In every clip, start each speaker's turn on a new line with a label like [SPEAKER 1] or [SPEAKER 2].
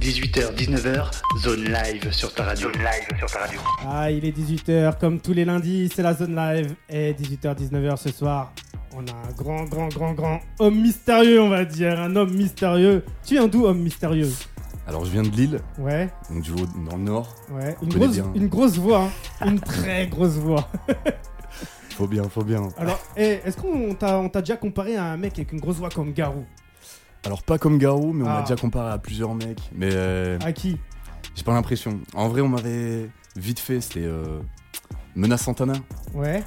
[SPEAKER 1] 18h, 19h, zone live sur ta radio.
[SPEAKER 2] Zone live sur ta radio.
[SPEAKER 3] Ah, il est 18h, comme tous les lundis, c'est la zone live. Et 18h-19h ce soir, on a un grand, grand, grand, grand homme mystérieux, on va dire. Un homme mystérieux. Tu viens d'où, homme mystérieux
[SPEAKER 4] Alors je viens de Lille,
[SPEAKER 3] Ouais,
[SPEAKER 4] donc je vais au- dans le nord.
[SPEAKER 3] ouais. Une
[SPEAKER 4] connais
[SPEAKER 3] grosse,
[SPEAKER 4] bien.
[SPEAKER 3] une grosse voix, hein. une très grosse voix.
[SPEAKER 4] Faut bien, faut bien.
[SPEAKER 3] Alors, eh, est-ce qu'on t'a on t'a déjà comparé à un mec avec une grosse voix comme Garou
[SPEAKER 4] Alors pas comme Garou, mais on
[SPEAKER 3] Ah.
[SPEAKER 4] m'a déjà comparé à plusieurs mecs. Mais euh,
[SPEAKER 3] À qui
[SPEAKER 4] j'ai pas l'impression. En vrai, on m'avait vite fait, c'était euh, Menace Santana.
[SPEAKER 3] Ouais.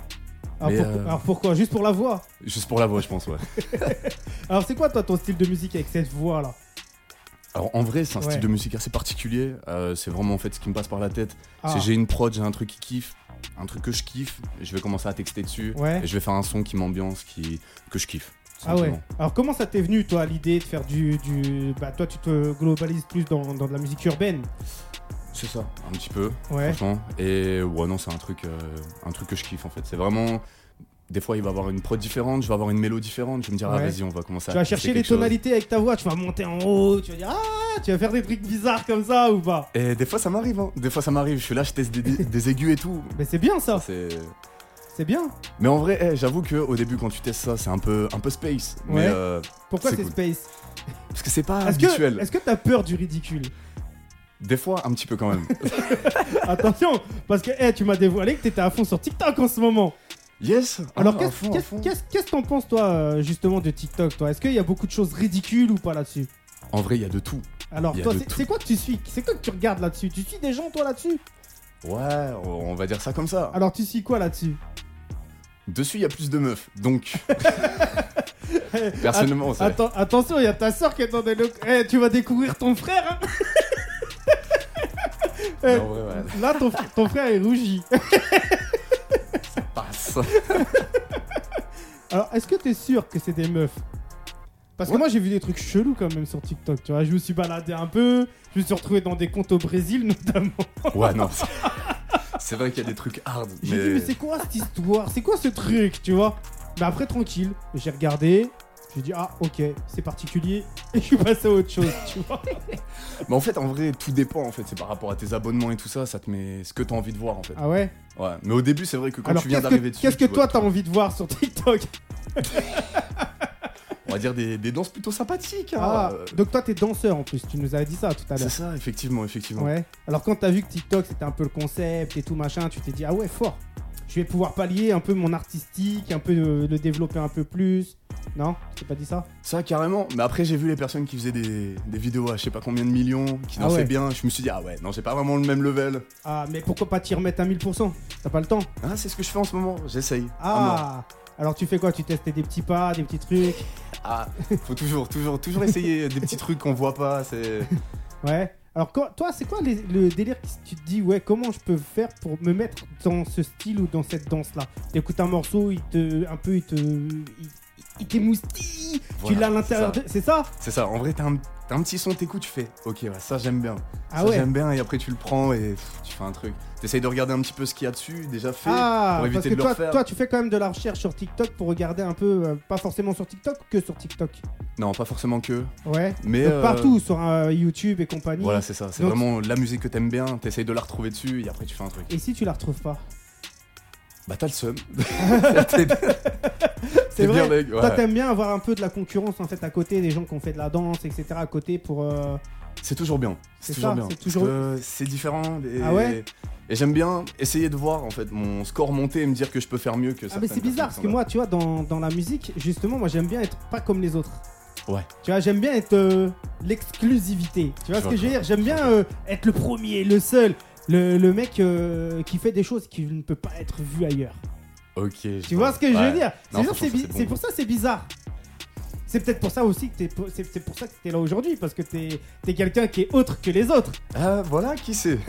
[SPEAKER 3] Alors,
[SPEAKER 4] Mais,
[SPEAKER 3] pourquoi-
[SPEAKER 4] euh,
[SPEAKER 3] alors pourquoi Juste pour la voix
[SPEAKER 4] Juste pour la voix, je pense, ouais.
[SPEAKER 3] Alors c'est quoi toi ton style de musique avec cette voix là
[SPEAKER 4] Alors en vrai, c'est un
[SPEAKER 3] Ouais.
[SPEAKER 4] style de musique assez particulier. Euh, c'est vraiment en fait ce qui me passe par la tête.
[SPEAKER 3] Ah,
[SPEAKER 4] C'est j'ai une prod, j'ai un truc qui kiffe, un truc que je kiffe. Et je vais commencer à texter dessus.
[SPEAKER 3] Ouais.
[SPEAKER 4] Et je vais faire un son qui m'ambiance, qui que je kiffe.
[SPEAKER 3] Ah ouais.
[SPEAKER 4] simplement.
[SPEAKER 3] Alors comment ça t'est venu toi l'idée de faire du, du... Bah toi tu te globalises plus dans, dans de la musique urbaine
[SPEAKER 4] C'est ça. Un petit peu.
[SPEAKER 3] Ouais.
[SPEAKER 4] franchement. Et ouais, non, c'est un truc, euh, un truc que je kiffe en fait. C'est vraiment. Des fois, il va avoir une prod différente, je vais avoir une mélo différente. Je vais me dire, ah
[SPEAKER 3] Ouais.
[SPEAKER 4] vas-y, on va commencer
[SPEAKER 3] Tu
[SPEAKER 4] à.
[SPEAKER 3] vas
[SPEAKER 4] tester
[SPEAKER 3] chercher les
[SPEAKER 4] quelque chose.
[SPEAKER 3] tonalités avec ta voix, tu vas monter en haut, tu vas dire ah, tu vas faire des trucs bizarres comme ça ou pas
[SPEAKER 4] Et des fois, ça m'arrive, hein. Des fois, ça m'arrive. Je suis là, je teste des, des aigus et tout.
[SPEAKER 3] Mais c'est bien ça,
[SPEAKER 4] C'est-
[SPEAKER 3] c'est bien.
[SPEAKER 4] Mais en vrai, eh, j'avoue qu'au début, quand tu testes ça, c'est un peu, un peu space. Mais
[SPEAKER 3] Ouais.
[SPEAKER 4] euh,
[SPEAKER 3] Pourquoi
[SPEAKER 4] C'est
[SPEAKER 3] c'est
[SPEAKER 4] cool.
[SPEAKER 3] space
[SPEAKER 4] parce que c'est pas
[SPEAKER 3] Est-ce que
[SPEAKER 4] habituel.
[SPEAKER 3] est-ce que t'as peur du ridicule
[SPEAKER 4] Des fois, un petit peu quand même.
[SPEAKER 3] Attention, parce que eh, tu m'as dévoilé que t'étais à fond sur TikTok en ce moment.
[SPEAKER 4] yes.
[SPEAKER 3] Alors
[SPEAKER 4] Ah, à
[SPEAKER 3] qu'est-ce
[SPEAKER 4] fond, à
[SPEAKER 3] qu'est-ce-
[SPEAKER 4] fond.
[SPEAKER 3] qu'est-ce- qu'est-ce t'en penses toi euh, justement de TikTok toi Est-ce qu'il y a beaucoup de choses ridicules ou pas là-dessus
[SPEAKER 4] En vrai, il y a de tout.
[SPEAKER 3] Alors
[SPEAKER 4] Il y a
[SPEAKER 3] toi
[SPEAKER 4] de
[SPEAKER 3] c'est-
[SPEAKER 4] tout.
[SPEAKER 3] c'est quoi que tu suis C'est quoi que tu regardes là-dessus Tu suis des gens toi là-dessus
[SPEAKER 4] Ouais, on va dire ça comme ça.
[SPEAKER 3] Alors tu suis quoi là-dessus
[SPEAKER 4] Dessus, il y a plus de meufs. Donc. Personnellement, c'est.
[SPEAKER 3] Atten- Attention, il y a ta soeur qui est dans des locaux. Eh, tu vas découvrir ton frère hein eh,
[SPEAKER 4] Non, en vrai, ouais,
[SPEAKER 3] Là ton, fr- ton frère est rougi.
[SPEAKER 4] passe.
[SPEAKER 3] Alors est-ce que t'es sûr que c'est des meufs parce que
[SPEAKER 4] Ouais.
[SPEAKER 3] moi j'ai vu des trucs chelous quand même sur TikTok, tu vois. Je me suis baladé un peu, je me suis retrouvé dans des comptes au Brésil notamment.
[SPEAKER 4] Ouais, non. c'est- C'est vrai qu'il y a des trucs hard,
[SPEAKER 3] J'ai dit, mais
[SPEAKER 4] mais
[SPEAKER 3] c'est quoi cette histoire C'est quoi ce truc, tu vois Mais après, tranquille, j'ai regardé, j'ai dit, ah, ok, c'est particulier, et je suis passé à autre chose, tu vois
[SPEAKER 4] mais en fait, en vrai, tout dépend. En fait, c'est par rapport à tes abonnements et tout ça. Ça te met ce que t'as envie de voir, en fait.
[SPEAKER 3] Ah ouais
[SPEAKER 4] Ouais. Mais au début, c'est vrai que quand
[SPEAKER 3] Alors,
[SPEAKER 4] tu viens
[SPEAKER 3] qu'est-ce que-
[SPEAKER 4] d'arriver dessus,
[SPEAKER 3] Qu'est-ce que
[SPEAKER 4] tu vois-
[SPEAKER 3] toi, t'as envie de voir sur TikTok
[SPEAKER 4] On va dire des, des danses plutôt sympathiques. hein.
[SPEAKER 3] Ah,
[SPEAKER 4] Euh,
[SPEAKER 3] donc toi, t'es danseur en plus, tu nous avais dit ça tout à
[SPEAKER 4] c'est
[SPEAKER 3] l'heure.
[SPEAKER 4] ça, effectivement, effectivement.
[SPEAKER 3] Ah, Ouais. Alors, quand t'as vu que TikTok, c'était un peu le concept et tout machin, tu t'es dit, ah ouais, fort, je vais pouvoir pallier un peu mon artistique, un peu euh, le développer un peu plus. Non Tu t'es pas dit ça
[SPEAKER 4] Ça, carrément. Mais après, j'ai vu les personnes qui faisaient des, des vidéos à je sais pas combien de millions, qui
[SPEAKER 3] Ah
[SPEAKER 4] dansaient
[SPEAKER 3] ouais.
[SPEAKER 4] bien. Je me suis dit, ah ouais, non, j'ai pas vraiment le même level.
[SPEAKER 3] Ah, mais pourquoi pas t'y remettre à 1000% T'as pas le temps
[SPEAKER 4] Ah, c'est ce que je fais en ce moment. J'essaye. À mort.
[SPEAKER 3] Ah Alors tu fais quoi Tu testes des petits pas, des petits trucs
[SPEAKER 4] Ah, faut toujours, toujours, toujours essayer des petits trucs qu'on voit pas. C'est.
[SPEAKER 3] Ouais. Alors quand- toi, c'est quoi les- le délire qui tu te dis ouais comment je peux faire pour me mettre dans ce style ou dans cette danse là T'écoutes un morceau, il te un peu il te il, il t'émoustille, tu
[SPEAKER 4] Voilà,
[SPEAKER 3] l'as à
[SPEAKER 4] c'est
[SPEAKER 3] l'intérieur,
[SPEAKER 4] ça.
[SPEAKER 3] de- c'est ça
[SPEAKER 4] C'est ça, en vrai, t'as un, t'as un petit son, t'écoutes, tu fais Ok, ouais, ça j'aime bien.
[SPEAKER 3] Ah
[SPEAKER 4] ça
[SPEAKER 3] ouais.
[SPEAKER 4] j'aime bien, et après tu le prends et pff, tu fais un truc. T'essayes de regarder un petit peu ce qu'il y a dessus, déjà fait,
[SPEAKER 3] Ah
[SPEAKER 4] pour
[SPEAKER 3] parce que
[SPEAKER 4] éviter de le
[SPEAKER 3] toi,
[SPEAKER 4] refaire.
[SPEAKER 3] toi tu fais quand même de la recherche sur TikTok pour regarder un peu euh, pas forcément sur TikTok que sur TikTok.
[SPEAKER 4] Non, pas forcément que.
[SPEAKER 3] Ouais.
[SPEAKER 4] Mais.
[SPEAKER 3] Donc,
[SPEAKER 4] euh,
[SPEAKER 3] partout sur euh, YouTube et compagnie.
[SPEAKER 4] Voilà, c'est ça, c'est
[SPEAKER 3] Donc-
[SPEAKER 4] vraiment la musique que t'aimes bien, t'essayes de la retrouver dessus, et après tu fais un truc.
[SPEAKER 3] Et si tu la retrouves pas
[SPEAKER 4] Bah t'as le seum. T'es- T'es bien,
[SPEAKER 3] vrai
[SPEAKER 4] mec. ouais.
[SPEAKER 3] Toi, t'aimes bien avoir un peu de la concurrence en fait à côté, des gens qui ont fait de la danse, etc. à côté pour. euh,
[SPEAKER 4] C'est toujours bien.
[SPEAKER 3] C'est
[SPEAKER 4] C'est toujours
[SPEAKER 3] ça,
[SPEAKER 4] bien.
[SPEAKER 3] c'est
[SPEAKER 4] parce
[SPEAKER 3] toujours-
[SPEAKER 4] que C'est différent. Et...
[SPEAKER 3] Ah ouais
[SPEAKER 4] Et j'aime bien essayer de voir en fait mon score monter et me dire que je peux faire mieux que ça.
[SPEAKER 3] Ah, mais c'est bizarre parce que moi, tu vois, dans, dans la musique, justement, moi j'aime bien être pas comme les autres.
[SPEAKER 4] Ouais.
[SPEAKER 3] Tu vois, j'aime bien être euh, l'exclusivité. Tu vois
[SPEAKER 4] Je
[SPEAKER 3] ce
[SPEAKER 4] vois
[SPEAKER 3] que je veux
[SPEAKER 4] quoi.
[SPEAKER 3] dire J'aime bien euh, être le premier, le seul, le, le mec euh, qui fait des choses qui ne peut pas être vu ailleurs.
[SPEAKER 4] Ok. je
[SPEAKER 3] Tu vois ce que je veux
[SPEAKER 4] Ouais.
[SPEAKER 3] dire C'est
[SPEAKER 4] Non,
[SPEAKER 3] genre,
[SPEAKER 4] franchement,
[SPEAKER 3] c'est bi-
[SPEAKER 4] ça, c'est
[SPEAKER 3] c'est
[SPEAKER 4] bon.
[SPEAKER 3] pour ça que c'est bizarre. C'est peut-être pour ça aussi que t'es po- c'est c'est pour ça que t'es là aujourd'hui parce que t'es es, quelqu'un qui est autre que les autres.
[SPEAKER 4] Ah, voilà, qui c'est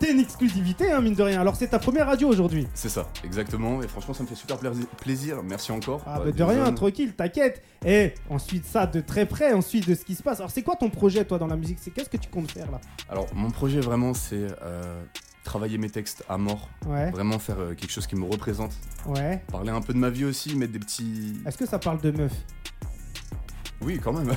[SPEAKER 3] T'es une exclusivité, hein, mine de rien. Alors c'est ta première radio aujourd'hui.
[SPEAKER 4] C'est ça, exactement. Et franchement, ça me fait super plaisi- plaisir. Merci encore.
[SPEAKER 3] Ah
[SPEAKER 4] Ouais,
[SPEAKER 3] bah
[SPEAKER 4] des
[SPEAKER 3] de rien,
[SPEAKER 4] jeunes.
[SPEAKER 3] tranquille, t'inquiète. Et ensuite ça de très près, ensuite de ce qui se passe. Alors c'est quoi ton projet toi dans la musique C'est qu'est-ce que tu comptes faire là
[SPEAKER 4] Alors, mon projet vraiment, c'est euh, travailler mes textes à mort.
[SPEAKER 3] Ouais,
[SPEAKER 4] Vraiment faire euh, quelque chose qui me représente.
[SPEAKER 3] ouais.
[SPEAKER 4] Parler un peu de ma vie aussi, mettre des petits.
[SPEAKER 3] Ah, Est-ce que ça parle de meuf
[SPEAKER 4] Oui, quand même.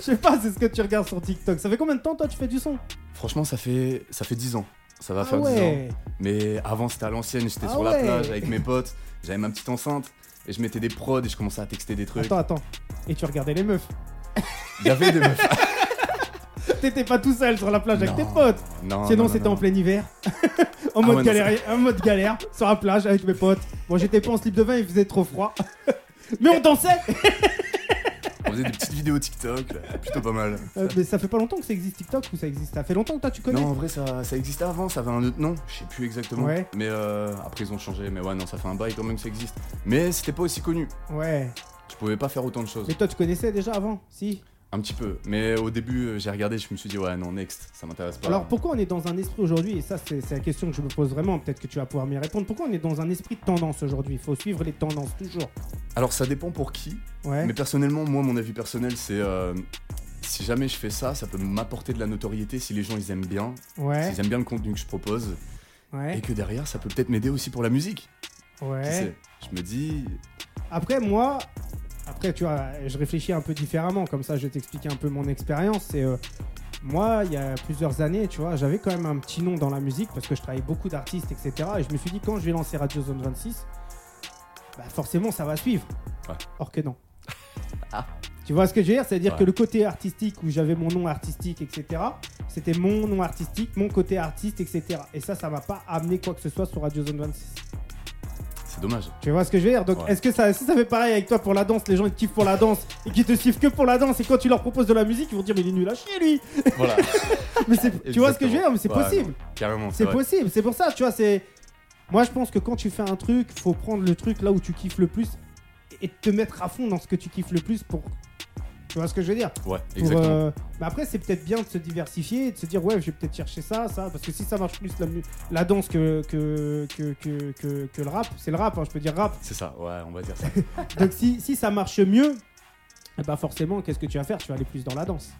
[SPEAKER 3] sais pas, c'est ce que tu regardes sur TikTok. Ça fait combien de temps, toi, tu fais du son
[SPEAKER 4] Franchement, ça fait, ça fait 10 ans. Ça va
[SPEAKER 3] Ah
[SPEAKER 4] faire 10 ans.
[SPEAKER 3] ouais.
[SPEAKER 4] Mais avant, c'était à l'ancienne, j'étais
[SPEAKER 3] Ah
[SPEAKER 4] sur la
[SPEAKER 3] ouais.
[SPEAKER 4] plage avec mes potes, j'avais ma petite enceinte et je mettais des prods et je commençais à texter des trucs.
[SPEAKER 3] Attends, attends. Et tu regardais les meufs.
[SPEAKER 4] Il y avait des meufs.
[SPEAKER 3] T'étais pas tout seul sur la plage avec
[SPEAKER 4] Non.
[SPEAKER 3] tes potes.
[SPEAKER 4] Non, non,
[SPEAKER 3] Sinon,
[SPEAKER 4] non,
[SPEAKER 3] c'était
[SPEAKER 4] non.
[SPEAKER 3] en plein hiver. en,
[SPEAKER 4] Ah
[SPEAKER 3] mode
[SPEAKER 4] ouais, non,
[SPEAKER 3] galère, en mode galère, sur la plage avec mes potes. Moi, j'étais pas en slip de bain, il faisait trop froid. Mais on dansait
[SPEAKER 4] On faisait des petites vidéos TikTok, là, plutôt pas mal.
[SPEAKER 3] Euh, Mais ça fait pas longtemps que ça existe TikTok ou ça existe Ça fait longtemps que toi, tu connais
[SPEAKER 4] Non, en vrai, ça, ça existait avant, ça avait un autre nom, je sais plus exactement.
[SPEAKER 3] Ouais.
[SPEAKER 4] Mais euh, après, ils ont changé, mais ouais, non, ça fait un bail quand même que ça existe. Mais c'était pas aussi connu,
[SPEAKER 3] Ouais.
[SPEAKER 4] je pouvais pas faire autant de choses.
[SPEAKER 3] Mais toi, tu connaissais déjà avant Si
[SPEAKER 4] Un petit peu, mais au début, euh, j'ai regardé, je me suis dit, ouais, non, next, ça m'intéresse pas.
[SPEAKER 3] Alors pourquoi on est dans un esprit aujourd'hui, et ça c'est c'est la question que je me pose vraiment, peut-être que tu vas pouvoir m'y répondre, pourquoi on est dans un esprit de tendance aujourd'hui Il faut suivre les tendances toujours.
[SPEAKER 4] Alors, ça dépend pour qui,
[SPEAKER 3] Ouais.
[SPEAKER 4] mais personnellement, moi, mon avis personnel, c'est. euh, si jamais je fais ça, ça peut m'apporter de la notoriété si les gens ils aiment bien,
[SPEAKER 3] ouais.
[SPEAKER 4] s'ils aiment bien le contenu que je propose,
[SPEAKER 3] Ouais.
[SPEAKER 4] et que derrière ça peut peut-être m'aider aussi pour la musique. Qui
[SPEAKER 3] Ouais.
[SPEAKER 4] sait je me dis,
[SPEAKER 3] Après moi, après tu vois, je réfléchis un peu différemment, comme ça je vais t'expliquer un peu mon expérience. Et euh, moi, il y a plusieurs années, tu vois, j'avais quand même un petit nom dans la musique parce que je travaillais beaucoup d'artistes, etc. Et je me suis dit quand je vais lancer Radio Zone 26, bah forcément ça va suivre.
[SPEAKER 4] Ouais.
[SPEAKER 3] Or que non.
[SPEAKER 4] Ah.
[SPEAKER 3] Tu vois ce que je veux dire C'est-à-dire
[SPEAKER 4] Ouais.
[SPEAKER 3] que le côté artistique où j'avais mon nom artistique, etc. C'était mon nom artistique, mon côté artiste, etc. Et ça, ça m'a pas amené quoi que ce soit sur Radio Zone 26.
[SPEAKER 4] c'est dommage.
[SPEAKER 3] Tu vois ce que je veux dire Donc,
[SPEAKER 4] Ouais.
[SPEAKER 3] est-ce que ça, si ça fait pareil avec toi pour la danse, les gens ils te kiffent pour la danse et qui te suivent que pour la danse, et quand tu leur proposes de la musique, ils vont dire mais il est nul à chier lui.
[SPEAKER 4] Voilà,
[SPEAKER 3] Mais c'est- tu vois ce que je veux dire Mais c'est
[SPEAKER 4] Ouais,
[SPEAKER 3] possible,
[SPEAKER 4] carrément.
[SPEAKER 3] c'est
[SPEAKER 4] vrai.
[SPEAKER 3] possible. C'est pour ça, tu vois. C'est moi je pense que quand tu fais un truc, faut prendre le truc là où tu kiffes le plus et te mettre à fond dans ce que tu kiffes le plus pour. Tu vois ce que je veux dire
[SPEAKER 4] Ouais,
[SPEAKER 3] Pour,
[SPEAKER 4] exactement.
[SPEAKER 3] euh, Mais après, c'est peut-être bien de se diversifier et de se dire ouais, je vais peut-être chercher ça, ça, parce que si ça marche plus la, mu- la danse que que, que, que, que- que le rap, c'est le rap. hein, je peux dire rap.
[SPEAKER 4] C'est ça, ouais, on va dire ça.
[SPEAKER 3] Donc si, si ça marche mieux, eh ben forcément, qu'est-ce que tu vas faire Tu vas aller plus dans la danse.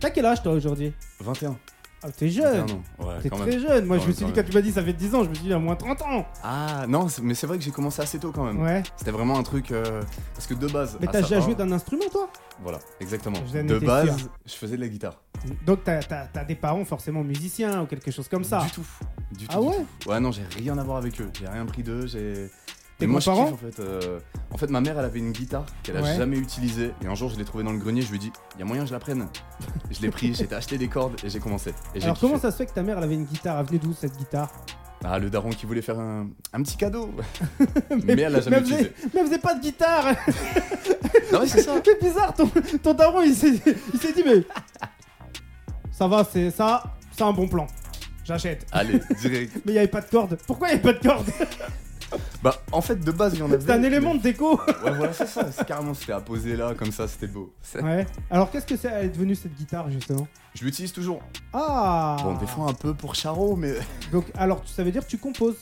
[SPEAKER 3] T'as quel âge toi aujourd'hui
[SPEAKER 4] 21.
[SPEAKER 3] Ah, t'es
[SPEAKER 4] 21
[SPEAKER 3] jeune
[SPEAKER 4] ans, ouais,
[SPEAKER 3] T'es
[SPEAKER 4] quand
[SPEAKER 3] très
[SPEAKER 4] même.
[SPEAKER 3] jeune Moi,
[SPEAKER 4] Quand
[SPEAKER 3] je me
[SPEAKER 4] même,
[SPEAKER 3] suis dit,
[SPEAKER 4] quand
[SPEAKER 3] quand tu m'as dit ça fait 10 ans, je me suis dit, à moins 30 ans
[SPEAKER 4] Ah, non, c'est- mais c'est vrai que j'ai commencé assez tôt quand même.
[SPEAKER 3] Ouais.
[SPEAKER 4] C'était vraiment un truc. euh, parce que de base.
[SPEAKER 3] Mais
[SPEAKER 4] Hum, à
[SPEAKER 3] t'as
[SPEAKER 4] ça-
[SPEAKER 3] déjà joué d'un instrument, toi
[SPEAKER 4] Voilà, exactement.
[SPEAKER 3] J'en
[SPEAKER 4] De
[SPEAKER 3] étais
[SPEAKER 4] base, je faisais de la guitare.
[SPEAKER 3] Donc, t'as t'as- t'as des parents forcément musiciens ou quelque chose comme ça.
[SPEAKER 4] Du tout. Du tout.
[SPEAKER 3] Ah
[SPEAKER 4] du
[SPEAKER 3] ouais
[SPEAKER 4] tout. Ouais, non, j'ai rien à voir avec eux. J'ai rien pris d'eux. J'ai.
[SPEAKER 3] Tes
[SPEAKER 4] Mais moi, je
[SPEAKER 3] grands-parents
[SPEAKER 4] kiffe en fait. euh, En fait, ma mère, elle avait une guitare qu'elle a
[SPEAKER 3] Ouais.
[SPEAKER 4] jamais utilisée. Et un jour, je l'ai trouvée dans le grenier. Je lui ai dit, il y a moyen que je la prenne. je l'ai pris, j'ai acheté des cordes et j'ai commencé. Et j'ai
[SPEAKER 3] Alors, comment
[SPEAKER 4] kiffé.
[SPEAKER 3] ça se fait que ta mère, elle avait une guitare Elle venait d'où cette guitare
[SPEAKER 4] Ah, le daron qui voulait faire un, un petit cadeau. mais elle l'a jamais
[SPEAKER 3] faisait-
[SPEAKER 4] utilisé.
[SPEAKER 3] mais elle faisait pas de guitare
[SPEAKER 4] Non, mais c'est ça.
[SPEAKER 3] C'est bizarre, ton, ton daron, il s'est il s'est dit, mais. Ça va, c'est ça, c'est un bon plan. J'achète.
[SPEAKER 4] Allez, direct.
[SPEAKER 3] Mais il n'y avait pas de corde. Pourquoi il n'y avait pas de corde
[SPEAKER 4] Bah, en fait, de base, il y en avait.
[SPEAKER 3] C'est un
[SPEAKER 4] mais-
[SPEAKER 3] élément de déco.
[SPEAKER 4] Ouais, voilà, c'est ça. C'est carrément, c'était à poser là, comme ça, c'était beau. C'est-
[SPEAKER 3] Ouais. Alors qu'est-ce que c'est elle est devenu cette guitare justement
[SPEAKER 4] Je l'utilise toujours.
[SPEAKER 3] Ah.
[SPEAKER 4] Bon, des fois un peu pour Charo, mais.
[SPEAKER 3] Donc alors tu- ça veut dire que tu composes.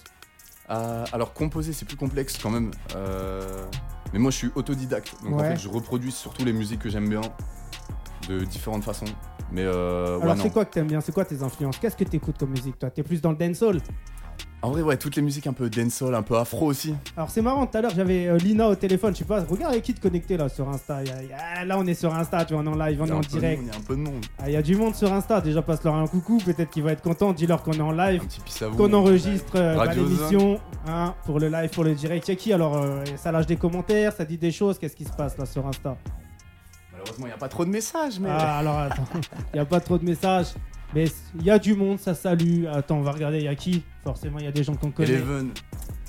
[SPEAKER 4] Euh, alors, composer, c'est plus complexe quand même. Euh, Mais moi, je suis autodidacte. Donc, en
[SPEAKER 3] Ouais.
[SPEAKER 4] fait, je reproduis surtout les musiques que j'aime bien de différentes façons. Mais euh, ouais,
[SPEAKER 3] alors
[SPEAKER 4] non.
[SPEAKER 3] c'est quoi que t'aimes bien C'est quoi tes influences Qu'est-ce que t'écoutes comme musique toi T'es plus dans le dancehall.
[SPEAKER 4] En vrai, ouais, toutes les musiques un peu dancehall, un peu afro aussi.
[SPEAKER 3] Alors c'est marrant. Tout à l'heure j'avais euh, Lina au téléphone. Je sais pas. Regarde avec qui te connecter là sur Insta. Y a- y a- là on est sur Insta. Tu vois on est en live, on est
[SPEAKER 4] un
[SPEAKER 3] en
[SPEAKER 4] peu de
[SPEAKER 3] direct.
[SPEAKER 4] monde, Il y a un peu de monde.
[SPEAKER 3] Ah, Il y a du monde sur Insta. Déjà passe leur un coucou. Peut-être qu'ils vont être contents. Dis-leur qu'on est en live.
[SPEAKER 4] Un petit pisse à vous.
[SPEAKER 3] qu'on enregistre euh, bah,
[SPEAKER 4] Ah, Radio
[SPEAKER 3] l'émission hein, pour le live, pour le direct. Check qui alors euh, ça lâche des commentaires, ça dit des choses. Qu'est-ce qui se passe là sur Insta
[SPEAKER 4] Malheureusement, il n'y a pas trop de messages, mais.
[SPEAKER 3] Ah, alors attends, il a pas trop de messages. Mais il y a du monde, ça salue. Attends, on va regarder, il y a qui Forcément, il y a des gens qu'on connaît.
[SPEAKER 4] Eleven.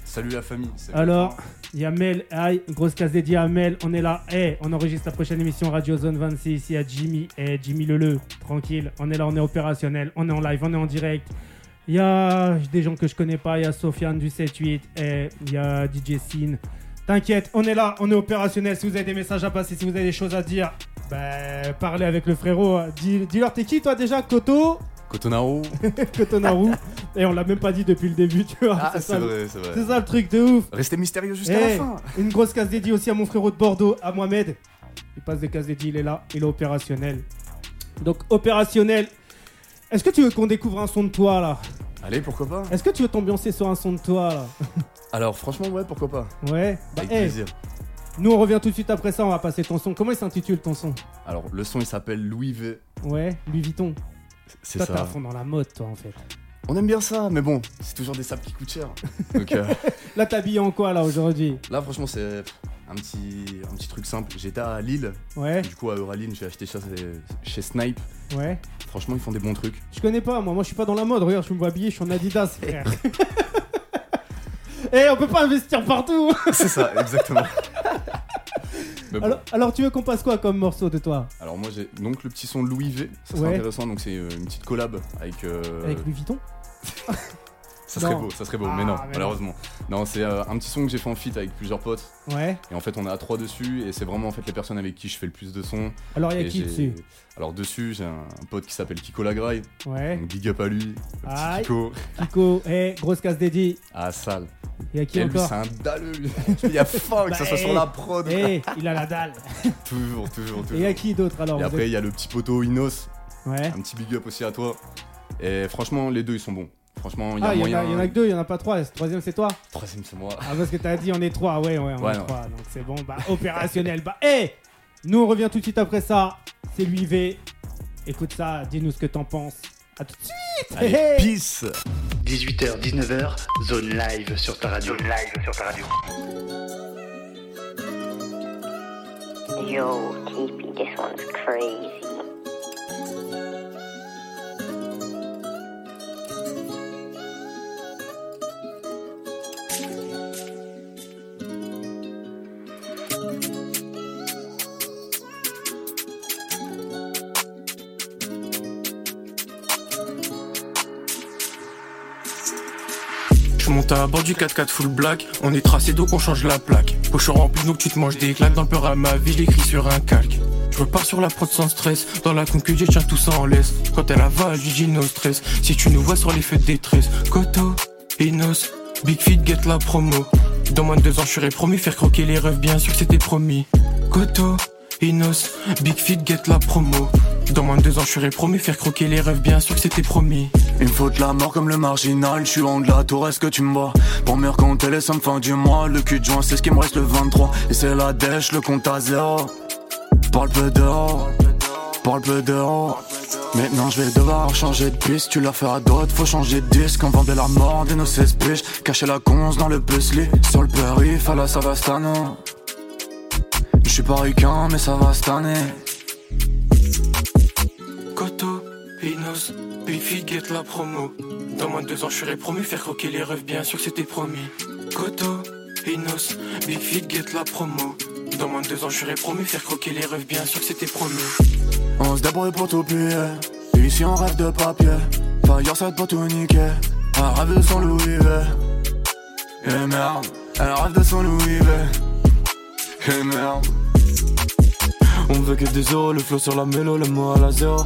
[SPEAKER 4] Salut la famille. salut.
[SPEAKER 3] Alors, il y a Mel, aïe, grosse case dédiée à Mel, on est là. Hey, on enregistre la prochaine émission Radio Zone 26. Il y a Jimmy, hey, Jimmy Leleu, tranquille, on est là, on est opérationnel, on est en live, on est en direct. Il y a des gens que je connais pas, il y a Sofiane du 7-8, hey, il y a DJ Sin. T'inquiète, on est là, on est opérationnel. Si vous avez des messages à passer, si vous avez des choses à dire, bah, parlez avec le frérot. Dis- Dis-leur, t'es qui toi déjà Koto
[SPEAKER 4] Cotonaro.
[SPEAKER 3] Kotonaru. Et on l'a même pas dit depuis le début, tu vois.
[SPEAKER 4] Ah,
[SPEAKER 3] c'est
[SPEAKER 4] c'est
[SPEAKER 3] ça,
[SPEAKER 4] vrai, c'est vrai.
[SPEAKER 3] c'est ça le truc de ouf.
[SPEAKER 4] Restez mystérieux jusqu'à
[SPEAKER 3] Eh,
[SPEAKER 4] la fin.
[SPEAKER 3] une grosse case dédiée aussi à mon frérot de Bordeaux, à Mohamed. Il passe de case dédiée, il est là, il est opérationnel. Donc opérationnel. Est-ce que tu veux qu'on découvre un son de toi là
[SPEAKER 4] Allez, pourquoi pas
[SPEAKER 3] Est-ce que tu veux t'ambiancer sur un son de toi là
[SPEAKER 4] Alors, franchement, ouais, pourquoi pas
[SPEAKER 3] Ouais. Bah,
[SPEAKER 4] Avec
[SPEAKER 3] eh,
[SPEAKER 4] plaisir.
[SPEAKER 3] Nous, on revient tout de suite après ça, on va passer ton son. Comment il s'intitule ton son
[SPEAKER 4] Alors, le son, il s'appelle Louis V.
[SPEAKER 3] Ouais, Louis Vuitton.
[SPEAKER 4] C'est
[SPEAKER 3] Toi, t'es à
[SPEAKER 4] ça.
[SPEAKER 3] fond dans la mode, toi, en fait.
[SPEAKER 4] On aime bien ça, mais bon, c'est toujours des sables qui coûtent cher. Donc euh,
[SPEAKER 3] Là, t'habilles en quoi, là, aujourd'hui
[SPEAKER 4] là, franchement, c'est un petit, un petit truc simple. J'étais à Lille,
[SPEAKER 3] Ouais,
[SPEAKER 4] du coup, à Euraline, j'ai acheté ça chez- chez Snipe.
[SPEAKER 3] ouais.
[SPEAKER 4] Franchement, ils font des bons trucs.
[SPEAKER 3] Je connais pas, moi. Moi, je suis pas dans la mode. Regarde, je me vois habillé, je suis en Adidas, frère. Eh, on peut pas investir partout
[SPEAKER 4] C'est ça, exactement. Mais bon.
[SPEAKER 3] alors, alors, tu veux qu'on passe quoi comme morceau de toi
[SPEAKER 4] Alors moi j'ai donc le petit son de Louis V, ça serait
[SPEAKER 3] Ouais.
[SPEAKER 4] intéressant, donc c'est euh, une petite collab avec... euh,
[SPEAKER 3] Avec Louis Vuitton
[SPEAKER 4] ça serait
[SPEAKER 3] Non.
[SPEAKER 4] beau, ça serait beau,
[SPEAKER 3] Ah,
[SPEAKER 4] mais non,
[SPEAKER 3] mais non.
[SPEAKER 4] malheureusement. Non, c'est euh, un petit son que j'ai fait en feat avec plusieurs potes,
[SPEAKER 3] Ouais.
[SPEAKER 4] et en fait on est à trois dessus, et c'est vraiment en fait les personnes avec qui je fais le plus de sons.
[SPEAKER 3] Alors, il y
[SPEAKER 4] Et
[SPEAKER 3] a qui
[SPEAKER 4] j'ai-
[SPEAKER 3] dessus
[SPEAKER 4] Alors dessus j'ai un, un pote qui s'appelle Kiko Lagraille,
[SPEAKER 3] Ouais.
[SPEAKER 4] donc big up à lui, le
[SPEAKER 3] Aïe.
[SPEAKER 4] petit Kiko.
[SPEAKER 3] Kiko, eh, grosse casse dédiée.
[SPEAKER 4] Ah sale.
[SPEAKER 3] Il y a qui
[SPEAKER 4] Et lui
[SPEAKER 3] encore
[SPEAKER 4] c'est un dalleux lui, il y a faim que ça
[SPEAKER 3] Bah,
[SPEAKER 4] soit
[SPEAKER 3] hey.
[SPEAKER 4] sur la prod.
[SPEAKER 3] Eh, il a la dalle.
[SPEAKER 4] Toujours, toujours,
[SPEAKER 3] Et il y
[SPEAKER 4] toujours.
[SPEAKER 3] a qui d'autre alors
[SPEAKER 4] Et
[SPEAKER 3] vous
[SPEAKER 4] après il y a le petit poteau Inos,
[SPEAKER 3] êtes- Ouais.
[SPEAKER 4] Un petit big up aussi à toi. Et franchement, les deux ils sont bons. Franchement, il y a
[SPEAKER 3] Ah, il y, en
[SPEAKER 4] moyen.
[SPEAKER 3] a- il y en a que deux, il y en a pas trois. Le troisième, c'est toi.
[SPEAKER 4] Troisième, c'est moi.
[SPEAKER 3] Ah, parce que t'as dit on est trois. Ouais, ouais, on
[SPEAKER 4] Ouais,
[SPEAKER 3] est
[SPEAKER 4] non.
[SPEAKER 3] trois. Donc c'est bon, bah opérationnel. Bah, hé Nous, on revient tout de suite après ça. C'est lui V. Écoute ça, dis-nous ce que t'en penses. À tout de suite Eh, Hé, hé.
[SPEAKER 4] Allez, peace
[SPEAKER 1] 18h, 19h, zone live sur ta radio. live sur ta radio.
[SPEAKER 2] Yo, TP, this one's crazy.
[SPEAKER 5] Je monte à bord du 4x4 full black. On est tracé donc on change la plaque. Pochon rempli donc tu te manges des claques. Dans le peur à ma vie, j'écris sur un calque. Je repars sur la prod sans stress. Dans la concu, je tiens tout ça en laisse. Quand elle avale, je dis no stress. Si tu nous vois sur les feux de détresse, Koto, Inos, Big Feet get la promo. Dans moins de deux ans, je serai promis. Faire croquer les rêves, bien sûr que c'était promis. Koto, Inos, Big Feet get la promo. Dans moins de deux ans, je serai promis. Faire croquer les rêves, bien sûr que c'était promis.
[SPEAKER 6] Il me faut de la mort comme le marginal, je suis en de la tour, est-ce que tu me vois Première compte, elle est sans fin du mois, le cul de joint, c'est ce qui me reste le 23 Et c'est la dèche, le compte à zéro Parle peu dehors, parle peu dehors Maintenant je vais devoir changer de piste, tu la feras d'autres, faut changer de disque On vendait la mort de nos 16 piges, cacher la conce dans le puzzle Sur le périph' à la Savastano Je suis pas ricain mais ça va cette année
[SPEAKER 5] Koto, Inos, Bifi get la promo. Dans moins de deux ans, je serai promu, faire croquer les rêves, bien sûr que c'était promis. Koto, Inos, Big Feet get la promo. Dans moins de deux ans, je serai promu, faire croquer les rêves, bien sûr que c'était promis.
[SPEAKER 6] On se débrouille pour tout piller Ici on rêve de papier Fire set pour tout niquer Un rêve de son Louis V Et merde Un rêve de son Louis V Et merde On veut que des euros, le flow sur la mélo, le mot à la zéro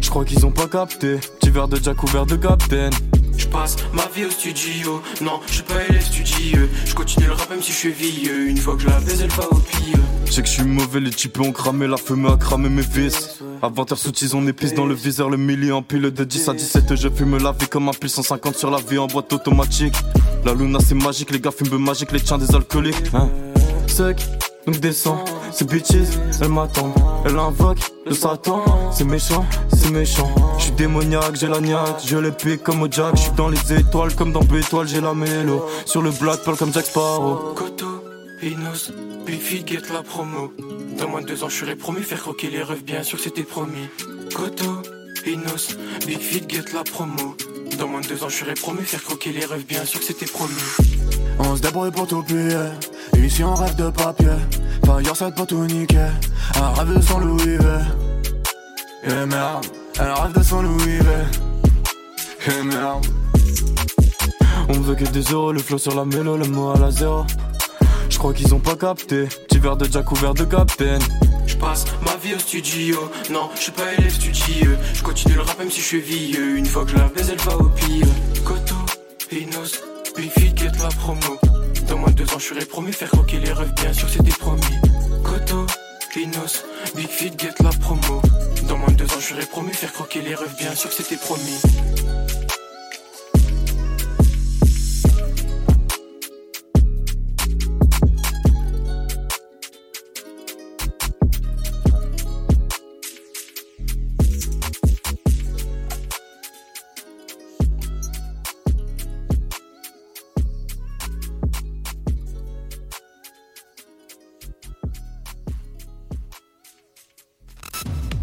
[SPEAKER 6] Je crois qu'ils ont pas capté Petit verre de Jack ouvert de Captain
[SPEAKER 5] Je passe ma vie au studio, non, je suis pas élève studieux. Je continue le rap même si je suis vieux. Une fois que je la baise, elle va au pire.
[SPEAKER 6] Je sais que je suis mauvais, les types ont cramé, la fumée a cramé mes vis. À 20h sous on épice dans le viseur, le milli en pile de 10 à 17. Je fume la vie comme un pile 150 sur la vie en boîte automatique. La luna c'est magique, les gars fument magique, les tiens des alcooliques. Hein. Sec, donc descend, c'est bitches, elle m'attend. Elle invoque, le satan, c'est méchant, c'est méchant. Je suis démoniaque, j'ai la niaque, je les pique comme au jack. Je suis dans les étoiles comme dans Bétoile, j'ai la mélo. Sur le black, parle comme Jack Sparrow.
[SPEAKER 5] Koto, Inos, Big Feet get la promo. Dans moins de deux ans, je serai promu, faire croquer les rêves, bien sûr que c'était promis. Koto, Inos, Big Feet get la promo. Dans moins de deux ans, je serai promu, faire croquer les rêves, bien sûr que c'était promis.
[SPEAKER 6] On se débrouille pour tout piller Ici on rêve de papier Fire set pour tout niquer Un rêve de son Louis V Et merde Un rêve de son Louis V Et merde On veut que des euros, le flow sur la mélo, le mot à la zéro Je crois qu'ils ont pas capté Petit verre de Jack ouvert de Captain
[SPEAKER 5] Je passe ma vie au studio, non, je suis pas élève studieux. Je continue le rap même si je suis vieux. Une fois que je la baise, elle va au pire. Koto, Inos, Big Feet get la promo. Dans moins de deux ans, je serai promu, faire croquer les rêves, bien sûr, c'était promis. Koto, Inos, Big Feet get la promo. Dans moins de deux ans, je serai promu, faire croquer les rêves, bien sûr, c'était promis.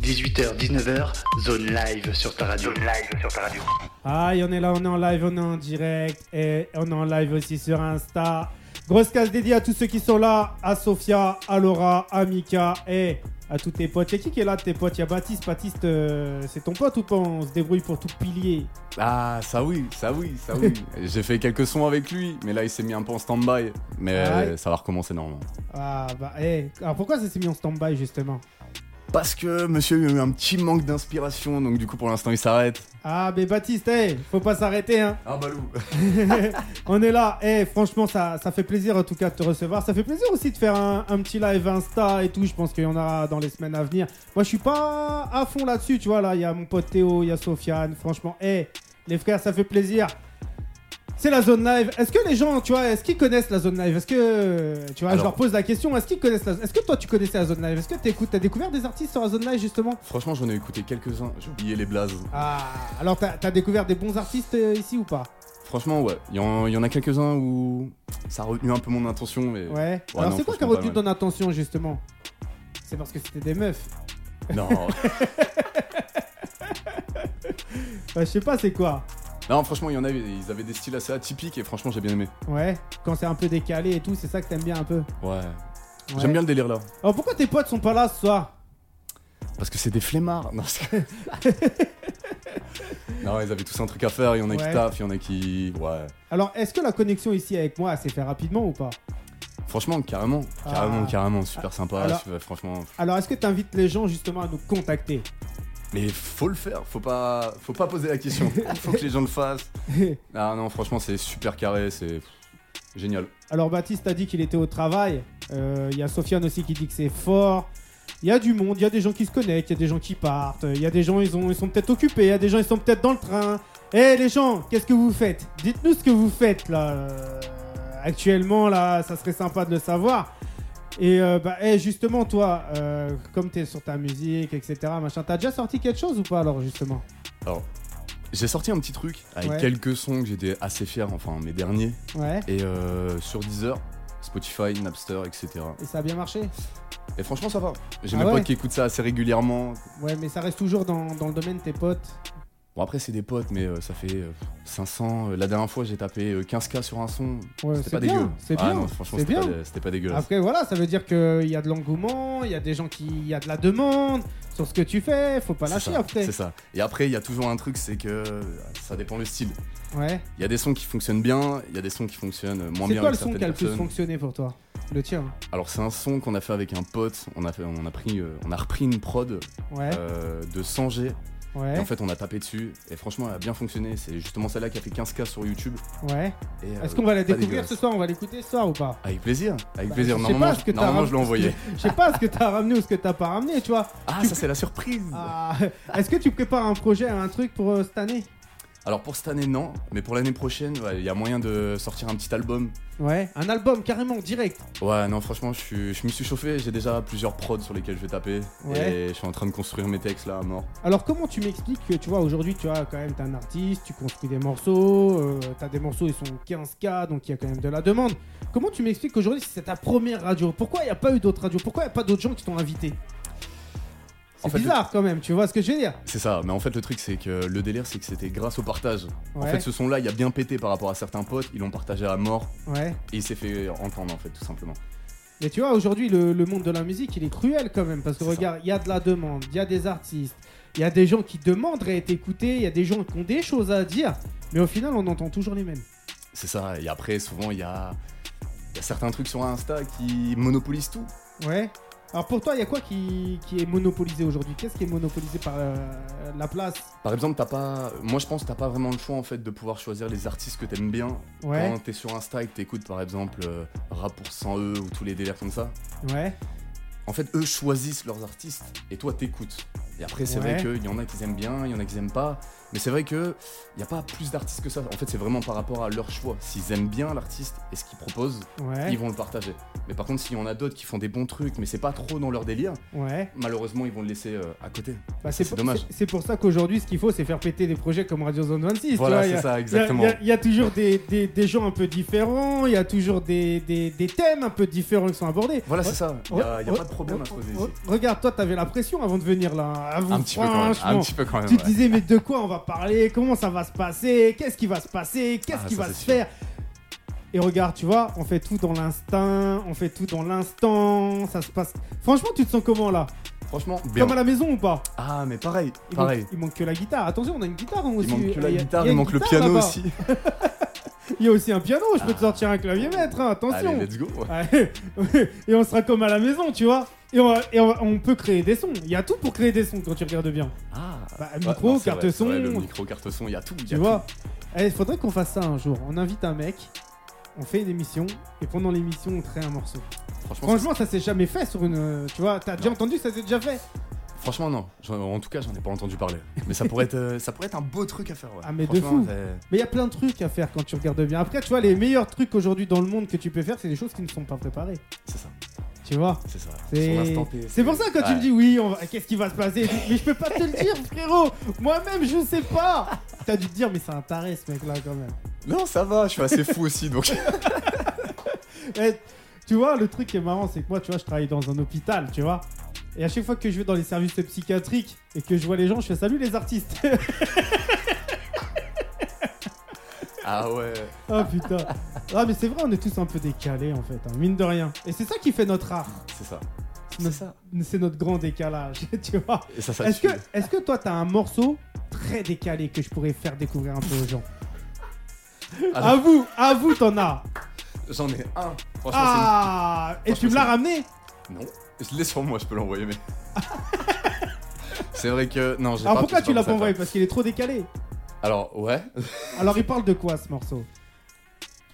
[SPEAKER 1] 18h, 19h, zone live sur ta radio. Zone live sur ta radio.
[SPEAKER 3] Aïe, on est là, on est en live, on est en direct et on est en live aussi sur Insta. Grosse case dédiée à tous ceux qui sont là, à Sofia, à Laura, à Mika et à tous tes potes. Y'a qui qui est là de tes potes Y'a Baptiste, Baptiste, euh, c'est ton pote ou pas On se débrouille pour tout pilier.
[SPEAKER 4] Ah, ça oui, ça oui, ça oui. J'ai fait quelques sons avec lui, mais là il s'est mis un peu en stand-by. Mais euh,
[SPEAKER 3] Ah Ouais.
[SPEAKER 4] ça va recommencer normalement.
[SPEAKER 3] Ah bah, eh. Alors pourquoi ça s'est mis en stand-by justement
[SPEAKER 4] Parce que monsieur a eu un petit manque d'inspiration, donc du coup pour l'instant il s'arrête.
[SPEAKER 3] Ah, mais Baptiste, eh, faut pas s'arrêter, hein.
[SPEAKER 4] Ah bah loup.
[SPEAKER 3] On est là, et franchement, ça, ça fait plaisir en tout cas de te recevoir. Ça fait plaisir aussi de faire un, un petit live Insta et tout. Je pense qu'il y en aura dans les semaines à venir. Moi, je suis pas à fond là-dessus, tu vois. Là, il y a mon pote Théo, il y a Sofiane. Franchement, eh, les frères, ça fait plaisir. C'est la zone live. Est-ce que les gens, tu vois, est-ce qu'ils connaissent la zone live Est-ce que, euh, tu vois, je
[SPEAKER 4] Alors.
[SPEAKER 3] leur pose la question, est-ce qu'ils connaissent la Est-ce que toi, tu connaissais la zone live Est-ce que t'écoutes T'as découvert des artistes sur la zone live justement
[SPEAKER 4] Franchement j'en ai écouté quelques-uns, j'ai oublié les blazes.
[SPEAKER 3] Ah, alors t'as t'as découvert des bons artistes euh, ici ou pas
[SPEAKER 4] Franchement ouais, il y, en il y en a quelques-uns où ça a retenu un peu mon attention, mais...
[SPEAKER 3] Ouais. Alors
[SPEAKER 4] non,
[SPEAKER 3] c'est quoi qui a
[SPEAKER 4] franchement,
[SPEAKER 3] retenu
[SPEAKER 4] pas mal.
[SPEAKER 3] ton attention justement C'est parce que c'était des meufs.
[SPEAKER 4] Non,
[SPEAKER 3] Bah, je sais pas c'est quoi.
[SPEAKER 4] non franchement il y en avait, ils avaient des styles assez atypiques et franchement j'ai bien aimé.
[SPEAKER 3] Ouais. Quand c'est un peu décalé et tout, c'est ça que t'aimes bien un peu.
[SPEAKER 4] Ouais.
[SPEAKER 3] Ouais.
[SPEAKER 4] J'aime bien le délire là.
[SPEAKER 3] Alors pourquoi tes potes sont pas là ce soir
[SPEAKER 4] Parce que c'est des flemmards. Non, c'est- non, ils avaient tous un truc à faire. Il y en a
[SPEAKER 3] Ouais.
[SPEAKER 4] qui taffent, il y en a qui. Ouais.
[SPEAKER 3] Alors est-ce que la connexion ici avec moi elle s'est fait rapidement ou pas
[SPEAKER 4] Franchement, carrément. Carrément,
[SPEAKER 3] Ah.
[SPEAKER 4] carrément. Super sympa.
[SPEAKER 3] Alors-
[SPEAKER 4] super- franchement.
[SPEAKER 3] Alors est-ce que t'invites les gens justement à nous contacter
[SPEAKER 4] Mais faut le faire. Faut pas, faut pas poser la question. faut que les gens le fassent. Ah non, franchement, c'est super carré. C'est pff, génial.
[SPEAKER 3] Alors Baptiste a dit qu'il était au travail. Euh, Il y a Sofiane aussi qui dit que c'est fort. Il y a du monde, il y a des gens qui se connectent, il y a des gens qui partent, il y a des gens ils, ont, ils sont peut-être occupés, il y a des gens ils sont peut-être dans le train. Eh les gens, qu'est-ce que vous faites Dites-nous ce que vous faites là euh, actuellement là, ça serait sympa de le savoir. Et euh, bah eh, justement toi, euh, comme t'es sur ta musique, etc. Machin, t'as déjà sorti quelque chose ou pas alors justement
[SPEAKER 4] Alors, j'ai sorti un petit truc avec
[SPEAKER 3] Ouais.
[SPEAKER 4] quelques sons que j'étais assez fier. Enfin, mes derniers.
[SPEAKER 3] Ouais.
[SPEAKER 4] Et euh, sur Deezer, Spotify, Napster, etc.
[SPEAKER 3] Et ça a bien marché
[SPEAKER 4] Et franchement, ça va. J'ai
[SPEAKER 3] Ah
[SPEAKER 4] mes
[SPEAKER 3] ouais
[SPEAKER 4] potes qui écoutent ça assez régulièrement.
[SPEAKER 3] Ouais, mais ça reste toujours dans, dans le domaine de tes potes.
[SPEAKER 4] Bon après c'est des potes mais euh, ça fait euh, 500. Euh, La dernière fois j'ai tapé euh, 15K sur un son.
[SPEAKER 3] Ouais,
[SPEAKER 4] c'était
[SPEAKER 3] c'est
[SPEAKER 4] pas
[SPEAKER 3] bien,
[SPEAKER 4] dégueu.
[SPEAKER 3] c'est
[SPEAKER 4] Ah
[SPEAKER 3] bien,
[SPEAKER 4] non franchement
[SPEAKER 3] c'est
[SPEAKER 4] c'était pas,
[SPEAKER 3] bien.
[SPEAKER 4] dé- c'était pas dégueulasse.
[SPEAKER 3] Après, voilà, ça veut dire qu'il y a de l'engouement, il y a des gens qui. Il y a de la demande sur ce que tu fais, faut pas
[SPEAKER 4] C'est
[SPEAKER 3] lâcher
[SPEAKER 4] ça,
[SPEAKER 3] après.
[SPEAKER 4] C'est ça. Et après il y a toujours un truc c'est que euh, ça dépend le style.
[SPEAKER 3] Ouais.
[SPEAKER 4] Il y a des sons qui fonctionnent bien, il y a des sons qui fonctionnent euh, moins
[SPEAKER 3] C'est
[SPEAKER 4] bien
[SPEAKER 3] quoi le
[SPEAKER 4] avec
[SPEAKER 3] son qui a
[SPEAKER 4] certaines
[SPEAKER 3] le plus
[SPEAKER 4] personnes.
[SPEAKER 3] fonctionné pour toi Le tien.
[SPEAKER 4] Alors c'est un son qu'on a fait avec un pote, on a fait on a pris euh, on a repris une prod
[SPEAKER 3] Ouais,
[SPEAKER 4] euh, de 100G
[SPEAKER 3] ouais,
[SPEAKER 4] et en fait on a tapé dessus et franchement elle a bien fonctionné, c'est justement celle-là qui a fait 15K sur YouTube
[SPEAKER 3] ouais.
[SPEAKER 4] et,
[SPEAKER 3] Est-ce
[SPEAKER 4] euh,
[SPEAKER 3] qu'on va la
[SPEAKER 4] pas
[SPEAKER 3] découvrir
[SPEAKER 4] dégueulasse.
[SPEAKER 3] ce soir On va l'écouter ce soir ou pas
[SPEAKER 4] avec plaisir, avec
[SPEAKER 3] Bah,
[SPEAKER 4] plaisir.
[SPEAKER 3] je sais
[SPEAKER 4] Normalement,
[SPEAKER 3] pas ce que t'as
[SPEAKER 4] normalement
[SPEAKER 3] ram-
[SPEAKER 4] je l'ai envoyé.
[SPEAKER 3] Je sais pas ce que t'as ramené ou ce que t'as pas ramené, tu vois.
[SPEAKER 4] Ah,
[SPEAKER 3] Tu-
[SPEAKER 4] ça c'est la surprise.
[SPEAKER 3] Ah, Est-ce que tu prépares un projet, un truc pour euh, cette année
[SPEAKER 4] Alors pour cette année non, mais pour l'année prochaine, ouais, il y a moyen de sortir un petit album.
[SPEAKER 3] Ouais, un album carrément direct.
[SPEAKER 4] Ouais, non franchement, je, suis- je me suis chauffé, j'ai déjà plusieurs prods sur lesquels je vais taper
[SPEAKER 3] Ouais.
[SPEAKER 4] et je suis en train de construire mes textes là à mort.
[SPEAKER 3] Alors comment tu m'expliques que tu vois aujourd'hui tu vois quand même t'es un artiste, tu construis des morceaux, euh, t'as des morceaux ils sont 15K donc il y a quand même de la demande. Comment tu m'expliques qu'aujourd'hui c'est ta première radio Pourquoi il n'y a pas eu d'autres radios Pourquoi il n'y a pas d'autres gens qui t'ont invité
[SPEAKER 4] En
[SPEAKER 3] C'est
[SPEAKER 4] fait,
[SPEAKER 3] bizarre quand même, tu vois ce que je veux dire
[SPEAKER 4] C'est ça, mais en fait le truc c'est que le délire c'est que c'était grâce au partage. En
[SPEAKER 3] Ouais,
[SPEAKER 4] fait ce son là, il a bien pété par rapport à certains potes, ils l'ont partagé à mort
[SPEAKER 3] ouais.
[SPEAKER 4] et il s'est fait entendre en fait tout simplement.
[SPEAKER 3] Mais tu vois aujourd'hui le, le monde de la musique il est cruel quand même parce que
[SPEAKER 4] C'est ça.
[SPEAKER 3] regarde, il y a de la demande, il y a des artistes, il y a des gens qui demandent à être écoutés, il y a des gens qui ont des choses à dire, mais au final on entend toujours les mêmes.
[SPEAKER 4] C'est ça, et après souvent il y a il y a certains trucs sur Insta qui monopolisent tout.
[SPEAKER 3] Ouais. Alors pour toi, il y a quoi qui, qui est monopolisé aujourd'hui Qu'est-ce qui est monopolisé par euh, la place
[SPEAKER 4] Par exemple, t'as pas. Moi, je pense que t'as pas vraiment le choix en fait de pouvoir choisir les artistes que t'aimes bien.
[SPEAKER 3] Ouais.
[SPEAKER 4] Quand t'es sur Insta et que t'écoutes par exemple euh, Rap pour 100 E ou tous les délires comme ça,
[SPEAKER 3] Ouais.
[SPEAKER 4] en fait, eux choisissent leurs artistes et toi t'écoutes. Et après, c'est
[SPEAKER 3] Ouais.
[SPEAKER 4] vrai qu'il y en a qui aiment bien, il y en a qui aiment pas. Mais c'est vrai que y a pas plus d'artistes que ça. En fait, c'est vraiment par rapport à leur choix. S'ils aiment bien l'artiste et ce qu'ils proposent,
[SPEAKER 3] Ouais.
[SPEAKER 4] ils vont le partager. Mais par contre, s'il y en a d'autres qui font des bons trucs, mais c'est pas trop dans leur délire,
[SPEAKER 3] Ouais.
[SPEAKER 4] malheureusement, ils vont le laisser euh, à côté.
[SPEAKER 3] Bah,
[SPEAKER 4] Et ça,
[SPEAKER 3] c'est
[SPEAKER 4] c'est
[SPEAKER 3] pour-
[SPEAKER 4] dommage.
[SPEAKER 3] C'est c'est pour ça qu'aujourd'hui, ce qu'il faut, c'est faire péter des projets comme Radio Zone 26. tu
[SPEAKER 4] Voilà,
[SPEAKER 3] vois, il y a-
[SPEAKER 4] c'est ça,
[SPEAKER 3] il y a-
[SPEAKER 4] exactement.
[SPEAKER 3] Il y a- il y, a toujours des, des- des gens un peu différents, il y a toujours des, des- des thèmes un peu différents qui sont abordés.
[SPEAKER 4] Voilà,
[SPEAKER 3] Re-
[SPEAKER 4] c'est ça. Il n'y a, y a
[SPEAKER 3] re-
[SPEAKER 4] pas de problème à
[SPEAKER 3] re-
[SPEAKER 4] se poser
[SPEAKER 3] re-
[SPEAKER 4] ici.
[SPEAKER 3] Regarde, toi, t'avais la pression avant de venir là. j'avoue.
[SPEAKER 4] Un petit peu quand même. Un
[SPEAKER 3] franchement.
[SPEAKER 4] petit peu quand même.
[SPEAKER 3] Tu te
[SPEAKER 4] ouais.
[SPEAKER 3] disais, mais de quoi on va parler Comment ça va se passer Qu'est-ce qui va se passer Qu'est-ce
[SPEAKER 4] Ah,
[SPEAKER 3] qui
[SPEAKER 4] ça,
[SPEAKER 3] va
[SPEAKER 4] c'est
[SPEAKER 3] se
[SPEAKER 4] sûr.
[SPEAKER 3] faire Et regarde, tu vois, on fait tout dans l'instinct, on fait tout dans l'instant, ça se passe. Franchement, tu te sens comment là
[SPEAKER 4] Franchement, bien.
[SPEAKER 3] Comme à la maison ou pas
[SPEAKER 4] Ah, mais pareil,
[SPEAKER 3] il manque,
[SPEAKER 4] pareil.
[SPEAKER 3] il manque que la guitare. Attention, on a une guitare hein,
[SPEAKER 4] Il
[SPEAKER 3] aussi.
[SPEAKER 4] manque que
[SPEAKER 3] y
[SPEAKER 4] la
[SPEAKER 3] a-
[SPEAKER 4] guitare,
[SPEAKER 3] y a
[SPEAKER 4] il
[SPEAKER 3] une
[SPEAKER 4] manque le
[SPEAKER 3] guitare
[SPEAKER 4] piano
[SPEAKER 3] là-bas.
[SPEAKER 4] aussi. Ah.
[SPEAKER 3] Il y a aussi un piano, je peux te sortir un clavier maître, hein, attention.
[SPEAKER 4] Allez, let's go. ouais.
[SPEAKER 3] Ouais. et on sera comme à la maison, tu vois. Et, on, va- et on, va- on peut créer des sons. Il y a tout pour créer des sons quand tu regardes bien.
[SPEAKER 4] Ah,
[SPEAKER 3] Bah,
[SPEAKER 4] ouais,
[SPEAKER 3] micro,
[SPEAKER 4] non, c'est
[SPEAKER 3] carte
[SPEAKER 4] vrai, c'est
[SPEAKER 3] son,
[SPEAKER 4] vrai, le micro, carte son, il y a tout. il y
[SPEAKER 3] tu
[SPEAKER 4] a
[SPEAKER 3] vois. Il faudrait qu'on fasse ça un jour. On invite un mec, on fait une émission, et pendant l'émission, on crée un morceau.
[SPEAKER 4] tout. Franchement,
[SPEAKER 3] Franchement, ça s'est jamais fait sur une. euh, Tu vois, t'as déjà
[SPEAKER 4] Non.
[SPEAKER 3] entendu, ça s'est déjà fait.
[SPEAKER 4] c'est- franchement, non. J'en- En tout cas, j'en ai pas entendu parler. Mais ça pourrait être, euh, ça pourrait être un beau truc à faire. Ouais.
[SPEAKER 3] Ah, mais de
[SPEAKER 4] Franchement,
[SPEAKER 3] fou.
[SPEAKER 4] c'est-
[SPEAKER 3] Mais il y a plein de trucs à faire quand tu regardes bien. Après, tu vois, les meilleurs trucs aujourd'hui dans le monde que tu peux faire, c'est des choses qui ne sont pas préparées.
[SPEAKER 4] C'est ça,
[SPEAKER 3] Tu vois
[SPEAKER 4] c'est ça. Son
[SPEAKER 3] C'est
[SPEAKER 4] instant T,
[SPEAKER 3] c'est pour ça que quand tu
[SPEAKER 4] Ouais.
[SPEAKER 3] me dis oui, on va- qu'est-ce qui va se passer et tout, Mais je peux pas te le dire, frérot. Moi-même, je sais pas. T'as dû te dire, mais c'est un taré ce mec-là quand même.
[SPEAKER 4] Non, ça va, je suis assez fou aussi, donc.
[SPEAKER 3] Eh, tu vois, le truc qui est marrant, c'est que moi, tu vois, je travaille dans un hôpital, tu vois. Et à chaque fois que je vais dans les services psychiatriques et que je vois les gens, je fais salut les artistes.
[SPEAKER 4] Ah ouais.
[SPEAKER 3] oh putain. Ah mais c'est vrai, on est tous un peu décalés en fait, hein, mine de rien. Et c'est ça qui fait notre art.
[SPEAKER 4] C'est ça.
[SPEAKER 3] C'est
[SPEAKER 4] ça.
[SPEAKER 3] C'est notre grand décalage, tu vois.
[SPEAKER 4] Et ça, ça
[SPEAKER 3] Est-ce que,
[SPEAKER 4] tue.
[SPEAKER 3] est que toi, t'as un morceau très décalé que je pourrais faire découvrir un peu aux gens
[SPEAKER 4] Ah.
[SPEAKER 3] À vous, à vous, t'en as.
[SPEAKER 4] J'en ai un. Franchement,
[SPEAKER 3] Ah Et tu me l'as ramené
[SPEAKER 4] c'est une- Non. Je l'ai sur moi, je peux l'envoyer, mais. c'est vrai que. Non, j'ai
[SPEAKER 3] Alors
[SPEAKER 4] pas-
[SPEAKER 3] pourquoi
[SPEAKER 4] j'ai
[SPEAKER 3] tu l'as
[SPEAKER 4] pensé
[SPEAKER 3] pas
[SPEAKER 4] à
[SPEAKER 3] envoyé
[SPEAKER 4] ça.
[SPEAKER 3] Parce qu'il est trop décalé.
[SPEAKER 4] Alors, ouais.
[SPEAKER 3] Alors il parle de quoi ce morceau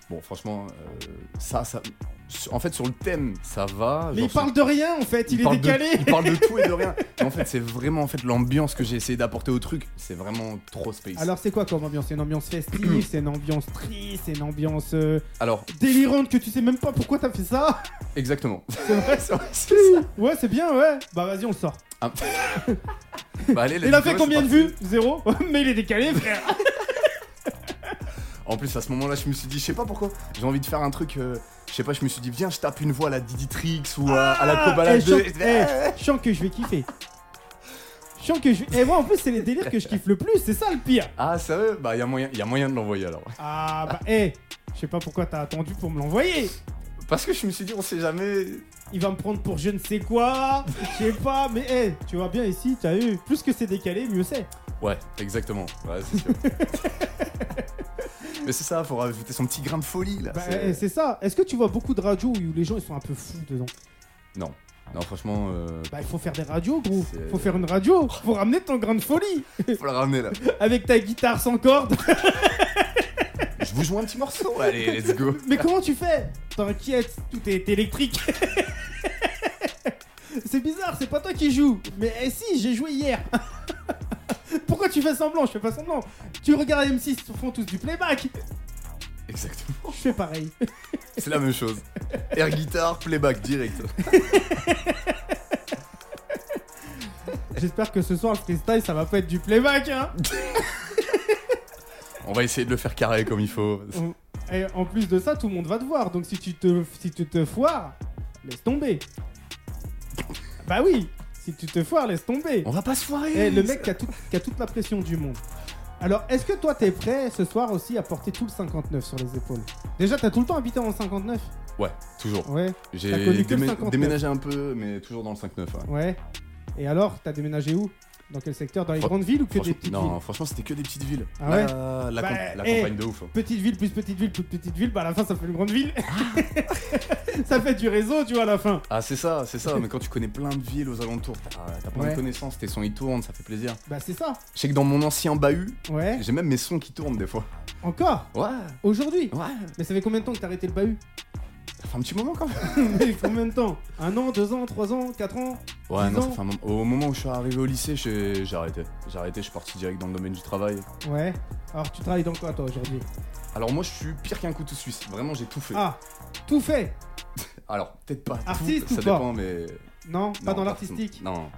[SPEAKER 4] Bon, franchement, euh, ça, ça. En fait, sur le thème, ça va.
[SPEAKER 3] Mais
[SPEAKER 4] genre,
[SPEAKER 3] il parle de rien en fait, il, est
[SPEAKER 4] parle de-
[SPEAKER 3] décalé.
[SPEAKER 4] Ah, il parle de tout et de rien. Mais en fait, c'est vraiment en fait, l'ambiance que j'ai essayé d'apporter au truc. C'est vraiment trop space.
[SPEAKER 3] Alors c'est quoi comme ambiance C'est une ambiance
[SPEAKER 4] Mm.
[SPEAKER 3] festive, c'est une ambiance triste, c'est une ambiance euh,
[SPEAKER 4] Alors,
[SPEAKER 3] délirante que tu sais même pas pourquoi t'as fait ça.
[SPEAKER 4] exactement. C'est vrai, c'est vrai, c'est ça.
[SPEAKER 3] Ouais, c'est bien, ouais. Bah vas-y, on le sort.
[SPEAKER 4] Ah. Bah, allez, let's
[SPEAKER 3] Il a
[SPEAKER 4] go,
[SPEAKER 3] fait
[SPEAKER 4] c'est
[SPEAKER 3] combien de
[SPEAKER 4] parti.
[SPEAKER 3] vues Zéro. Mais il est décalé, frère.
[SPEAKER 4] En plus, à ce moment-là, je me suis dit, je sais pas pourquoi, j'ai envie de faire un truc. euh, je sais pas, je me suis dit, viens, je tape une voix à la Diditrix ou à, à Bah, la
[SPEAKER 3] Eh,
[SPEAKER 4] Kobalade.
[SPEAKER 3] je sens- eh, je sens que je vais kiffer. Je sens que je vais- Et moi en plus c'est les délires que je kiffe le plus, c'est ça le pire.
[SPEAKER 4] Ah, sérieux Bah, y a moyen, y a moyen de l'envoyer alors.
[SPEAKER 3] Ah bah eh, je sais pas pourquoi t'as attendu pour me l'envoyer.
[SPEAKER 4] Parce que je me suis dit, on sait jamais.
[SPEAKER 3] Il va me prendre pour je ne sais quoi, je sais pas, mais eh, tu vois bien ici, t'as eu plus que c'est décalé, mieux c'est.
[SPEAKER 4] Ouais, exactement. Ouais, c'est sûr. Mais c'est ça, faut rajouter son petit grain de folie là.
[SPEAKER 3] Bah
[SPEAKER 4] c'est-
[SPEAKER 3] eh, c'est ça. Est-ce que tu vois beaucoup de radios où les gens ils sont un peu fous dedans
[SPEAKER 4] Non, non, franchement, euh,
[SPEAKER 3] Bah il faut faire des radios gros,
[SPEAKER 4] C'est-
[SPEAKER 3] faut faire une radio, faut ramener ton grain de folie
[SPEAKER 4] bah, faut la ramener là.
[SPEAKER 3] avec ta guitare sans corde.
[SPEAKER 4] Je vous joue un petit morceau. Allez, let's go.
[SPEAKER 3] Mais comment tu fais T'inquiète, tout est électrique. c'est bizarre, c'est pas toi qui joues. Mais eh, si, j'ai joué hier. Pourquoi tu fais semblant Je fais pas semblant. Tu regardes M6, ils font tous du playback.
[SPEAKER 4] Exactement.
[SPEAKER 3] Je fais pareil.
[SPEAKER 4] C'est la même chose. Air guitare, playback direct.
[SPEAKER 3] J'espère que ce soir, le freestyle, ça va pas être du playback. Hein
[SPEAKER 4] On va essayer de le faire carré comme il faut.
[SPEAKER 3] Et en plus de ça, tout le monde va te voir. Donc si tu te, si tu te foires, laisse tomber. Bah oui, si tu te foires, laisse tomber.
[SPEAKER 4] On va pas se foirer.
[SPEAKER 3] Eh, le mec qui a, tout- qui a toute la pression du monde. Alors, est-ce que toi, t'es prêt ce soir aussi à porter tout le 59 sur les épaules Déjà, t'as tout le temps habité en 59
[SPEAKER 4] Ouais, toujours.
[SPEAKER 3] Ouais, T'as
[SPEAKER 4] J'ai
[SPEAKER 3] connu que le
[SPEAKER 4] démé-
[SPEAKER 3] 59.
[SPEAKER 4] déménagé un peu, mais toujours dans le 5-9. ouais.
[SPEAKER 3] ouais. Et alors, t'as déménagé où Dans quel secteur Dans les
[SPEAKER 4] Fran-
[SPEAKER 3] grandes villes ou que des
[SPEAKER 4] Franchement-
[SPEAKER 3] petites
[SPEAKER 4] non, hein.
[SPEAKER 3] villes
[SPEAKER 4] franchement, c'était que des petites villes.
[SPEAKER 3] Ah ouais
[SPEAKER 4] la, la
[SPEAKER 3] Bah,
[SPEAKER 4] camp- la
[SPEAKER 3] eh.
[SPEAKER 4] campagne de ouf. hein.
[SPEAKER 3] Petite ville plus petite ville plus petite ville, bah à la fin, ça fait une grande ville. ça fait du réseau, tu vois, à la fin.
[SPEAKER 4] Ah, c'est ça, c'est ça. mais quand tu connais plein de villes aux alentours, t'as t'as plein
[SPEAKER 3] Ouais.
[SPEAKER 4] de connaissances, tes sons ils tournent, ça fait plaisir.
[SPEAKER 3] Bah, c'est ça.
[SPEAKER 4] Je sais que dans mon ancien bahut,
[SPEAKER 3] Ouais.
[SPEAKER 4] j'ai même mes sons qui tournent des fois.
[SPEAKER 3] Encore
[SPEAKER 4] Ouais,
[SPEAKER 3] Aujourd'hui
[SPEAKER 4] ouais.
[SPEAKER 3] Mais ça fait combien de temps que t'as arrêté le bahut
[SPEAKER 4] Ça fait un petit moment quand même.
[SPEAKER 3] Mais combien de temps Un an, deux ans, trois ans, quatre ans
[SPEAKER 4] Ouais,
[SPEAKER 3] Dix
[SPEAKER 4] non, ça
[SPEAKER 3] ans.
[SPEAKER 4] fait un moment. Au moment où je suis arrivé au lycée, j'ai j'ai arrêté. J'ai arrêté, je suis parti direct dans le domaine du travail.
[SPEAKER 3] Ouais. Alors, tu travailles dans quoi, toi, aujourd'hui
[SPEAKER 4] Alors moi, je suis pire qu'un couteau suisse. Vraiment, j'ai tout fait.
[SPEAKER 3] Ah, tout fait
[SPEAKER 4] Alors, peut-être pas. tout,
[SPEAKER 3] Artiste ou
[SPEAKER 4] Ça
[SPEAKER 3] pas
[SPEAKER 4] dépend, mais.
[SPEAKER 3] Non, pas
[SPEAKER 4] non,
[SPEAKER 3] dans l'artistique.
[SPEAKER 4] Non.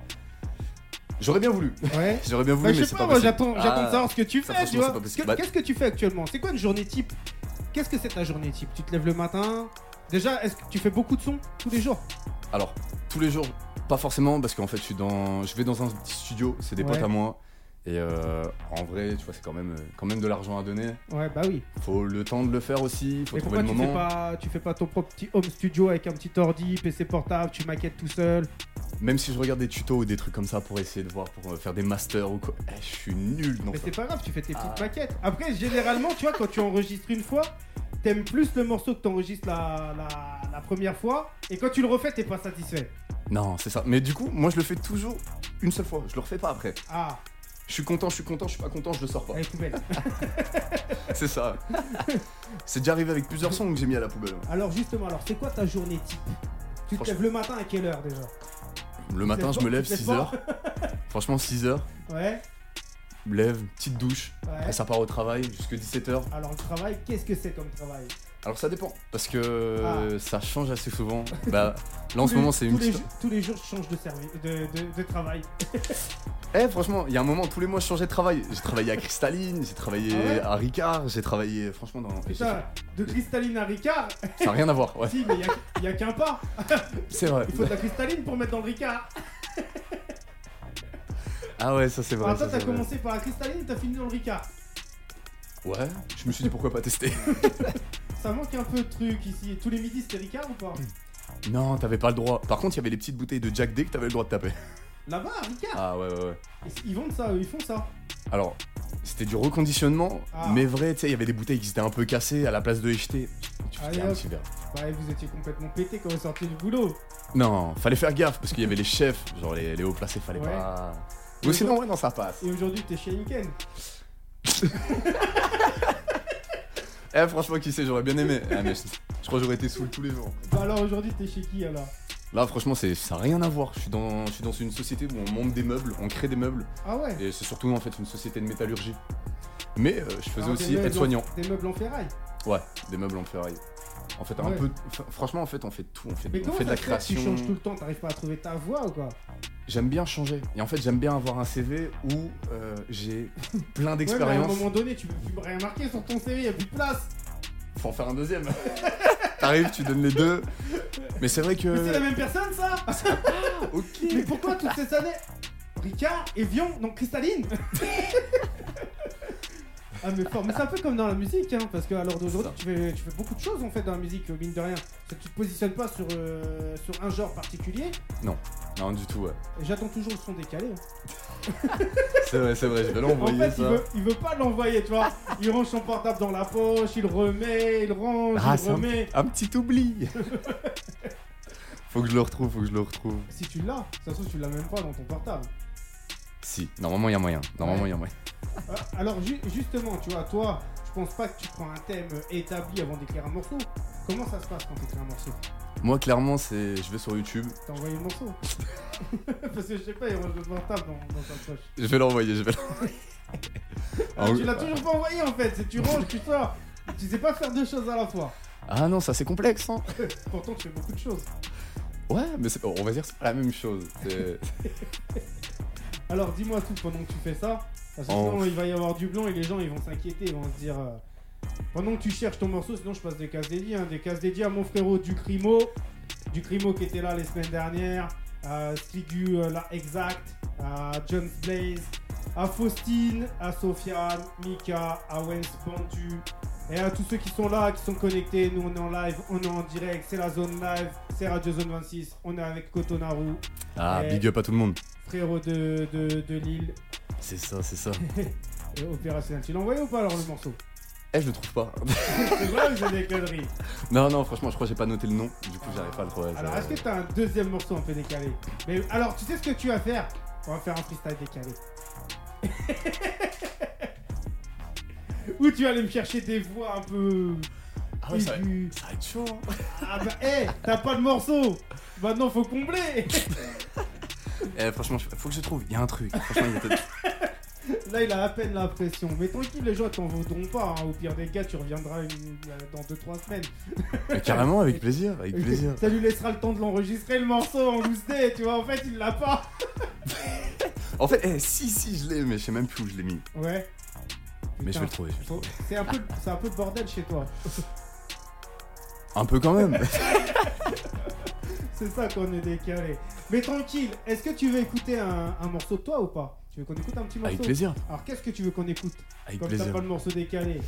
[SPEAKER 4] J'aurais bien voulu.
[SPEAKER 3] Ouais.
[SPEAKER 4] J'aurais bien voulu,
[SPEAKER 3] Bah,
[SPEAKER 4] mais
[SPEAKER 3] je
[SPEAKER 4] c'est
[SPEAKER 3] sais
[SPEAKER 4] pas
[SPEAKER 3] pas, moi
[SPEAKER 4] possible.
[SPEAKER 3] j'attends j'attends de
[SPEAKER 4] Ah.
[SPEAKER 3] savoir ce que tu
[SPEAKER 4] ça,
[SPEAKER 3] fais, tu
[SPEAKER 4] franchement,
[SPEAKER 3] vois.
[SPEAKER 4] c'est pas possible.
[SPEAKER 3] Que-
[SPEAKER 4] Bah-
[SPEAKER 3] Qu'est-ce que tu fais actuellement C'est quoi une journée type Qu'est-ce que c'est ta journée type Tu te lèves le matin Déjà, est-ce que tu fais beaucoup de sons tous les jours
[SPEAKER 4] Alors, tous les jours, pas forcément parce qu'en fait je suis dans, je vais dans un petit studio, c'est des
[SPEAKER 3] Ouais.
[SPEAKER 4] potes à moi. Et euh, en vrai, tu vois, c'est quand même, quand même de l'argent à donner.
[SPEAKER 3] Ouais, bah oui.
[SPEAKER 4] Faut le temps de le faire aussi, faut
[SPEAKER 3] Mais
[SPEAKER 4] trouver
[SPEAKER 3] pourquoi
[SPEAKER 4] le
[SPEAKER 3] tu
[SPEAKER 4] moment.
[SPEAKER 3] fais, pas, tu fais pas ton propre petit home studio avec un petit ordi, PC portable, tu maquettes tout seul
[SPEAKER 4] Même si je regarde des tutos ou des trucs comme ça pour essayer de voir, pour euh, faire des masters ou quoi. Eh, je suis nul dans
[SPEAKER 3] Mais
[SPEAKER 4] ça.
[SPEAKER 3] c'est pas grave, tu fais tes petites
[SPEAKER 4] Ah.
[SPEAKER 3] maquettes. Après, généralement, tu vois, quand tu enregistres une fois, t'aimes plus le morceau que t'enregistres la, la, la première fois, et quand tu le refais, t'es pas satisfait.
[SPEAKER 4] Non, c'est ça. Mais du coup, moi je le fais toujours une seule fois. Je le refais pas après.
[SPEAKER 3] Ah,
[SPEAKER 4] Je suis content, je suis content, je suis pas content, je le sors pas.
[SPEAKER 3] elle est poubelle.
[SPEAKER 4] C'est ça. c'est déjà arrivé avec plusieurs sons que j'ai mis à la poubelle.
[SPEAKER 3] alors justement, alors c'est quoi ta journée type Tu te
[SPEAKER 4] Franchement.
[SPEAKER 3] lèves le matin à quelle heure déjà
[SPEAKER 4] Le matin, je me lève
[SPEAKER 3] Tu te
[SPEAKER 4] 6
[SPEAKER 3] pas
[SPEAKER 4] heures. Franchement, 6 heures.
[SPEAKER 3] Ouais,
[SPEAKER 4] Je me lève, petite douche.
[SPEAKER 3] ouais.
[SPEAKER 4] Après, Ah, ça part au travail jusque 17 heures.
[SPEAKER 3] Alors le travail, qu'est-ce que c'est comme travail
[SPEAKER 4] Alors, ça dépend. Parce que euh, ça change assez souvent. bah, là,
[SPEAKER 3] Ah.
[SPEAKER 4] en
[SPEAKER 3] Tous
[SPEAKER 4] ce
[SPEAKER 3] les-
[SPEAKER 4] moment, c'est
[SPEAKER 3] tous
[SPEAKER 4] une.
[SPEAKER 3] les,
[SPEAKER 4] petite-
[SPEAKER 3] ju- tous les jours, je change de, service, de, de- de travail.
[SPEAKER 4] Eh, franchement, il y a un moment, tous les mois, je changeais de travail. J'ai travaillé à Cristalline, j'ai travaillé
[SPEAKER 3] Ah ouais
[SPEAKER 4] à Ricard, j'ai travaillé. Franchement, dans. j'ai
[SPEAKER 3] Putain, de cristalline à Ricard
[SPEAKER 4] fait- Ça n'a rien à voir, ouais.
[SPEAKER 3] Si, mais il n'y a, qu'un pas.
[SPEAKER 4] C'est vrai.
[SPEAKER 3] Il faut de la cristalline pour mettre dans le Ricard.
[SPEAKER 4] Ah, ouais, ça, c'est vrai.
[SPEAKER 3] Alors toi,
[SPEAKER 4] ça,
[SPEAKER 3] t'as
[SPEAKER 4] c'est vrai.
[SPEAKER 3] commencé par la cristalline, t'as fini dans le Ricard.
[SPEAKER 4] Ouais, je me suis dit pourquoi pas tester.
[SPEAKER 3] Ça manque un peu de truc ici. Tous les midis, c'était Ricard ou pas
[SPEAKER 4] Mm. non, t'avais pas le droit. Par contre, il y avait les petites bouteilles de Jack D que t'avais le droit de taper.
[SPEAKER 3] Là-bas, à Ricard.
[SPEAKER 4] Ah, ouais, ouais, ouais.
[SPEAKER 3] Ils vendent ça, eux, ils font ça.
[SPEAKER 4] Alors, c'était du reconditionnement,
[SPEAKER 3] Ah.
[SPEAKER 4] mais vrai, tu sais, il y avait des bouteilles qui étaient un peu cassées à la place de les jeter. Tu
[SPEAKER 3] Allez,
[SPEAKER 4] jetais un
[SPEAKER 3] hop.
[SPEAKER 4] petit verre.
[SPEAKER 3] Bah, vous étiez complètement pété quand vous sortiez du boulot.
[SPEAKER 4] Non, fallait faire gaffe, parce qu'il y avait les chefs, genre les, les hauts placés, fallait
[SPEAKER 3] Ouais.
[SPEAKER 4] pas.
[SPEAKER 3] Mais
[SPEAKER 4] Ou sinon, ouais, non, ça passe.
[SPEAKER 3] Et aujourd'hui, t'es chez Inken.
[SPEAKER 4] Eh, franchement, qui sait, j'aurais bien aimé. Ah, mais je, je crois que j'aurais été saoul tous les jours.
[SPEAKER 3] Bah, alors aujourd'hui, t'es chez qui alors
[SPEAKER 4] Là, franchement, c'est- ça n'a rien à voir. Je suis, dans, je suis dans une société où on monte des meubles, on crée des meubles,
[SPEAKER 3] Ah ouais
[SPEAKER 4] et c'est surtout en fait une société de métallurgie. Mais euh, je faisais
[SPEAKER 3] Alors, Ah, des
[SPEAKER 4] aussi
[SPEAKER 3] meubles en-
[SPEAKER 4] aide-soignant.
[SPEAKER 3] Des meubles en ferraille.
[SPEAKER 4] Ouais, des meubles en ferraille. En fait, un
[SPEAKER 3] Ouais.
[SPEAKER 4] peu. enfin, Franchement, en fait, on fait tout. On fait,
[SPEAKER 3] Mais
[SPEAKER 4] on
[SPEAKER 3] comment
[SPEAKER 4] fait de
[SPEAKER 3] ça
[SPEAKER 4] la
[SPEAKER 3] se fait que
[SPEAKER 4] création.
[SPEAKER 3] tu changes tout le temps T'arrives pas à trouver ta voix ou quoi
[SPEAKER 4] J'aime bien changer. Et en fait, j'aime bien avoir un CV où euh, j'ai
[SPEAKER 3] Ouais,
[SPEAKER 4] plein
[SPEAKER 3] mais à un
[SPEAKER 4] d'expériences.
[SPEAKER 3] moment donné, tu peux plus rien marquer sur ton CV, y a plus de place.
[SPEAKER 4] Faut en faire un deuxième. T'arrives, tu donnes les deux. Mais c'est vrai
[SPEAKER 3] Mais c'est la
[SPEAKER 4] que.
[SPEAKER 3] même personne, ça
[SPEAKER 4] Ok.
[SPEAKER 3] Mais pourquoi toutes ces années Ricard, Evian, non Cristalline Ah mais fort, mais c'est un peu comme dans la musique hein, parce que à l'heure d'aujourd'hui tu fais, tu fais beaucoup de choses en fait dans la musique, euh, mine de rien. C'est que tu te positionnes pas sur, euh, sur un genre particulier.
[SPEAKER 4] Non, du tout, ouais.
[SPEAKER 3] Et J'attends toujours le son décalé. hein.
[SPEAKER 4] C'est vrai, c'est vrai. Je vais
[SPEAKER 3] En
[SPEAKER 4] l'envoyer
[SPEAKER 3] fait il
[SPEAKER 4] ça.
[SPEAKER 3] veut, il veut pas l'envoyer tu vois. Il range son portable dans la poche, il remet, il range,
[SPEAKER 4] Ah,
[SPEAKER 3] il
[SPEAKER 4] c'est
[SPEAKER 3] remet.
[SPEAKER 4] Un petit oubli. faut que je le retrouve, faut que je le retrouve.
[SPEAKER 3] Si tu l'as, ça se trouve tu l'as même pas dans ton portable.
[SPEAKER 4] Si, normalement, il y a moyen. Normalement, il y a moyen.
[SPEAKER 3] Euh, Alors ju- justement, tu vois, toi, je pense pas que tu prends un thème euh, établi avant d'écrire un morceau. Comment ça se passe quand tu écris un morceau
[SPEAKER 4] Moi, clairement, c'est. Je vais sur YouTube.
[SPEAKER 3] T'as envoyé le morceau Parce que je sais pas, il range le portable dans, dans sa poche.
[SPEAKER 4] Je vais l'envoyer, je vais
[SPEAKER 3] Ah,
[SPEAKER 4] Ah,
[SPEAKER 3] tu l'as
[SPEAKER 4] oui.
[SPEAKER 3] toujours pas envoyé en fait, c'est tu ranges, tu sors. Tu sais pas faire deux choses à la fois.
[SPEAKER 4] Ah non, ça c'est complexe, hein.
[SPEAKER 3] Pourtant, tu fais beaucoup de choses.
[SPEAKER 4] Ouais, mais c'est- on va dire que c'est pas la même chose. C'est-
[SPEAKER 3] Alors dis-moi tout pendant que tu fais ça. Parce que
[SPEAKER 4] Oh.
[SPEAKER 3] sinon, il va y avoir du blanc et les gens ils vont s'inquiéter, ils vont se dire. euh, pendant que tu cherches ton morceau, sinon je passe des cases dédiées. hein, des cases dédiées à mon frérot Ducrimo. Ducrimo qui était là les semaines dernières. À Sligu, euh, la Exact. À John Blaze. À Faustine. À Sofiane. Mika. À Wens Bandu. Et à tous ceux qui sont là, qui sont connectés. Nous on est en live, on est en direct. C'est la zone live. C'est Radio Zone 26. On est avec Kotonaru.
[SPEAKER 4] Ah,
[SPEAKER 3] Eh.
[SPEAKER 4] big up à tout le monde.
[SPEAKER 3] Frérot de, de, de Lille.
[SPEAKER 4] C'est ça, c'est ça.
[SPEAKER 3] Et opérationnel. Tu l'as Euh, envoyé ou pas alors le morceau
[SPEAKER 4] Eh, je le trouve pas.
[SPEAKER 3] C'est vrai ou c'est des conneries
[SPEAKER 4] Non, non, franchement, je crois que j'ai pas noté le nom. Du coup, j'arrive pas à le trouver.
[SPEAKER 3] Alors
[SPEAKER 4] ça-
[SPEAKER 3] est-ce que t'as un deuxième morceau un peu décalé Mais alors tu sais ce que tu vas faire On va faire un freestyle décalé. Ou tu vas aller me chercher des voix un peu
[SPEAKER 4] Ah ouais, ça, va-
[SPEAKER 3] aiguës.
[SPEAKER 4] ça va être chaud. hein.
[SPEAKER 3] Ah bah hé, t'as pas de morceau Maintenant faut combler
[SPEAKER 4] Eh, franchement, je- faut que je trouve. Il y a un truc. Franchement, il y a peut-être-
[SPEAKER 3] Là il a à peine la pression. Mais tranquille les gens t'en vaudront pas. hein. Au pire des cas tu reviendras une- euh, dans 2-3 semaines.
[SPEAKER 4] Mais carrément, avec plaisir, avec
[SPEAKER 3] Et
[SPEAKER 4] plaisir.
[SPEAKER 3] Ça lui laissera le temps de l'enregistrer le morceau en loose day, tu vois, en fait il l'a pas.
[SPEAKER 4] En fait, eh, si, si, je l'ai, mais je sais même plus où je l'ai mis.
[SPEAKER 3] Ouais.
[SPEAKER 4] Mais je
[SPEAKER 3] Putain,
[SPEAKER 4] vais le trouver. je vais le
[SPEAKER 3] faut-
[SPEAKER 4] trouver.
[SPEAKER 3] C'est un, peu- c'est un peu le bordel chez toi.
[SPEAKER 4] Un peu quand même.
[SPEAKER 3] C'est ça qu'on est décalé. Mais tranquille, est-ce que tu veux écouter un, un morceau de toi ou pas Tu veux qu'on écoute un petit morceau
[SPEAKER 7] Avec plaisir.
[SPEAKER 3] Alors qu'est-ce que tu veux qu'on écoute
[SPEAKER 7] Avec
[SPEAKER 3] Comme t'as
[SPEAKER 7] plaisir.
[SPEAKER 3] pas le morceau décalé,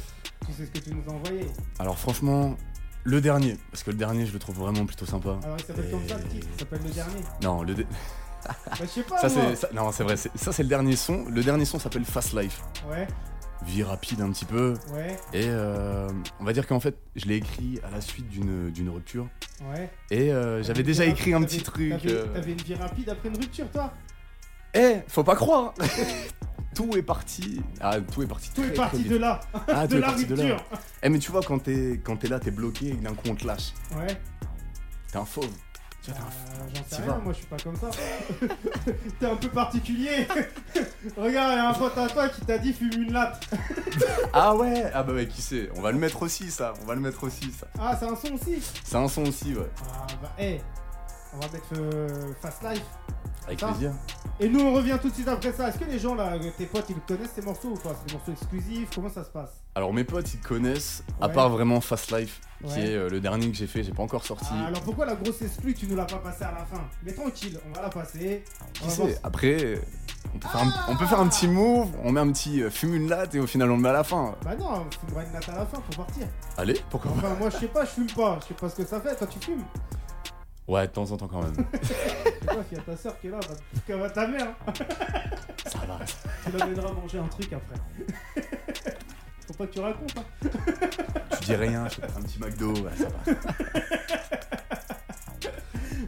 [SPEAKER 3] tu sais ce que tu nous as envoyé.
[SPEAKER 7] Alors franchement, le dernier, parce que le dernier je le trouve vraiment plutôt sympa.
[SPEAKER 3] Alors il s'appelle comme ça le
[SPEAKER 7] Et-
[SPEAKER 3] titre, il s'appelle le dernier.
[SPEAKER 7] Non, le dé-
[SPEAKER 3] Bah, je sais pas.
[SPEAKER 7] ça
[SPEAKER 3] moi.
[SPEAKER 7] c'est ça- non c'est vrai, c'est- ça c'est le dernier son. Le dernier son s'appelle Fast Life.
[SPEAKER 3] Ouais,
[SPEAKER 7] Vie rapide un petit peu.
[SPEAKER 3] ouais,
[SPEAKER 7] Et euh, on va dire qu'en fait je l'ai écrit à la suite d'une d'une rupture.
[SPEAKER 3] ouais.
[SPEAKER 7] Et euh, j'avais
[SPEAKER 3] Ah,
[SPEAKER 7] déjà écrit un petit truc.
[SPEAKER 3] T'avais
[SPEAKER 7] euh,
[SPEAKER 3] t'avais une vie rapide après une rupture, toi
[SPEAKER 7] Eh, faut pas croire. hein. tout est parti. Ah, tout est parti.
[SPEAKER 3] Tout
[SPEAKER 7] très,
[SPEAKER 3] est
[SPEAKER 7] très
[SPEAKER 3] parti
[SPEAKER 7] vite.
[SPEAKER 3] de là,
[SPEAKER 7] Ah,
[SPEAKER 3] de
[SPEAKER 7] tout est
[SPEAKER 3] la
[SPEAKER 7] parti de là.
[SPEAKER 3] rupture.
[SPEAKER 7] Eh, mais tu vois, quand t'es quand t'es là, t'es bloqué et que d'un coup on te lâche.
[SPEAKER 3] Ouais.
[SPEAKER 7] T'es un fauve. Tu vois, t'es un fauve.
[SPEAKER 3] Euh, J'en sais
[SPEAKER 7] t'y
[SPEAKER 3] rien,
[SPEAKER 7] vas.
[SPEAKER 3] moi je suis pas comme ça. T'es un peu particulier. Regarde, il y a un pote à toi qui t'a dit fume une latte.
[SPEAKER 7] Ah ouais. Ah bah ouais, qui sait. On va le mettre aussi ça. On va le mettre aussi ça.
[SPEAKER 3] Ah, c'est un son aussi.
[SPEAKER 7] C'est un son aussi, ouais.
[SPEAKER 3] Ah bah, hé, on va mettre euh, Fast Life.
[SPEAKER 7] Avec
[SPEAKER 3] Ça.
[SPEAKER 7] plaisir.
[SPEAKER 3] Et nous on revient tout de suite après ça. Est-ce que les gens là, tes potes, ils connaissent ces morceaux ou pas C'est des morceaux exclusifs Comment ça se passe
[SPEAKER 7] Alors mes potes, ils connaissent. À
[SPEAKER 3] Ouais.
[SPEAKER 7] part vraiment Fast Life, qui
[SPEAKER 3] Ouais.
[SPEAKER 7] est euh, le dernier que j'ai fait. J'ai pas encore sorti.
[SPEAKER 3] Ah, Alors pourquoi la grosse exclue, tu nous l'as pas passée à la fin Mais tranquille, on va la passer. On
[SPEAKER 7] Qui
[SPEAKER 3] va voir
[SPEAKER 7] sait Après. On peut, faire un, on peut faire un petit move, on met un petit euh, fume une latte et au final on le met à la fin.
[SPEAKER 3] si- Bah non, on fumera une latte à la fin pour partir.
[SPEAKER 7] Allez, pourquoi pas
[SPEAKER 3] Enfin, moi je sais pas, je fume pas. Je sais pas ce que ça fait. Toi tu fumes
[SPEAKER 7] Ouais, de temps en temps quand même.
[SPEAKER 3] C'est quoi qu'il y a ta soeur qui est là, va qu'elle va ta mère. hein.
[SPEAKER 7] Ça va.
[SPEAKER 3] Tu l'emmèneras manger un truc après. Faut pas que tu racontes. Hein.
[SPEAKER 7] Tu dis rien, je te prends un petit McDo, ouais, ça va.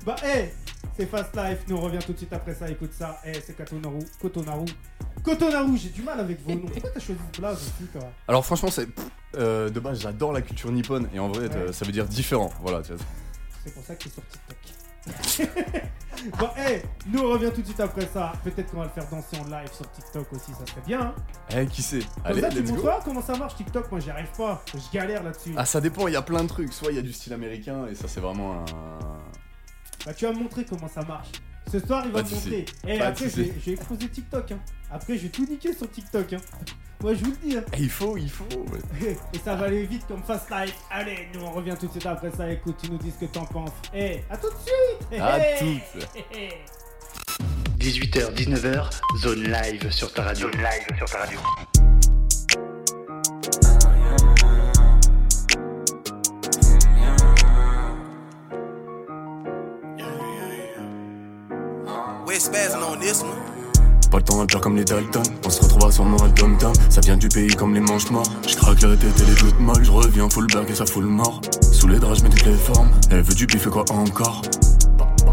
[SPEAKER 3] Bah, hé, c'est Fast Life. Nous on revient tout de suite après ça. Écoute ça. Hé, c'est Katonaru. Kotonaru. Kotonaru, j'ai du mal avec vos noms. Pourquoi t'as choisi ce blaze aussi, toi
[SPEAKER 7] Alors franchement, c'est pff, euh, de base, j'adore la culture nippone et en vrai,
[SPEAKER 3] Ouais.
[SPEAKER 7] euh, ça veut dire différent. Voilà, tu vois.
[SPEAKER 3] C'est pour ça que t'es sur TikTok. bon, hé, nous on revient tout de suite après ça. Peut-être qu'on va le faire danser en live sur TikTok aussi, ça serait bien. hein.
[SPEAKER 7] Eh, qui sait
[SPEAKER 3] Comme
[SPEAKER 7] Allez,
[SPEAKER 3] ça, tu
[SPEAKER 7] let's go.
[SPEAKER 3] montreras comment ça marche TikTok. Moi, j'y arrive pas. Je galère là-dessus.
[SPEAKER 7] Ah, ça dépend, il y a plein de trucs. Soit il y a du style américain et ça, c'est vraiment un.
[SPEAKER 3] Bah tu vas me montrer comment ça marche. Ce soir il va
[SPEAKER 7] Pas de
[SPEAKER 3] me
[SPEAKER 7] soucis.
[SPEAKER 3] montrer. Et
[SPEAKER 7] Pas de
[SPEAKER 3] après je
[SPEAKER 7] soucis.
[SPEAKER 3] vais, je vais exploser TikTok. Hein. Après je vais tout niquer sur TikTok. Hein. Moi je vous le dis. Hein.
[SPEAKER 7] Eh, il faut, il faut. ouais.
[SPEAKER 3] Et ça va aller vite comme Fast Life. Allez, nous on revient tout de suite après ça. Écoute, tu nous dis ce que t'en penses. Eh, à tout de suite. Eh,
[SPEAKER 7] À
[SPEAKER 3] eh.
[SPEAKER 7] toutes.
[SPEAKER 1] 18h, 19h, zone live sur ta radio. Zone live sur ta radio.
[SPEAKER 8] We're spazzing on this one.
[SPEAKER 4] Pas le temps d'agir comme les Dalton. On se retrouvera sûrement à Tom Tam. Ça vient du pays comme les manches morts. Je craque la tête, elle est toute molle. Je reviens full black et ça fout le mort. Sous les draps, je mets toutes les formes. Elle veut du bif et quoi encore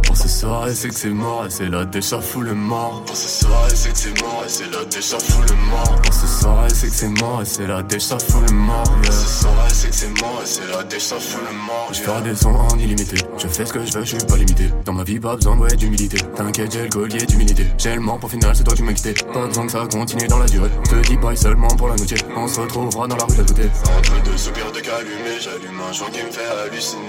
[SPEAKER 4] Pour ce soir, elle sait que c'est mort. Et c'est là déjà fout le mort. Pour ce soir, elle sait que c'est mort. Et c'est là déjà fout le mort. Pour ce soir, elle sait que c'est mort. Et c'est là déjà fout le mort. Pour ce soir, elle sait que c'est mort. Et c'est là déjà fout le mort. Je fais des sons en illimité. Je fais ce que je veux, je suis pas limité. Dans ma vie, pas besoin ouais, d'humilité. T'inquiète, j'ai le collier d'humilité. J'ai le mort pour final, c'est toi qui m'excitais. Pas besoin que ça continue dans la durée. Je te dis bye seulement pour la notier. On se retrouvera dans la rue d'à côté. Entre deux soupirs de calumet, j'allume un joint qui me fait halluciner.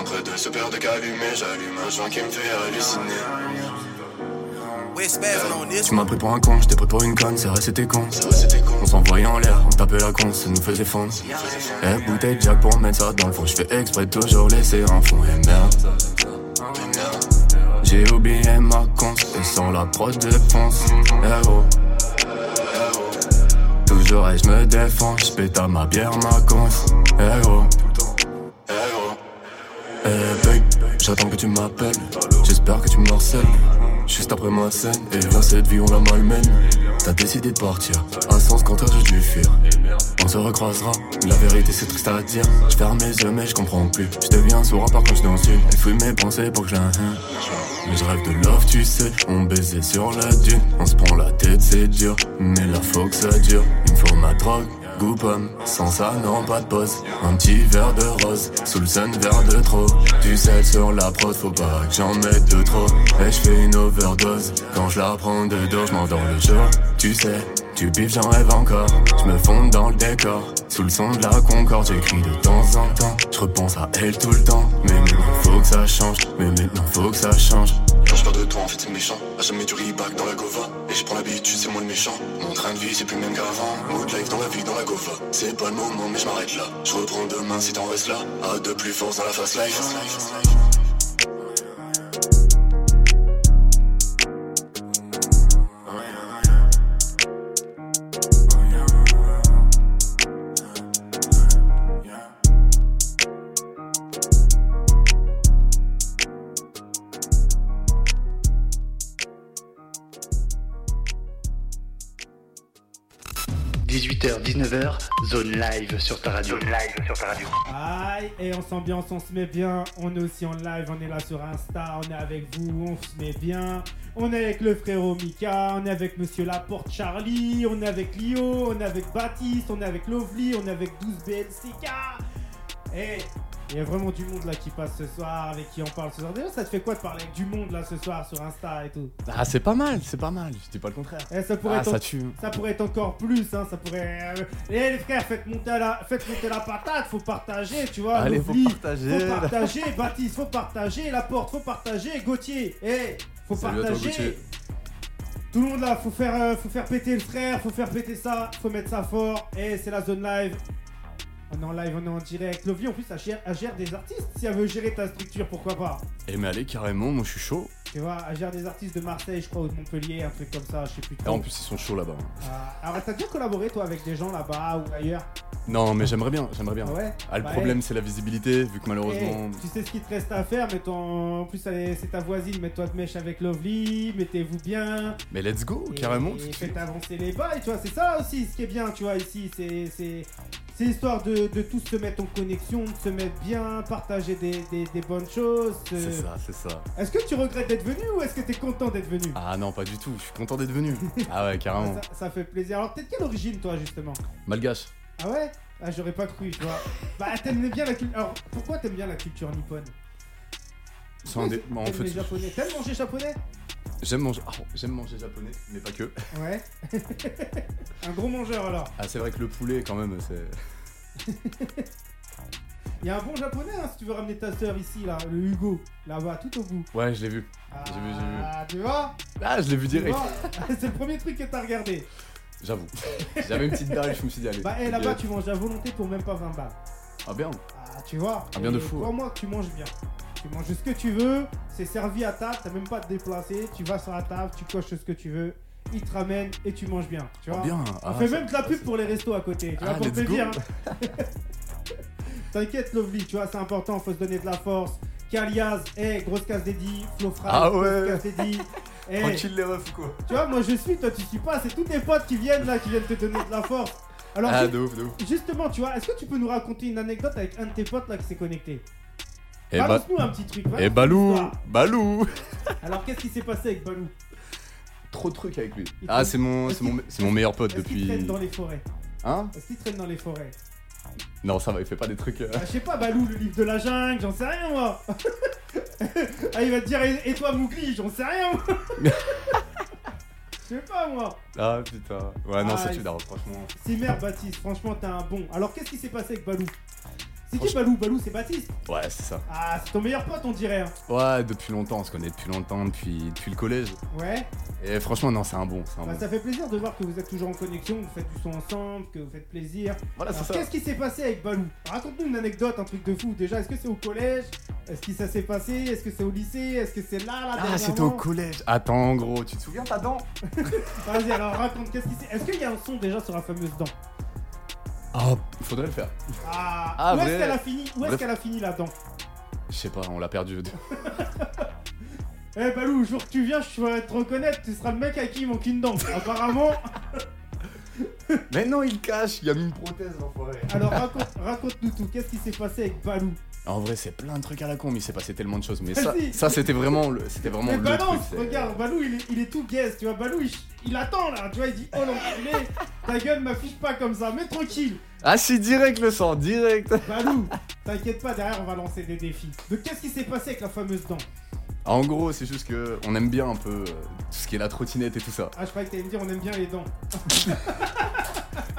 [SPEAKER 4] Entre deux soupirs de calumet, j'allume un joint qui me fait halluciner. Euh,
[SPEAKER 8] We're spazzing on this
[SPEAKER 4] Tu m'as pris pour un con, j'étais pris pour une conne, c'est vrai c'était con. On s'envoyait en l'air, on tapait la con, ça nous faisait fondre. Eh bouteille de Jack pour mettre ça dans le fond, je fais exprès de toujours laisser un fond, et merde. Eh, J'ai oublié ma con, et sans la prod de fonce. Eh oh. Toujours et je me défends, je pète à ma bière, ma conf. Eh oh. Eh oh. Eh babe, j'attends que tu m'appelles. J'espère que tu me harcèles. Juste après ma scène, et dans cette vie on la malmène. T'as décidé de partir, à sens contraire j'ai dû fuir. On se recroisera, la vérité c'est triste à dire. Je ferme mes yeux mais je comprends plus. Je deviens sourd à part quand je danse une. Elle fouille mes pensées pour que je la haine. Mais je rêve de love, tu sais. On baisait sur la dune, on se prend la tête, c'est dur. Mais la faut que ça dure. Il me faut ma drogue, goût pomme. Sans ça, non, pas de pause. Un petit verre de rose, sous le sun, verre de trop. Du sel sur la prod, faut pas que j'en mette de trop. Et je fais une overdose. Quand je la prends de dos, je m'endors le jour. Tu sais, tu bif, j'en rêve encore. Je me fonde dans le décor. Sous le son de la concorde, j'écris de temps en temps. Je repense à elle tout le temps. Mais maintenant, faut que ça change. Mais maintenant, faut que ça change. Quand je parle de toi, en fait, c'est mes
[SPEAKER 9] méchant. À jamais du ribac dans la gova. Et je prends l'habitude, c'est moi le méchant. Mon train de vie, c'est plus le même qu'avant. Mood life dans la vie, dans la gova. C'est pas le moment, mais je m'arrête là. Je reprends demain si t'en restes là. À de plus force dans la fast life.
[SPEAKER 1] zone live sur ta radio. live sur ta radio.
[SPEAKER 3] Aïe, et on s'ambiance, on se met bien. On est aussi en live, on est là sur Insta, on est avec vous, on se met bien. On est avec le frérot Mika, on est avec Monsieur Laporte Charlie, on est avec Lio, on est avec Baptiste, on est avec Lovely, on est avec 12BLCK. Et Eh, il y a vraiment du monde là qui passe ce soir, avec qui on parle ce soir. D'ailleurs, ça te fait quoi de parler avec du monde là ce soir sur Insta et tout
[SPEAKER 4] Ah, c'est pas mal, c'est pas mal. Je dis pas le contraire.
[SPEAKER 3] Eh, ça pourrait
[SPEAKER 4] Ah,
[SPEAKER 3] être
[SPEAKER 4] ça tue.
[SPEAKER 3] Ça pourrait être encore plus, hein, ça pourrait. euh, Eh les frères, faites monter la, faites monter la patate, faut partager, tu vois.
[SPEAKER 4] Allez, faut
[SPEAKER 3] Lovely,
[SPEAKER 4] partager.
[SPEAKER 3] Ah, Faut partager, Baptiste, faut partager, Laporte, faut partager, Gauthier, eh, faut
[SPEAKER 4] Salut à toi,
[SPEAKER 3] partager.
[SPEAKER 4] Gauthier.
[SPEAKER 3] tout le monde là, faut faire, euh, faut faire péter le frère, faut faire péter ça, faut mettre ça fort. Eh, c'est la zone live. On est en live, on est en direct. Lovely, en plus, elle gère, elle gère des artistes. Si elle veut gérer ta structure, pourquoi pas
[SPEAKER 4] Eh, mais allez, carrément, moi je suis chaud.
[SPEAKER 3] Tu vois, elle gère des artistes de Marseille, je crois, ou de Montpellier, un truc comme ça, je sais plus.
[SPEAKER 4] Et en
[SPEAKER 3] trop.
[SPEAKER 4] plus, ils sont chauds là-bas.
[SPEAKER 3] Ah, alors, t'as déjà collaboré toi avec des gens là-bas ou ailleurs
[SPEAKER 4] Non, mais j'aimerais bien, j'aimerais bien.
[SPEAKER 3] Ah Ouais.
[SPEAKER 4] Ah, le
[SPEAKER 3] Bah,
[SPEAKER 4] problème, c'est la visibilité, vu que
[SPEAKER 3] eh,
[SPEAKER 4] malheureusement.
[SPEAKER 3] eh, tu sais ce qu'il te reste à faire, mais en plus elle est- c'est ta voisine, mets-toi de mèche avec Lovely, mettez-vous bien.
[SPEAKER 4] Mais let's go,
[SPEAKER 3] et-
[SPEAKER 4] Oh, carrément. tout de
[SPEAKER 3] Et
[SPEAKER 4] suite.
[SPEAKER 3] faites avancer les bails, tu vois, c'est ça aussi ce qui est bien, tu vois, ici, c'est. c'est- C'est histoire de, de tous se mettre en connexion, de se mettre bien, partager des, des- des bonnes choses. se-
[SPEAKER 4] C'est ça, c'est ça.
[SPEAKER 3] Est-ce que tu regrettes d'être venu ou est-ce que t'es content d'être venu
[SPEAKER 4] Ah non, pas du tout, je suis content d'être venu. Ah ouais, carrément.
[SPEAKER 3] ça, ça fait plaisir. Alors peut-être quelle origine toi justement
[SPEAKER 4] Malgache.
[SPEAKER 3] Ah ouais Ah j'aurais pas cru, tu vois. Bah t'aimes bien la culture. Alors pourquoi t'aimes bien la culture nippone
[SPEAKER 4] C'est un des- bah, en
[SPEAKER 3] T'aimes
[SPEAKER 4] fait,
[SPEAKER 3] les japonais. T'aimes manger japonais
[SPEAKER 4] j'aime manger, ah, j'aime manger japonais, mais pas que.
[SPEAKER 3] Ouais. Un gros mangeur alors.
[SPEAKER 4] Ah, c'est vrai que le poulet, quand même, c'est.
[SPEAKER 3] Il y a un bon japonais hein, si tu veux ramener ta soeur ici là, le Hugo, là-bas, tout au bout.
[SPEAKER 4] Ouais, je l'ai vu.
[SPEAKER 3] Ah,
[SPEAKER 4] J'ai vu, j'ai vu.
[SPEAKER 3] tu vois
[SPEAKER 4] Ah, je l'ai vu
[SPEAKER 3] Tu
[SPEAKER 4] direct.
[SPEAKER 3] vois C'est le premier truc que t'as regardé.
[SPEAKER 4] J'avoue. J'avais une petite dalle, je me suis dit, allez.
[SPEAKER 3] Bah hé, là-bas tu manges à volonté pour même pas 20 balles.
[SPEAKER 4] Ah, bien.
[SPEAKER 3] Ah tu vois
[SPEAKER 4] Ah, bien de
[SPEAKER 3] Et
[SPEAKER 4] fou.
[SPEAKER 3] Crois-moi que tu manges bien. Tu manges ce que tu veux, c'est servi à table, t'as même pas à te déplacer, tu vas sur la table, tu coches ce que tu veux, ils te ramènent et tu manges bien. Tu
[SPEAKER 4] Ah,
[SPEAKER 3] vois
[SPEAKER 4] bien.
[SPEAKER 3] On
[SPEAKER 4] Ah,
[SPEAKER 3] fait
[SPEAKER 4] ça-
[SPEAKER 3] même de la pub pour les restos à côté, tu vois,
[SPEAKER 4] Ah,
[SPEAKER 3] pour te
[SPEAKER 4] let's go.
[SPEAKER 3] dire. T'inquiète, Lovely, tu vois, c'est important, faut se donner de la force. Kalias, eh, grosse casse dédiée, Flo Fry,
[SPEAKER 4] Ah
[SPEAKER 3] grosse
[SPEAKER 4] ouais.
[SPEAKER 3] casse dédiée. Eh,
[SPEAKER 4] Tranquille les refs ou quoi
[SPEAKER 3] tu vois, moi je suis, toi tu suis pas, c'est tous tes potes qui viennent là, qui viennent te donner de la force. Alors,
[SPEAKER 4] Ah,
[SPEAKER 3] ju-
[SPEAKER 4] de ouf, de ouf.
[SPEAKER 3] justement, tu vois, est-ce que tu peux nous raconter une anecdote avec un de tes potes là qui s'est connecté
[SPEAKER 4] Et, ba...
[SPEAKER 3] Balance-nous un petit truc.
[SPEAKER 4] et
[SPEAKER 3] balance-nous
[SPEAKER 4] Balou
[SPEAKER 3] l'histoire.
[SPEAKER 4] Balou
[SPEAKER 3] Alors, qu'est-ce qui s'est passé avec Balou
[SPEAKER 4] Trop de trucs avec lui.
[SPEAKER 3] Il
[SPEAKER 4] Ah,
[SPEAKER 3] traîne-
[SPEAKER 4] c'est mon,
[SPEAKER 3] est-ce
[SPEAKER 4] c'est mon,
[SPEAKER 3] qu'il-
[SPEAKER 4] c'est mon meilleur pote
[SPEAKER 3] Est-ce qu'il
[SPEAKER 4] depuis.
[SPEAKER 3] traîne dans les forêts
[SPEAKER 4] Hein
[SPEAKER 3] Est-ce qu'il traîne dans les forêts
[SPEAKER 4] Non, ça va, il fait pas des trucs. euh,
[SPEAKER 3] Ah, je sais pas, Balou, le livre de la jungle, j'en sais rien moi. ah, il va te dire, et, et toi, Mougli, j'en sais rien moi. Je sais pas moi.
[SPEAKER 4] Ah putain. Ouais, non,
[SPEAKER 3] Ah,
[SPEAKER 4] ça
[SPEAKER 3] il-
[SPEAKER 4] tue d'arbre, franchement.
[SPEAKER 3] C'est merde, Baptiste, franchement, t'es un bon. Alors, qu'est-ce qui s'est passé avec Balou C'est qui Balou Balou, c'est Baptiste.
[SPEAKER 4] Ouais, c'est ça.
[SPEAKER 3] Ah, c'est ton meilleur pote, on dirait. hein.
[SPEAKER 4] Ouais, depuis longtemps, on se connaît depuis longtemps, depuis, depuis le collège.
[SPEAKER 3] Ouais.
[SPEAKER 4] Et franchement, non, c'est un bon. c'est un
[SPEAKER 3] Bah,
[SPEAKER 4] Ah bon.
[SPEAKER 3] ça fait plaisir de voir que vous êtes toujours en connexion, que vous faites du son ensemble, que vous faites plaisir.
[SPEAKER 4] Voilà, Ah, c'est
[SPEAKER 3] Alors,
[SPEAKER 4] ça.
[SPEAKER 3] Ah, qu'est-ce qui s'est passé avec Balou Raconte-nous une anecdote, un truc de fou. Déjà, est-ce que c'est au collège Est-ce que ça s'est passé Est-ce que c'est au lycée Est-ce que c'est là, là,
[SPEAKER 4] Ah, c'était au
[SPEAKER 3] dernièrement
[SPEAKER 4] collège. Attends, gros, tu te souviens ta dent
[SPEAKER 3] Vas-y, alors raconte, qu'est-ce qui s'est. Est-ce qu'il y a un son déjà sur la fameuse dent
[SPEAKER 4] Ah, faudrait le faire.
[SPEAKER 3] Ah,
[SPEAKER 4] Ah,
[SPEAKER 3] Où est-ce
[SPEAKER 4] vrai.
[SPEAKER 3] qu'elle a fini Où est-ce
[SPEAKER 4] Bref.
[SPEAKER 3] qu'elle a fini la dent
[SPEAKER 4] Je sais pas, on l'a perdu.
[SPEAKER 3] Eh Balou, le jour que tu viens, je vais te reconnaître, tu seras le mec à qui il manque une dent. Apparemment.
[SPEAKER 4] Mais non, il cache, il a mis une prothèse, l'enfoiré.
[SPEAKER 3] Alors raconte, raconte-nous tout, qu'est-ce qui s'est passé avec Balou
[SPEAKER 4] En vrai, c'est plein de trucs à la con, mais il s'est passé tellement de choses. Mais
[SPEAKER 3] Vas-y.
[SPEAKER 4] ça, ça c'était vraiment le, c'était vraiment
[SPEAKER 3] Mais
[SPEAKER 4] le
[SPEAKER 3] balance,
[SPEAKER 4] truc, c'est-
[SPEAKER 3] Eh, regarde, Balou il est, il est tout guest, tu vois, Balou il, il attend là, tu vois, il dit oh l'enculé, ta gueule m'affiche pas comme ça, mais tranquille.
[SPEAKER 4] Ah, si, direct le sang, direct.
[SPEAKER 3] Balou, t'inquiète pas, derrière on va lancer des défis. Donc qu'est-ce qui s'est passé avec la fameuse dent
[SPEAKER 4] Ah, en gros, c'est juste que on aime bien un peu euh, tout ce qui est la trottinette et tout ça.
[SPEAKER 3] Ah je croyais que t'allais me dire on aime bien les dents.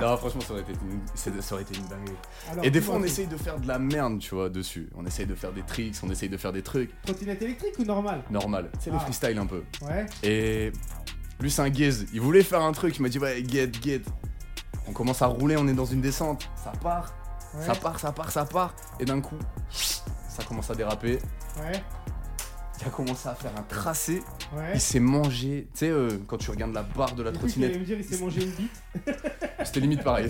[SPEAKER 4] Non, franchement, ça aurait été une, c'est- ça aurait été une dinguerie.
[SPEAKER 3] Alors,
[SPEAKER 4] Et des fois, on
[SPEAKER 3] dis-moi,
[SPEAKER 4] essaye de faire de la merde, tu vois, dessus. On essaye de faire des tricks, on essaye de faire des trucs.
[SPEAKER 3] Trottinette électrique ou normale
[SPEAKER 4] Normal. Tu sais, le
[SPEAKER 3] Ah.
[SPEAKER 4] freestyle un peu.
[SPEAKER 3] Ouais.
[SPEAKER 4] Et lui, c'est un gaze. Il voulait faire un truc. Il m'a dit, ouais, get, get. On commence à rouler, on est dans une descente. Ça part,
[SPEAKER 3] Ouais.
[SPEAKER 4] ça part, ça part, ça part. Et d'un coup, ça commence à déraper.
[SPEAKER 3] Ouais.
[SPEAKER 4] Il a commencé à faire un tracé.
[SPEAKER 3] Ouais.
[SPEAKER 4] Il s'est mangé. Tu sais, euh, quand tu regardes la barre de la
[SPEAKER 3] J'ai cru qu'il allait
[SPEAKER 4] trottinette,
[SPEAKER 3] me dire il s'est mangé une bite.
[SPEAKER 4] c'était limite pareil.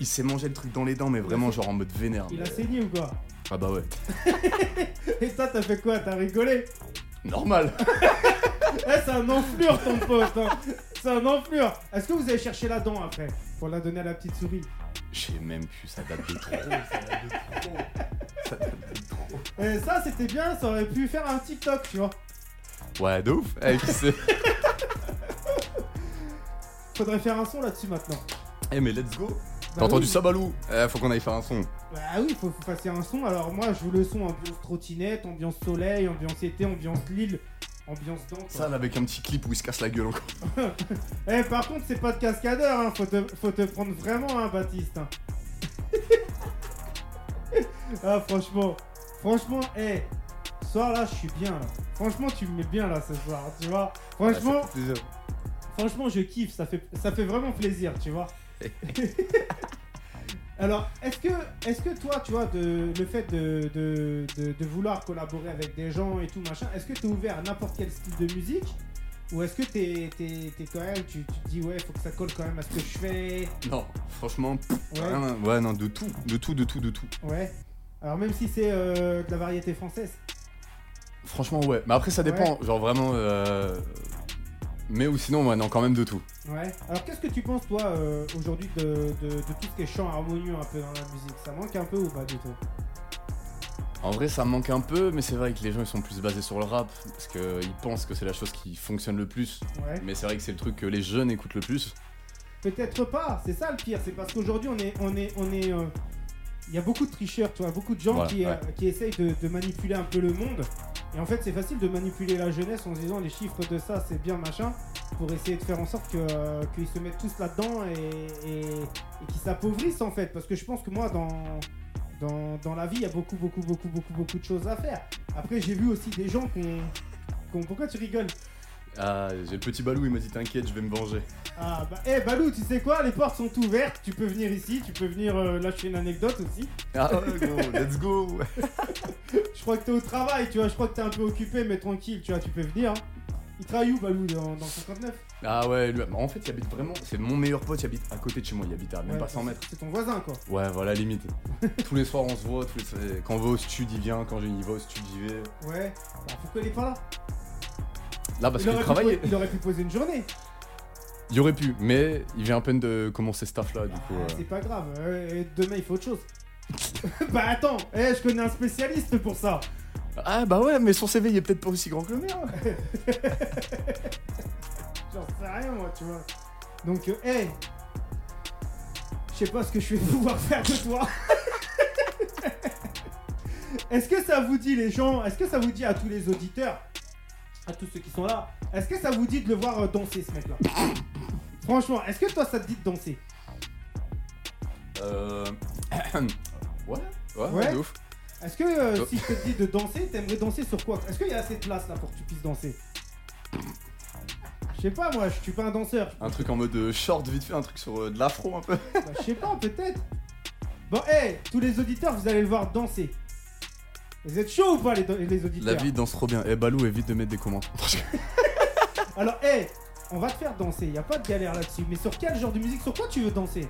[SPEAKER 4] Il s'est mangé le truc dans les dents, mais vraiment genre en mode vénère.
[SPEAKER 3] Il a
[SPEAKER 4] mais-
[SPEAKER 3] saigné ou quoi
[SPEAKER 4] Ah bah ouais.
[SPEAKER 3] Et toi, t'as fait quoi T'as rigolé
[SPEAKER 4] Normal.
[SPEAKER 3] Eh, c'est un enflure, ton pote hein. C'est un enflure Est-ce que vous avez cherché la dent après Pour la donner à la petite souris
[SPEAKER 4] J'ai même pu, ça date de trop.
[SPEAKER 3] Et Eh, ça, c'était bien, ça aurait pu faire un TikTok, tu vois.
[SPEAKER 4] Ouais, de ouf. Eh, puis c'est-
[SPEAKER 3] Faudrait faire un son là-dessus maintenant.
[SPEAKER 4] Eh, mais let's go.
[SPEAKER 3] Bah
[SPEAKER 4] T'as entendu
[SPEAKER 3] oui.
[SPEAKER 4] ça, Balou Eh, faut qu'on aille faire un son.
[SPEAKER 3] Bah oui, faut que vous fassiez un son. Alors moi, je joue le son ambiance trottinette, ambiance soleil, ambiance été, ambiance Lille, ambiance danse.
[SPEAKER 4] Ça, là, avec un petit clip où il se casse la gueule encore.
[SPEAKER 3] Eh, par contre, c'est pas de cascadeur, hein. faut, te, faut te prendre vraiment, hein, Baptiste. hein. ah, franchement, franchement, eh, ce soir là, je suis bien là. Franchement, tu me mets bien là ce soir, tu vois. Franchement, franchement, je kiffe, ça fait, ça fait vraiment plaisir, tu vois. Alors, est-ce que, est-ce que toi, tu vois, de, le fait de, de, de- de vouloir collaborer avec des gens et tout machin, est-ce que tu es ouvert à n'importe quel style de musique ou est-ce que t'es, t'es- t'es quand même, tu, tu te dis ouais, faut que ça colle quand même à ce que je fais
[SPEAKER 4] Non, franchement, pff,
[SPEAKER 3] Ouais,
[SPEAKER 4] rien. Ouais, non, de tout, de tout, de tout, de tout.
[SPEAKER 3] ouais. Alors même si c'est euh, de la variété française.
[SPEAKER 4] Franchement, ouais. Mais après, ça dépend. Genre, vraiment. euh, Mais ou sinon, ouais, non, quand même de tout.
[SPEAKER 3] Ouais. Alors qu'est-ce que tu penses toi euh, aujourd'hui de, de- de tout ce qui est chant harmonieux un peu dans la musique Ça manque un peu ou pas du tout
[SPEAKER 4] En vrai, ça me manque un peu, mais c'est vrai que les gens, ils sont plus basés sur le rap. Parce qu'ils pensent que c'est la chose qui fonctionne le plus.
[SPEAKER 3] Ouais.
[SPEAKER 4] Mais c'est vrai que c'est le truc que les jeunes écoutent le plus.
[SPEAKER 3] Peut-être pas, c'est ça le pire, c'est parce qu'aujourd'hui on est on est on est euh, il y a beaucoup de tricheurs, tu vois, beaucoup de gens
[SPEAKER 4] Voilà,
[SPEAKER 3] qui, euh,
[SPEAKER 4] ouais.
[SPEAKER 3] qui essayent de, de manipuler un peu le monde. Et en fait, c'est facile de manipuler la jeunesse en se disant les chiffres de ça, c'est bien machin, pour essayer de faire en sorte que, euh, qu'ils se mettent tous là-dedans et, et, et qu'ils s'appauvrissent en fait. Parce que je pense que moi, dans, dans, dans la vie, il y a beaucoup, beaucoup, beaucoup, beaucoup, beaucoup de choses à faire. Après, j'ai vu aussi des gens qui ont. qui ont- Pourquoi tu rigoles
[SPEAKER 4] Ah, j'ai le petit Balou, il m'a dit, t'inquiète, je vais me venger.
[SPEAKER 3] Ah bah, eh Balou, tu sais quoi Les portes sont ouvertes, tu peux venir ici, tu peux venir euh, lâcher une anecdote aussi.
[SPEAKER 4] Ah ouais, gros, let's go.
[SPEAKER 3] Je crois que t'es au travail, tu vois, je crois que t'es un peu occupé, mais tranquille, tu vois, tu peux venir. hein. Il travaille où Balou dans, dans 59
[SPEAKER 4] Ah ouais, lui, bah, en fait, il habite vraiment. C'est mon meilleur pote, il habite à côté de chez moi. Il habite à même
[SPEAKER 3] Ouais,
[SPEAKER 4] pas 100 mètres.
[SPEAKER 3] C'est ton voisin quoi.
[SPEAKER 4] Ouais, voilà, limite. tous les soirs, on se voit. Tous les... Quand on va au stud, il vient. Quand il va au stud, j'y vais.
[SPEAKER 3] Ouais. Bah, pourquoi il est pas là
[SPEAKER 4] Là, parce
[SPEAKER 3] il,
[SPEAKER 4] qu'il
[SPEAKER 3] aurait pu
[SPEAKER 4] travaille,
[SPEAKER 3] po- il aurait pu poser une journée.
[SPEAKER 4] il y aurait pu, mais il vient à peine de commencer staff là, du coup.
[SPEAKER 3] Ah,
[SPEAKER 4] euh,
[SPEAKER 3] C'est pas grave, euh, demain il faut autre chose. bah attends, eh, je connais un spécialiste pour ça.
[SPEAKER 4] Ah bah ouais, mais son CV, il est peut-être pas aussi grand que le mien.
[SPEAKER 3] J'en sais rien moi, tu vois. Donc, euh, eh, je sais pas ce que je vais pouvoir faire de toi. est-ce que ça vous dit les gens, est-ce que ça vous dit à tous les auditeurs, à tous ceux qui sont là, est-ce que ça vous dit de le voir euh, danser ce mec-là Franchement, est-ce que toi ça te dit de danser
[SPEAKER 4] Euh. ouais, ouais,
[SPEAKER 3] Ouais.
[SPEAKER 4] de ouf.
[SPEAKER 3] Est-ce que euh,
[SPEAKER 4] Oh.
[SPEAKER 3] si je te dis de danser, t'aimerais danser sur quoi Est-ce qu'il y a assez de place là pour que tu puisses danser Je sais pas moi, je suis pas un danseur,
[SPEAKER 4] Un truc en mode euh, short, vite fait, un truc sur euh, de l'afro un peu.
[SPEAKER 3] Bah, je sais pas, peut-être. Bon, hé, tous les auditeurs, vous allez le voir danser. Vous êtes chauds ou pas, les, les auditeurs
[SPEAKER 4] La vie danse trop bien. Eh, Balou, évite de mettre des commentaires.
[SPEAKER 3] Alors, hé, on va te faire danser, y a pas de galère là-dessus. Mais sur quel genre de musique, sur quoi tu veux danser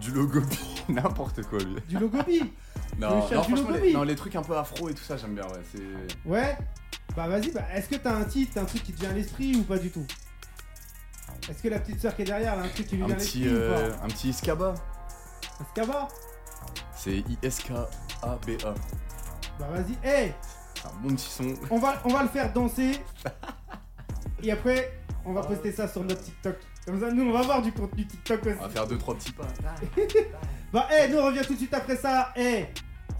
[SPEAKER 4] du logo, n'importe quoi, lui.
[SPEAKER 3] Du logobi
[SPEAKER 4] Non,
[SPEAKER 3] cherche
[SPEAKER 4] non,
[SPEAKER 3] du
[SPEAKER 4] franchement,
[SPEAKER 3] logo,
[SPEAKER 4] les,
[SPEAKER 3] oui.
[SPEAKER 4] non, les trucs un peu afro et tout ça, j'aime bien, ouais. C'est.
[SPEAKER 3] Ouais Bah, vas-y, bah, est-ce que t'as un titre, un truc qui te vient à l'esprit ou pas du tout Est-ce que la petite soeur qui est derrière, elle a un truc qui lui
[SPEAKER 4] Un
[SPEAKER 3] vient à
[SPEAKER 4] petit,
[SPEAKER 3] l'esprit
[SPEAKER 4] euh,
[SPEAKER 3] ou
[SPEAKER 4] un petit Iskaba.
[SPEAKER 3] pas Parce qu'à voir,
[SPEAKER 4] C'est I-S-K-A-B-A.
[SPEAKER 3] Bah, vas-y, hé,
[SPEAKER 4] C'est un bon petit son.
[SPEAKER 3] on, va, on va le faire danser. Et après, on va poster ça sur notre TikTok. Comme ça, nous, on va voir du contenu TikTok aussi.
[SPEAKER 4] On va faire deux, trois petits pas.
[SPEAKER 3] Bah, eh, nous on revient tout de suite après ça. Eh,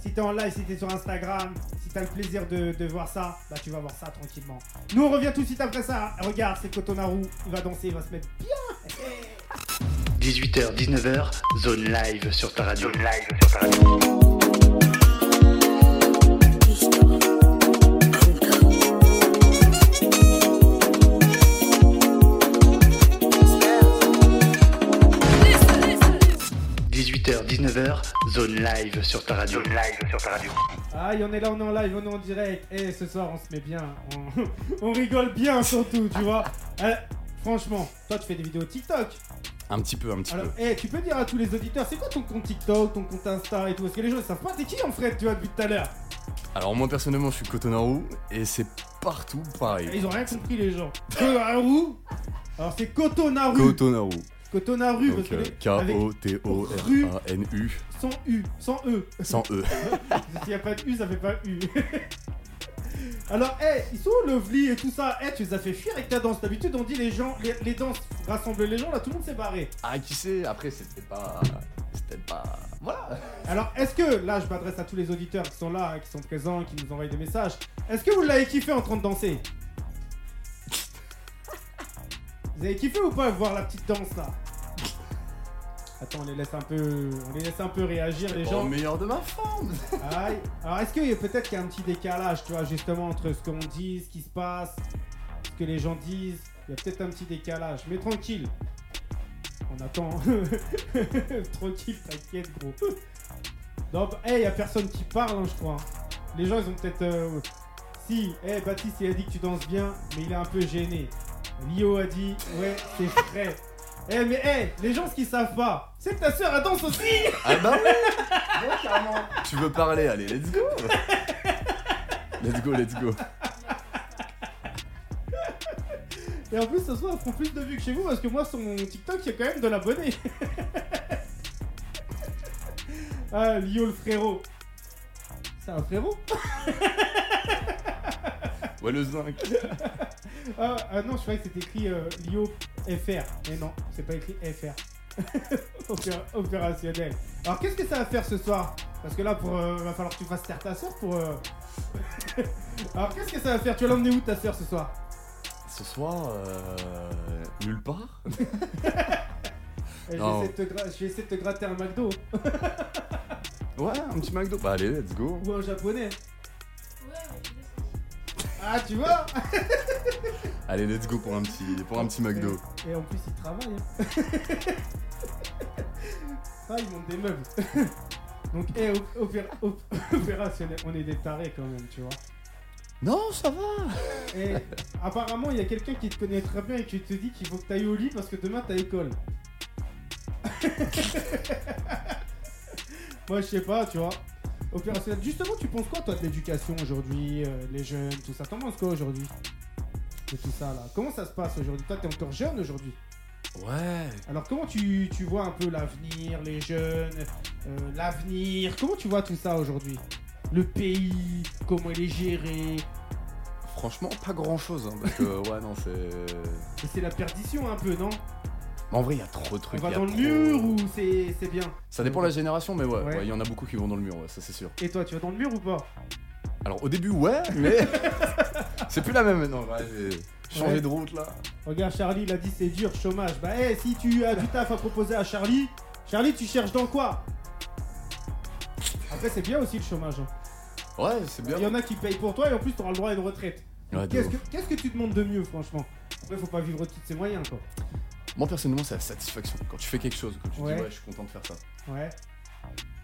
[SPEAKER 3] si t'es en live, si t'es sur Instagram, si t'as le plaisir de, de voir ça, bah tu vas voir ça tranquillement. Nous on revient tout de suite après ça. Regarde, c'est Cotonaru, il va danser, il va se mettre bien.
[SPEAKER 1] 18h, 19h, zone live sur ta radio. Zone live sur ta radio.
[SPEAKER 10] Spaz,
[SPEAKER 1] 18h, 19h, zone live sur ta radio. Zone live sur ta radio.
[SPEAKER 3] Aïe, on est là, on est en live, on est en direct. Et ce soir, on se met bien. On, on rigole bien surtout, tu vois. Euh, franchement, toi, tu fais des vidéos TikTok.
[SPEAKER 4] Un petit peu, un petit
[SPEAKER 3] Alors,
[SPEAKER 4] peu.
[SPEAKER 3] eh, tu peux dire à tous les auditeurs, c'est quoi ton compte TikTok, ton compte Insta et tout Parce que les gens, ils savent pas, t'es qui en Fred, tu vois, depuis tout à l'heure
[SPEAKER 4] Alors moi personnellement je suis Cotonaru et c'est partout pareil.
[SPEAKER 3] Ils ont rien compris, les gens. Kotonaru Alors, c'est Kotonaru.
[SPEAKER 4] Cotonaru.
[SPEAKER 3] Kotonaru, parce
[SPEAKER 4] Donc
[SPEAKER 3] que.
[SPEAKER 4] euh,
[SPEAKER 3] les- avec
[SPEAKER 4] K-O-T-O-R-A-N-U
[SPEAKER 3] sans U, sans E.
[SPEAKER 4] sans E.
[SPEAKER 3] S'il n'y a pas de U, ça fait pas U. Alors, eh, ils sont où, Lovely et tout ça Eh, tu les as fait fuir avec ta danse. D'habitude, on dit les gens, les, les danses rassemblent les gens, là, tout le monde s'est barré.
[SPEAKER 4] Ah qui sait Après c'était pas... C'était pas... Voilà
[SPEAKER 3] Alors, est-ce que, là, je m'adresse à tous les auditeurs qui sont là, qui sont présents, qui nous envoient des messages, est-ce que vous l'avez kiffé en train de danser Vous avez kiffé ou pas voir la petite danse, là Attends, on les laisse un peu, on les laisse un peu réagir, les gens.
[SPEAKER 4] Au meilleur de ma forme
[SPEAKER 3] Aïe. Alors est-ce qu'il y a peut-être qu'il y a un petit décalage, tu vois, justement entre ce qu'on dit, ce qui se passe, ce que les gens disent. Il y a peut-être un petit décalage, mais tranquille. On attend. tranquille, t'inquiète, gros. Non, bah, hey, il y a personne qui parle, hein, je crois. Les gens, ils ont peut-être. euh, Si, hey, Baptiste, il a dit que tu danses bien, mais il est un peu gêné. Lio a dit, ouais, c'est frais. Eh, mais hey, les gens, ce qu'ils savent pas, c'est que ta soeur, elle danse aussi!
[SPEAKER 4] Ah bah oui Ouais, carrément. Tu veux parler Allez, let's go Let's go, let's go
[SPEAKER 3] Et en plus, ce soir, on prend plus de vues que chez vous parce que moi, sur mon TikTok, il y a quand même de l'abonné. ah, Lio le frérot. C'est un frérot
[SPEAKER 4] Ouais le zinc
[SPEAKER 3] ah, ah non, je croyais que c'était écrit euh, Lio FR. Mais non, c'est pas écrit FR. Opéra- Opérationnel. Alors, qu'est-ce que ça va faire ce soir Parce que là, pour, euh, va falloir que tu fasses taire ta soeur pour. euh, Alors, qu'est-ce que ça va faire Tu vas l'emmener où ta soeur ce soir
[SPEAKER 4] Ce soir, euh, nulle part
[SPEAKER 3] Eh, je, vais
[SPEAKER 4] Non.
[SPEAKER 3] essayer de te gra- je vais essayer de te gratter un McDo
[SPEAKER 4] Ouais, un petit McDo Bah allez, let's go
[SPEAKER 3] ou un japonais. Ah, tu vois
[SPEAKER 4] Allez, let's go pour un petit, pour un petit McDo
[SPEAKER 3] Et en plus, ils travaillent. hein. ah, ils montent des meubles. Donc, eh, op- opéra- op- opérationnel, on est des tarés quand même, tu vois.
[SPEAKER 4] Non, ça va
[SPEAKER 3] Et apparemment, il y a quelqu'un qui te connaît très bien et qui te dit qu'il faut que tu ailles au lit parce que demain, t'as école. Moi, je sais pas, tu vois. Opérationnel. Justement, tu penses quoi, toi, de l'éducation aujourd'hui, euh, les jeunes, tout ça T'en penses quoi aujourd'hui De tout ça, là. Comment ça se passe aujourd'hui Toi, t'es encore jeune aujourd'hui
[SPEAKER 4] Ouais
[SPEAKER 3] alors comment tu, tu vois un peu l'avenir, les jeunes, euh, l'avenir Comment tu vois tout ça aujourd'hui Le pays, comment il est géré
[SPEAKER 4] Franchement, pas grand chose, hein, parce que ouais, non, c'est.
[SPEAKER 3] Et C'est la perdition un peu, non
[SPEAKER 4] Mais En vrai, il y a trop de
[SPEAKER 3] On
[SPEAKER 4] trucs.
[SPEAKER 3] va
[SPEAKER 4] il y a
[SPEAKER 3] dans le
[SPEAKER 4] trop-
[SPEAKER 3] mur ou c'est c'est bien
[SPEAKER 4] Ça dépend de la génération, mais ouais, ouais,
[SPEAKER 3] Ouais.
[SPEAKER 4] il y en a beaucoup qui vont dans le mur, ouais, ça c'est sûr.
[SPEAKER 3] Et toi, tu vas dans le mur ou pas
[SPEAKER 4] Alors au début, ouais, mais. c'est plus la même maintenant, ouais, j'ai changé
[SPEAKER 3] Ouais.
[SPEAKER 4] de route là.
[SPEAKER 3] Regarde, Charlie, il a dit c'est dur, chômage. Bah, eh, si tu as du taf à proposer à Charlie, Charlie, tu cherches dans quoi Après, c'est bien aussi le chômage. hein.
[SPEAKER 4] Ouais, c'est bien.
[SPEAKER 3] Il y en a qui payent pour toi et en plus, tu auras le droit à une retraite.
[SPEAKER 4] Ouais, de
[SPEAKER 3] Qu'est-ce
[SPEAKER 4] ouf.
[SPEAKER 3] que, qu'est-ce que tu demandes de mieux, franchement Après, faut pas vivre de ses moyens, quoi.
[SPEAKER 4] Moi personnellement, c'est la satisfaction quand tu fais quelque chose, quand tu te
[SPEAKER 3] Ouais.
[SPEAKER 4] dis ouais, je suis content de faire ça.
[SPEAKER 3] Ouais.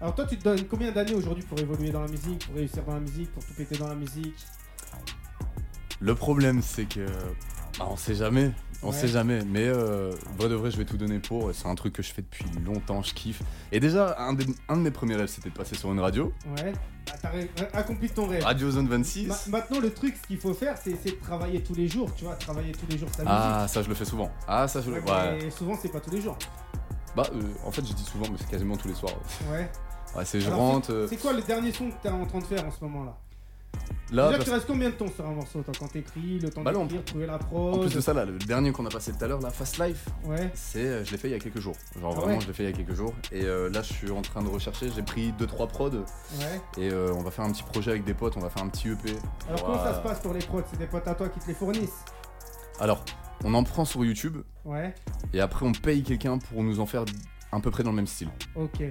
[SPEAKER 3] Alors toi, tu te donnes combien d'années aujourd'hui pour évoluer dans la musique, pour réussir dans la musique, pour tout péter dans la musique
[SPEAKER 4] Le problème, c'est que. Bah, on sait jamais, on
[SPEAKER 3] Ouais.
[SPEAKER 4] sait jamais, mais euh, vrai de vrai, je vais tout donner pour. et C'est un truc que je fais depuis longtemps, je kiffe. Et déjà, un, des- un de mes premiers rêves, c'était de passer sur une radio,
[SPEAKER 3] Ouais. Bah, t'as ré- accompli ton rêve.
[SPEAKER 4] Radio Zone 26.
[SPEAKER 3] Ma- maintenant, le truc, ce qu'il faut faire, c'est essayer de travailler tous les jours, tu vois, travailler tous les jours sa
[SPEAKER 4] Ah, ça je le fais souvent. Ah, ça je le.
[SPEAKER 3] musique.
[SPEAKER 4] Ouais.
[SPEAKER 3] Ouais, mais souvent, c'est pas tous les jours.
[SPEAKER 4] Bah, euh, en fait, je dis souvent, mais c'est quasiment tous les soirs.
[SPEAKER 3] Ouais.
[SPEAKER 4] Ouais, c'est je
[SPEAKER 3] Alors,
[SPEAKER 4] rentre. euh,
[SPEAKER 3] C'est quoi le dernier son que t'es en train de faire en ce moment là
[SPEAKER 11] Là,
[SPEAKER 3] Déjà,
[SPEAKER 11] Ah, parce-
[SPEAKER 3] tu restes combien de temps sur un morceau T'as- Quand t'écris, le temps
[SPEAKER 11] Bah là, on-
[SPEAKER 3] d'écrire, trouver la
[SPEAKER 11] en plus de
[SPEAKER 3] prod.
[SPEAKER 11] ça, là, le dernier qu'on a passé tout à l'heure, la Fast Life,
[SPEAKER 3] Ouais.
[SPEAKER 11] c'est, euh, je l'ai fait il y a quelques jours. Genre
[SPEAKER 3] Ah
[SPEAKER 11] vraiment,
[SPEAKER 3] ouais.
[SPEAKER 11] je l'ai fait il y a quelques jours. Et euh, là, je suis en train de rechercher. J'ai pris 2-3 prods
[SPEAKER 3] Ouais.
[SPEAKER 11] et euh, on va faire un petit projet avec des potes. On va faire un petit E EP.
[SPEAKER 3] Alors
[SPEAKER 11] Genre,
[SPEAKER 3] comment ça
[SPEAKER 11] euh,
[SPEAKER 3] se passe pour les prods C'est des potes à toi qui te les fournissent
[SPEAKER 11] Alors, on en prend sur YouTube
[SPEAKER 3] Ouais.
[SPEAKER 11] et après, on paye quelqu'un pour nous en faire à peu près dans le même style.
[SPEAKER 3] Ok.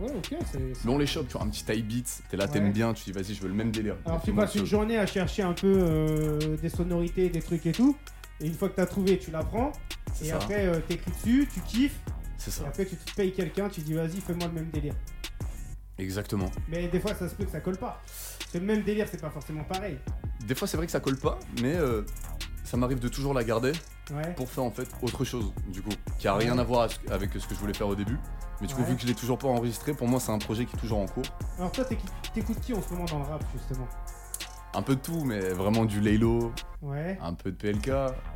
[SPEAKER 3] Ouais, ok. c'est- c'est-
[SPEAKER 11] Mais on les chope, tu vois, un petit high beat. T'es là,
[SPEAKER 3] Ouais.
[SPEAKER 11] t'aimes bien. Tu dis, vas-y, je veux le même délire.
[SPEAKER 3] Alors tu
[SPEAKER 11] Fais-moi
[SPEAKER 3] passes une
[SPEAKER 11] ce-
[SPEAKER 3] journée à chercher un peu euh, des sonorités, des trucs et tout. Et une fois que t'as trouvé, tu la prends.
[SPEAKER 11] C'est
[SPEAKER 3] Et
[SPEAKER 11] ça.
[SPEAKER 3] après, euh, t'écris dessus, tu kiffes.
[SPEAKER 11] C'est
[SPEAKER 3] Et
[SPEAKER 11] ça.
[SPEAKER 3] après, tu te payes quelqu'un, tu dis vas-y, fais-moi le même délire.
[SPEAKER 11] Exactement.
[SPEAKER 3] Mais des fois, ça se peut que ça colle pas. Parce que le même délire, c'est pas forcément pareil.
[SPEAKER 11] Des fois, c'est vrai que ça colle pas, mais euh, ça m'arrive de toujours la garder
[SPEAKER 3] Ouais.
[SPEAKER 11] pour faire en fait autre chose, du coup, qui a rien à voir à ce- avec ce que je voulais faire au début. Mais du coup,
[SPEAKER 3] Ouais.
[SPEAKER 11] vu que je l'ai toujours pas enregistré, pour moi, c'est un projet qui est toujours en cours.
[SPEAKER 3] Alors toi, t'éc- t'écoutes qui en ce moment dans le rap, justement
[SPEAKER 11] Un peu de tout, mais vraiment du Laylo,
[SPEAKER 3] Ouais,
[SPEAKER 11] un peu de PLK,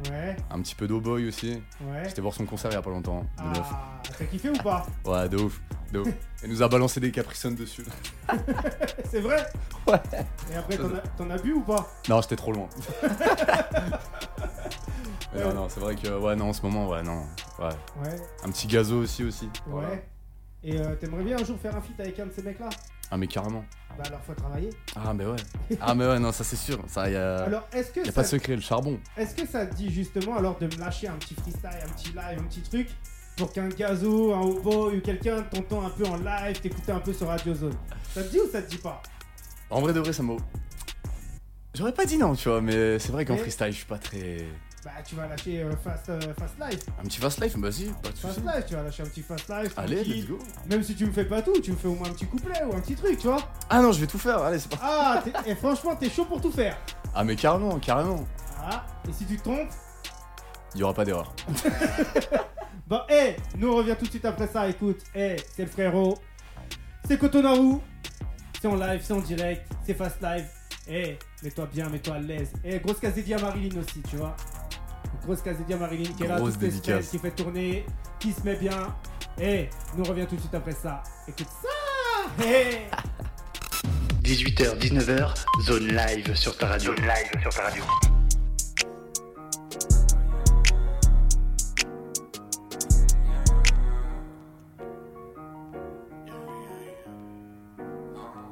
[SPEAKER 3] ouais,
[SPEAKER 11] un petit peu d'Oboy aussi.
[SPEAKER 3] ouais.
[SPEAKER 11] J'étais voir son concert il y a pas longtemps. hein, de neuf.
[SPEAKER 3] Ah, t'as kiffé ou pas
[SPEAKER 11] Ouais, de ouf, de ouf. Elle nous a balancé des Capricornes dessus.
[SPEAKER 3] C'est vrai
[SPEAKER 11] Ouais.
[SPEAKER 3] Et après, t'en as- t'en as bu ou pas
[SPEAKER 11] Non, j'étais trop loin. Mais non, non, c'est vrai que, ouais, non, en ce moment, ouais, non. Ouais.
[SPEAKER 3] Ouais,
[SPEAKER 11] Un petit gazo aussi, aussi. Voilà.
[SPEAKER 3] ouais. Et euh, t'aimerais bien un jour faire un feat avec un de ces mecs-là
[SPEAKER 11] Ah, mais carrément.
[SPEAKER 3] Bah alors, faut travailler.
[SPEAKER 11] Ah mais ouais. Ah mais ouais, non, ça c'est sûr. Ça y a,
[SPEAKER 3] Alors, est-ce que,
[SPEAKER 11] y a
[SPEAKER 3] ça...
[SPEAKER 11] pas de secret, le charbon.
[SPEAKER 3] est-ce que ça te dit justement alors de me lâcher un petit freestyle, un petit live, un petit truc pour qu'un gazo, un hobo ou quelqu'un t'entend un peu en live, t'écoute un peu sur Radio Zone Ça te dit ou ça te dit pas
[SPEAKER 11] En vrai de vrai, ça m'a... J'aurais pas dit non, tu vois, mais c'est vrai qu'en
[SPEAKER 3] Mais-
[SPEAKER 11] freestyle, je suis pas très...
[SPEAKER 3] Bah, tu vas lâcher euh, fast, euh, fast Live.
[SPEAKER 11] Un petit fast life, vas-y, pas de
[SPEAKER 3] Fast
[SPEAKER 11] soucis.
[SPEAKER 3] Live, tu vas lâcher un petit Fast Live.
[SPEAKER 11] Allez,
[SPEAKER 3] tranquille.
[SPEAKER 11] let's go.
[SPEAKER 3] Même si tu me fais pas tout, tu me fais au moins un petit couplet ou un petit truc, tu vois.
[SPEAKER 11] Ah non, je vais tout faire, allez, c'est pas...
[SPEAKER 3] Ah, t'es- eh, franchement, t'es chaud pour tout faire.
[SPEAKER 11] Ah mais carrément, carrément.
[SPEAKER 3] Ah, et si tu te trompes,
[SPEAKER 11] Il y aura pas d'erreur.
[SPEAKER 3] bah, eh, nous on revient tout de suite après ça. Écoute, eh, c'est le frérot, c'est Cotonaru, c'est en live, c'est en direct, c'est fast live. Eh, mets-toi bien, mets-toi à l'aise. Eh, grosse casédia Marilyn aussi, tu vois. Grosse casédia Marilyn qui est là,
[SPEAKER 11] Grosse
[SPEAKER 3] toutes les
[SPEAKER 11] dédicace.
[SPEAKER 3] semaines, qui fait tourner, qui se met bien. Eh, nous on revient tout de suite après ça. Écoute ça, eh.
[SPEAKER 1] 18h, 19h, zone live sur ta radio. Zone live sur ta radio.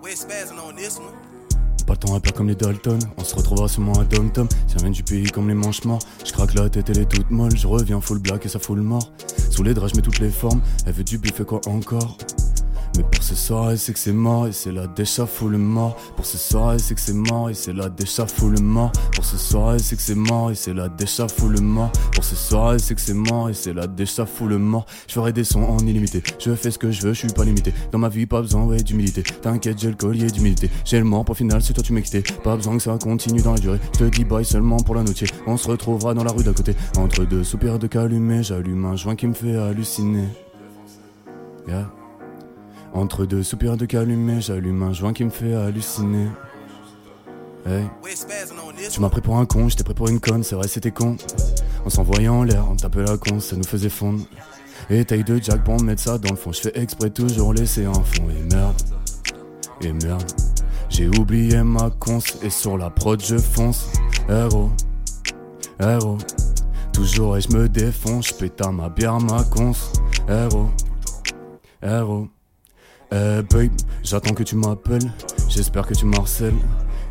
[SPEAKER 12] We're spazzing on this one.
[SPEAKER 4] Pas tant à peur comme les Dalton, on se retrouvera sûrement à Dom Tom. Ça vient du pays comme les manches morts. Je craque la tête, elle est toute molle. Je reviens full black et ça fout le mort. Sous les draps, je mets toutes les formes. Elle veut du bif et quoi encore Mais pour ce soir, elle sait que c'est mort et c'est là déjà full mort. Pour ce soir, elle sait que c'est mort et c'est là déjà full mort. Pour ce soir, elle sait que c'est mort et c'est là déjà full mort. Pour ce soir, elle sait que c'est mort et c'est là déjà full mort. Je ferai des sons en illimité. Je fais ce que je veux, je suis pas limité. Dans ma vie, pas besoin, ouais, d'humilité. T'inquiète, j'ai le collier d'humilité. J'ai le mort, pour final, c'est toi tu m'excitais. Pas besoin que ça continue dans la durée. Je te dis bye seulement pour la notier. On se retrouvera dans la rue d'à côté. Entre deux soupirs de calumet, j'allume un joint qui me fait halluciner. Yeah. Entre deux soupirs de calumet, j'allume un joint qui me fait halluciner. Hey.
[SPEAKER 12] We're spazzing on this
[SPEAKER 4] Tu m'as pris pour un con, j'étais pris pour une conne, c'est vrai c'était con. On s'envoyait en l'air, on tapait la con, ça nous faisait fondre. Et taille de Jack pour mettre ça dans le fond, je fais exprès de toujours laisser un fond. Et merde, et merde, j'ai oublié ma cons, et sur la prod je fonce. Héros, héros, toujours et je me défonce, je pète à ma bière, ma cons. Héros, héros. Euh, babe, j'attends que tu m'appelles. J'espère que tu m'harcèles.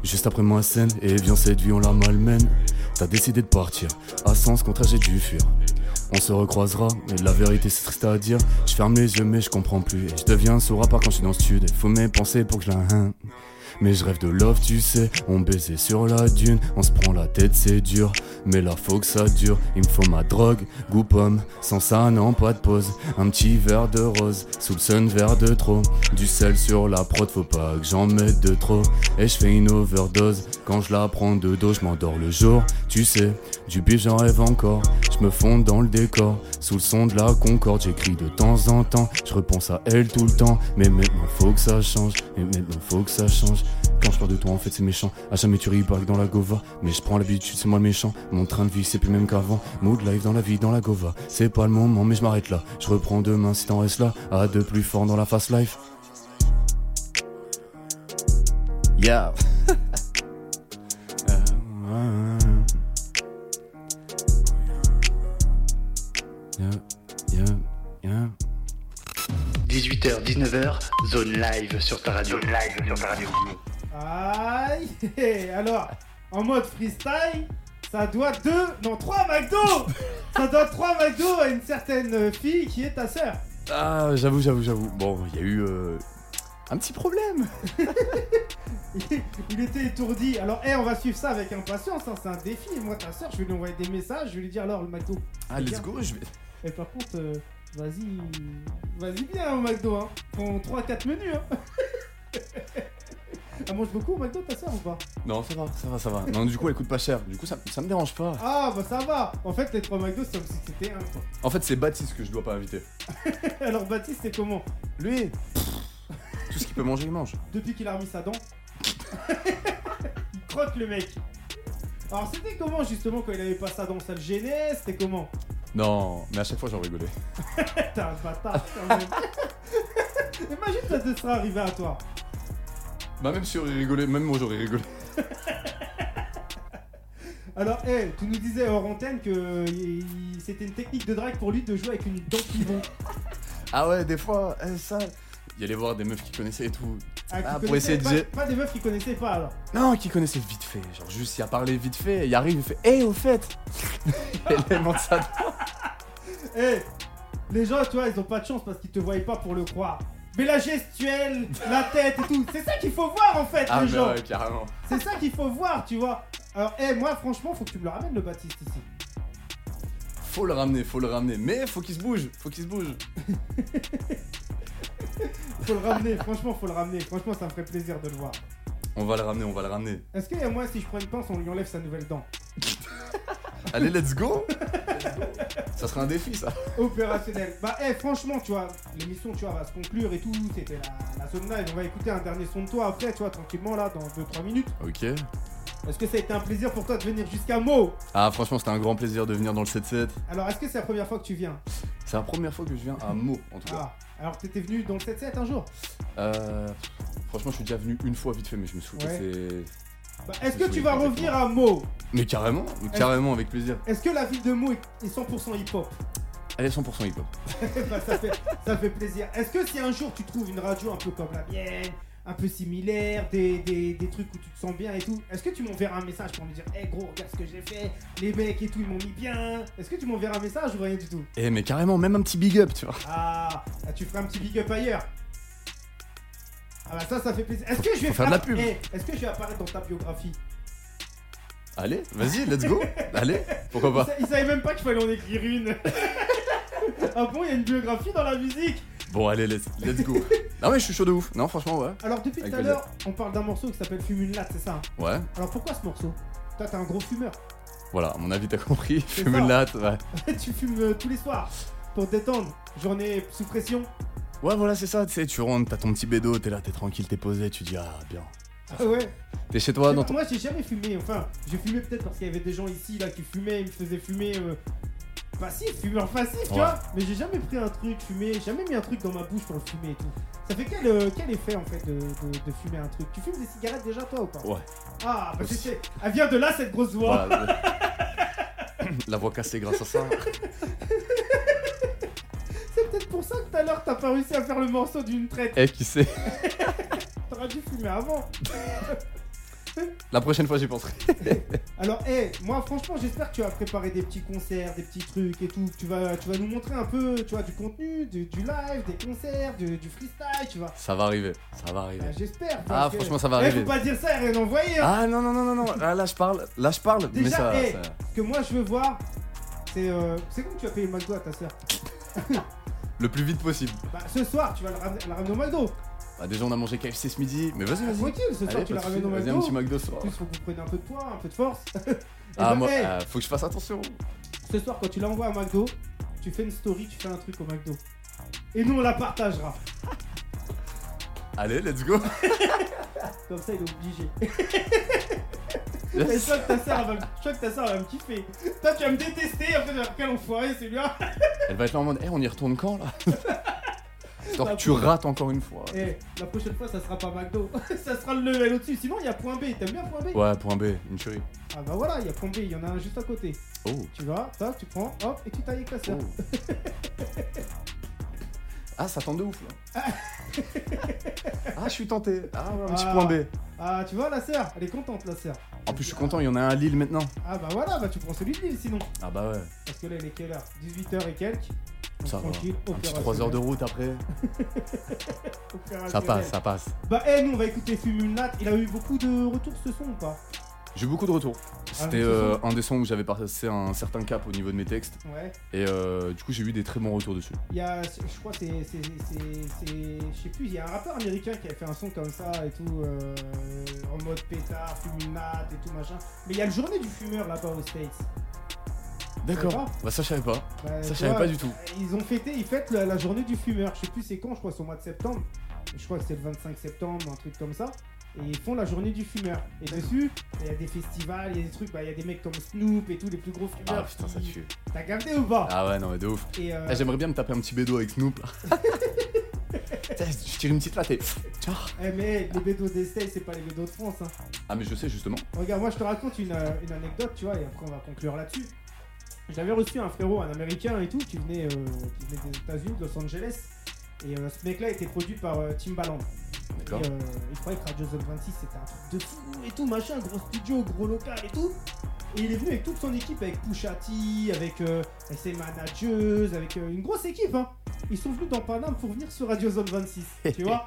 [SPEAKER 4] Juste après ma scène, et viens cette vie, on la malmène. T'as décidé de partir. À sens contraire, j'ai dû fuir. On se recroisera, mais la vérité c'est triste à dire. Je ferme les yeux, mais je comprends plus. Et je deviens sourd à part quand je suis dans le stud. Faut mes pensées pour que je la hein. Mais je rêve de love, tu sais. On baisait sur la dune, on se prend la tête, c'est dur. Mais là, faut que ça dure. Il me faut ma drogue, goût pomme. Sans ça, non, pas de pause. Un petit verre de rose, sous le sun, verre de trop. Du sel sur la prod, faut pas que j'en mette de trop. Et je fais une overdose. Quand je la prends de dos, je m'endors le jour. Tu sais, du bif, j'en rêve encore. Je me fonds dans le décor. Sous le son de la concorde, j'écris de temps en temps. Je repense à elle tout le temps. Mais maintenant, faut que ça change. Mais maintenant, faut que ça change. Quand je parle de toi, en fait, c'est méchant. À jamais tu ribarques dans la gova. Mais je prends l'habitude, c'est moi le méchant. Mon train de vie, c'est plus même qu'avant. Mood life dans la vie, dans la gova. C'est pas le moment, mais je m'arrête là. Je reprends demain si t'en restes là. À de plus fort dans la fast life. Yeah. Euh,
[SPEAKER 1] 18h, 19h, zone live sur ta radio. Zone live sur ta radio.
[SPEAKER 3] Aïe hé, hé. Alors, en mode freestyle, ça doit deux, non trois McDo Ça doit trois McDo à une certaine euh, fille qui est ta sœur.
[SPEAKER 4] Ah, j'avoue, j'avoue, j'avoue. Bon, il y a eu euh, un petit problème.
[SPEAKER 3] Il il était étourdi. Alors, hé, on va suivre ça avec impatience, hein, c'est un défi. Et moi, ta sœur, je vais lui envoyer des messages, je vais lui dire alors le McDo.
[SPEAKER 4] Ah, let's go. Je vais...
[SPEAKER 3] Et par contre, euh, vas-y, vas-y bien au McDo, hein. Prends 3-4 menus, hein. Elle mange beaucoup au McDo, ta sœur ou pas
[SPEAKER 4] Non, ça va, ça va, ça va. Non, du coup, elle coûte pas cher. Du coup, ça, ça me dérange pas.
[SPEAKER 3] Ah, bah ça va En fait, les trois McDo, c'est comme si c'était un, quoi.
[SPEAKER 4] En fait, c'est Baptiste que je dois pas inviter.
[SPEAKER 3] Alors, Baptiste, c'est comment
[SPEAKER 4] Lui, tout ce qu'il peut manger, il mange.
[SPEAKER 3] Depuis qu'il a remis sa dent. il croque le mec. Alors c'était comment justement quand il avait pas sa dent Ça le gênait C'était comment
[SPEAKER 4] Non, mais à chaque fois, j'en rigolais.
[SPEAKER 3] T'es un bâtard quand même. Imagine ça te serait arrivé à toi.
[SPEAKER 4] Bah, même si j'aurais rigolé, même moi, j'aurais rigolé.
[SPEAKER 3] Alors, hé, tu nous disais hors antenne que euh, il- il- c'était une technique de drague pour lui de jouer avec une dent pivot.
[SPEAKER 4] Ah ouais, des fois, eh, ça. Il allait voir des meufs qui connaissaient et tout.
[SPEAKER 3] Ah, qui
[SPEAKER 4] Ah, pour
[SPEAKER 3] connaissait
[SPEAKER 4] essayer de gérer-
[SPEAKER 3] pas, pas des meufs qui connaissaient pas alors.
[SPEAKER 4] Non, qui connaissait vite fait. Genre, juste, il a parlé vite fait. Il arrive, il fait Eh, au fait Elle monte ça.
[SPEAKER 3] Hé, les gens, tu vois, ils ont pas de chance parce qu'ils te voyaient pas pour le croire. Mais la gestuelle, la tête et tout, c'est ça qu'il faut voir en fait,
[SPEAKER 4] Ah,
[SPEAKER 3] les
[SPEAKER 4] mais
[SPEAKER 3] gens.
[SPEAKER 4] ouais, carrément.
[SPEAKER 3] C'est ça qu'il faut voir, tu vois. Alors, hé, moi, franchement, faut que tu me le ramènes, le Baptiste, ici.
[SPEAKER 4] Faut le ramener, faut le ramener. Mais faut qu'il se bouge, faut qu'il se bouge.
[SPEAKER 3] Faut le ramener, franchement, faut le ramener. Franchement, ça me ferait plaisir de le voir.
[SPEAKER 4] On va le ramener, on va le ramener.
[SPEAKER 3] Est-ce que, moi, si je prends une pince, on lui enlève sa nouvelle dent
[SPEAKER 4] Allez, let's go Ça sera un défi, ça.
[SPEAKER 3] Opérationnel. Bah, hé, franchement, tu vois, l'émission, tu vois, va se conclure et tout. C'était la, la zone live. On va écouter un dernier son de toi après, tu vois, tranquillement, là, dans 2-3 minutes.
[SPEAKER 4] Ok.
[SPEAKER 3] Est-ce que ça a été un plaisir pour toi de venir jusqu'à Meaux
[SPEAKER 4] Ah, franchement, c'était un grand plaisir de venir dans le 7-7.
[SPEAKER 3] Alors, est-ce que c'est la première fois que tu viens
[SPEAKER 4] C'est la première fois que je viens à Meaux, en tout cas.
[SPEAKER 3] Ah, alors t'étais venu dans le 7-7 un jour
[SPEAKER 4] Euh, franchement, je suis déjà venu une fois vite fait, mais je me souviens.
[SPEAKER 3] Ouais.
[SPEAKER 4] c'est-
[SPEAKER 3] Bah, Est-ce que
[SPEAKER 4] Oui,
[SPEAKER 3] tu vas
[SPEAKER 4] exactement.
[SPEAKER 3] revenir à Meaux
[SPEAKER 4] Mais carrément, mais carrément, avec plaisir.
[SPEAKER 3] Est-ce que la ville de Meaux est- est 100% hip-hop
[SPEAKER 4] Allez, 100% hip-hop.
[SPEAKER 3] Bah, ça, fait, ça fait plaisir. Est-ce que si un jour tu trouves une radio un peu comme la mienne, un peu similaire, des, des- des trucs où tu te sens bien et tout, est-ce que tu m'enverras un message pour me dire, hé gros, regarde ce que j'ai fait, les mecs et tout, ils m'ont mis bien Est-ce que tu m'enverras un message ou rien du tout
[SPEAKER 4] Eh, mais carrément, même un petit big up, tu vois.
[SPEAKER 3] Ah, ah, tu feras un petit big up ailleurs ah bah ça ça fait plaisir. Est-ce que je vais
[SPEAKER 4] Faut faire de la
[SPEAKER 3] appara-
[SPEAKER 4] pub. Oh.
[SPEAKER 3] Eh, Est-ce que je vais apparaître dans ta biographie
[SPEAKER 4] Allez, vas-y, let's go. Allez, pourquoi
[SPEAKER 3] Ils
[SPEAKER 4] pas.
[SPEAKER 3] sa- Ils savaient même pas qu'il fallait en écrire une. ah bon, il y a une biographie dans la musique
[SPEAKER 4] Bon, allez, let's, let's go. Non, mais je suis chaud de ouf. Non, franchement, ouais.
[SPEAKER 3] Alors depuis
[SPEAKER 4] Avec
[SPEAKER 3] tout à l'heure, on parle d'un morceau qui s'appelle Fume une latte, c'est ça hein
[SPEAKER 4] Ouais,
[SPEAKER 3] Alors pourquoi ce morceau Toi, t'es un gros fumeur.
[SPEAKER 4] voilà, à mon avis, t'as compris. Je me
[SPEAKER 3] ça.
[SPEAKER 4] latte, ouais.
[SPEAKER 3] tu fumes euh, tous les soirs pour te détendre. Journée sous pression.
[SPEAKER 4] Ouais, voilà, c'est ça, tu sais, tu rentres, t'as ton petit bédo, t'es là, t'es tranquille, t'es posé, tu dis, ah, bien.
[SPEAKER 3] Ah ouais.
[SPEAKER 4] T'es chez toi, dans ton.
[SPEAKER 3] Moi, j'ai jamais fumé. Enfin, j'ai fumé peut-être parce qu'il y avait des gens ici là qui fumaient, ils me faisaient fumer. euh, Passif, fumeur passif, tu
[SPEAKER 4] Ouais.
[SPEAKER 3] vois. Mais j'ai jamais pris un truc fumé, j'ai jamais mis un truc dans ma bouche pour le fumer et tout. Ça fait quel, euh, quel effet en fait de, de- de fumer un truc Tu fumes des cigarettes déjà toi ou pas
[SPEAKER 4] Ouais.
[SPEAKER 3] Ah, bah tu sais, elle vient de là cette grosse voix.
[SPEAKER 4] Voilà. La voix cassée grâce à ça.
[SPEAKER 3] C'est peut-être pour ça que tout à l'heure t'as pas réussi à faire le morceau d'une traite.
[SPEAKER 4] Eh, qui sait
[SPEAKER 3] T'aurais dû fumer avant.
[SPEAKER 4] La prochaine fois, j'y penserai.
[SPEAKER 3] Alors, hé, moi, franchement, j'espère que tu vas préparer des petits concerts, des petits trucs et tout. que Tu vas, tu vas nous montrer un peu, tu vois, du contenu, du, du live, des concerts, du, du freestyle, tu vois.
[SPEAKER 4] Ça va arriver, ça va arriver.
[SPEAKER 3] Ah, j'espère.
[SPEAKER 4] Ah,
[SPEAKER 3] parce que-
[SPEAKER 4] franchement, ça va
[SPEAKER 3] Eh,
[SPEAKER 4] arriver.
[SPEAKER 3] faut pas dire ça et rien envoyer. hein.
[SPEAKER 4] Ah non non non non non là, là, je parle là je parle mais
[SPEAKER 3] Déjà,
[SPEAKER 4] ça,
[SPEAKER 3] eh.
[SPEAKER 4] ça-
[SPEAKER 3] Ce que moi, je veux voir, c'est. euh, c'est quand que tu vas payer le McDo à ta sœur
[SPEAKER 4] le plus vite possible.
[SPEAKER 3] Bah, ce soir, tu vas le ramener- la ramener au McDo.
[SPEAKER 4] Bah, déjà on a mangé KFC ce midi mais vas-y vas-y.
[SPEAKER 3] Tranquille, ce soir,
[SPEAKER 4] Ah, Allez,
[SPEAKER 3] tu
[SPEAKER 4] pas
[SPEAKER 3] la
[SPEAKER 4] de soucis,
[SPEAKER 3] ramènes au
[SPEAKER 4] vas-y un
[SPEAKER 3] McDo. Eh.
[SPEAKER 4] petit McDo ce
[SPEAKER 3] En
[SPEAKER 4] soir.
[SPEAKER 3] plus, faut que vous preniez un peu de poids, un peu de force. Et
[SPEAKER 4] Ah
[SPEAKER 3] ben,
[SPEAKER 4] moi
[SPEAKER 3] eh,
[SPEAKER 4] euh, faut que je fasse attention.
[SPEAKER 3] Ce soir, quand tu l'envoies à McDo, tu fais une story, tu fais un truc au McDo. Et nous, on la partagera.
[SPEAKER 4] Allez let's go.
[SPEAKER 3] Comme ça, il est obligé. Et je
[SPEAKER 4] Yes.
[SPEAKER 3] crois que ta sœur, elle va, me- je crois que ta sœur, elle va me kiffer. Toi, tu vas me détester. Après, tu vas faire quel enfoiré celui-là.
[SPEAKER 4] Elle va être là en mode eh on y retourne quand là. Genre tu rates encore une fois.
[SPEAKER 3] Eh, la prochaine fois, ça sera pas McDo. ça sera le level au-dessus. Sinon, il y a point B. T'aimes bien point B
[SPEAKER 4] Ouais point B une tuerie.
[SPEAKER 3] Ah bah voilà, il y a point B. Il y en a un juste à côté.
[SPEAKER 4] Oh.
[SPEAKER 3] Tu vas, ça, tu prends, hop, et tu tailles avec ta
[SPEAKER 4] oh.
[SPEAKER 3] sœur.
[SPEAKER 4] Ah, ça tente de ouf là. ah, je suis tenté. Ah, ouais, un petit
[SPEAKER 3] Ah.
[SPEAKER 4] point B.
[SPEAKER 3] Ah, tu vois, la sœur, elle est contente, la sœur.
[SPEAKER 4] En plus, je suis content, il y en a un à Lille maintenant.
[SPEAKER 3] Ah, bah voilà, bah tu prends celui de Lille sinon.
[SPEAKER 4] Ah, bah ouais.
[SPEAKER 3] Parce que là, il est quelle heure 18h et quelques. Donc,
[SPEAKER 4] Ça va.
[SPEAKER 3] tranquille,
[SPEAKER 4] Un petit
[SPEAKER 3] opérationnel.
[SPEAKER 4] 3 heures de route après.
[SPEAKER 3] Opérationnel.
[SPEAKER 4] Ça passe, ça passe.
[SPEAKER 3] Bah, eh, nous, on va écouter Fumunat. Il a eu beaucoup de retours ce son ou pas
[SPEAKER 4] J'ai eu beaucoup de retours. C'était
[SPEAKER 3] c'est
[SPEAKER 4] euh, un des sons où j'avais passé un certain cap au niveau de mes textes.
[SPEAKER 3] Ouais.
[SPEAKER 4] Et euh, du coup, j'ai eu des très bons retours dessus.
[SPEAKER 3] Il y a, je crois, que c'est. c'est- c'est- c'est- Je sais plus, il y a un rappeur américain qui a fait un son comme ça et tout, euh, en mode pétard, fumunat et tout machin. Mais il y a le journée du fumeur là-bas aux States. Ça va
[SPEAKER 4] Bah, ça, je savais pas.
[SPEAKER 3] Bah, tu
[SPEAKER 4] Ça, je savais
[SPEAKER 3] vois,
[SPEAKER 4] pas du tout.
[SPEAKER 3] Ils ont fêté, ils fêtent la, la journée du fumeur. Je sais plus c'est quand, je crois, c'est au mois de septembre. Je crois que c'est le 25 septembre, un truc comme ça. Et ils font la journée du fumeur. Et dessus, il y a des festivals, il y a des trucs, bah, il y a des mecs comme Snoop et tout, les plus gros
[SPEAKER 4] Ah,
[SPEAKER 3] fumeurs.
[SPEAKER 4] putain, ça
[SPEAKER 3] qui-
[SPEAKER 4] tue.
[SPEAKER 3] T'as capté ou pas
[SPEAKER 4] Ah, ouais, non, mais de ouf.
[SPEAKER 3] Et euh,
[SPEAKER 4] Ah, J'aimerais bien me taper un petit bédo avec Snoop. Putain, je tire une petite latte. et- Tiens.
[SPEAKER 3] eh, mais les bédos des States, c'est pas les bédos de France. Hein.
[SPEAKER 4] Ah, mais je sais justement.
[SPEAKER 3] Regarde, moi je te raconte une, euh, une anecdote, tu vois, et après on va conclure là-dessus. J'avais reçu un frérot, un américain et tout, qui venait, euh, qui venait des États-Unis, de Los Angeles. Et euh, ce mec-là était produit par euh, Timbaland. Et,
[SPEAKER 4] D'accord.
[SPEAKER 3] euh, il croyait que Radio Zone 26 c'était un truc de fou et tout, machin, gros studio, gros local et tout. Et il est venu avec toute son équipe, avec Pouchati, avec euh, avec ses manageuses, avec euh, une grosse équipe. Hein. Ils sont venus dans Paname pour venir sur Radio Zone 26, tu vois.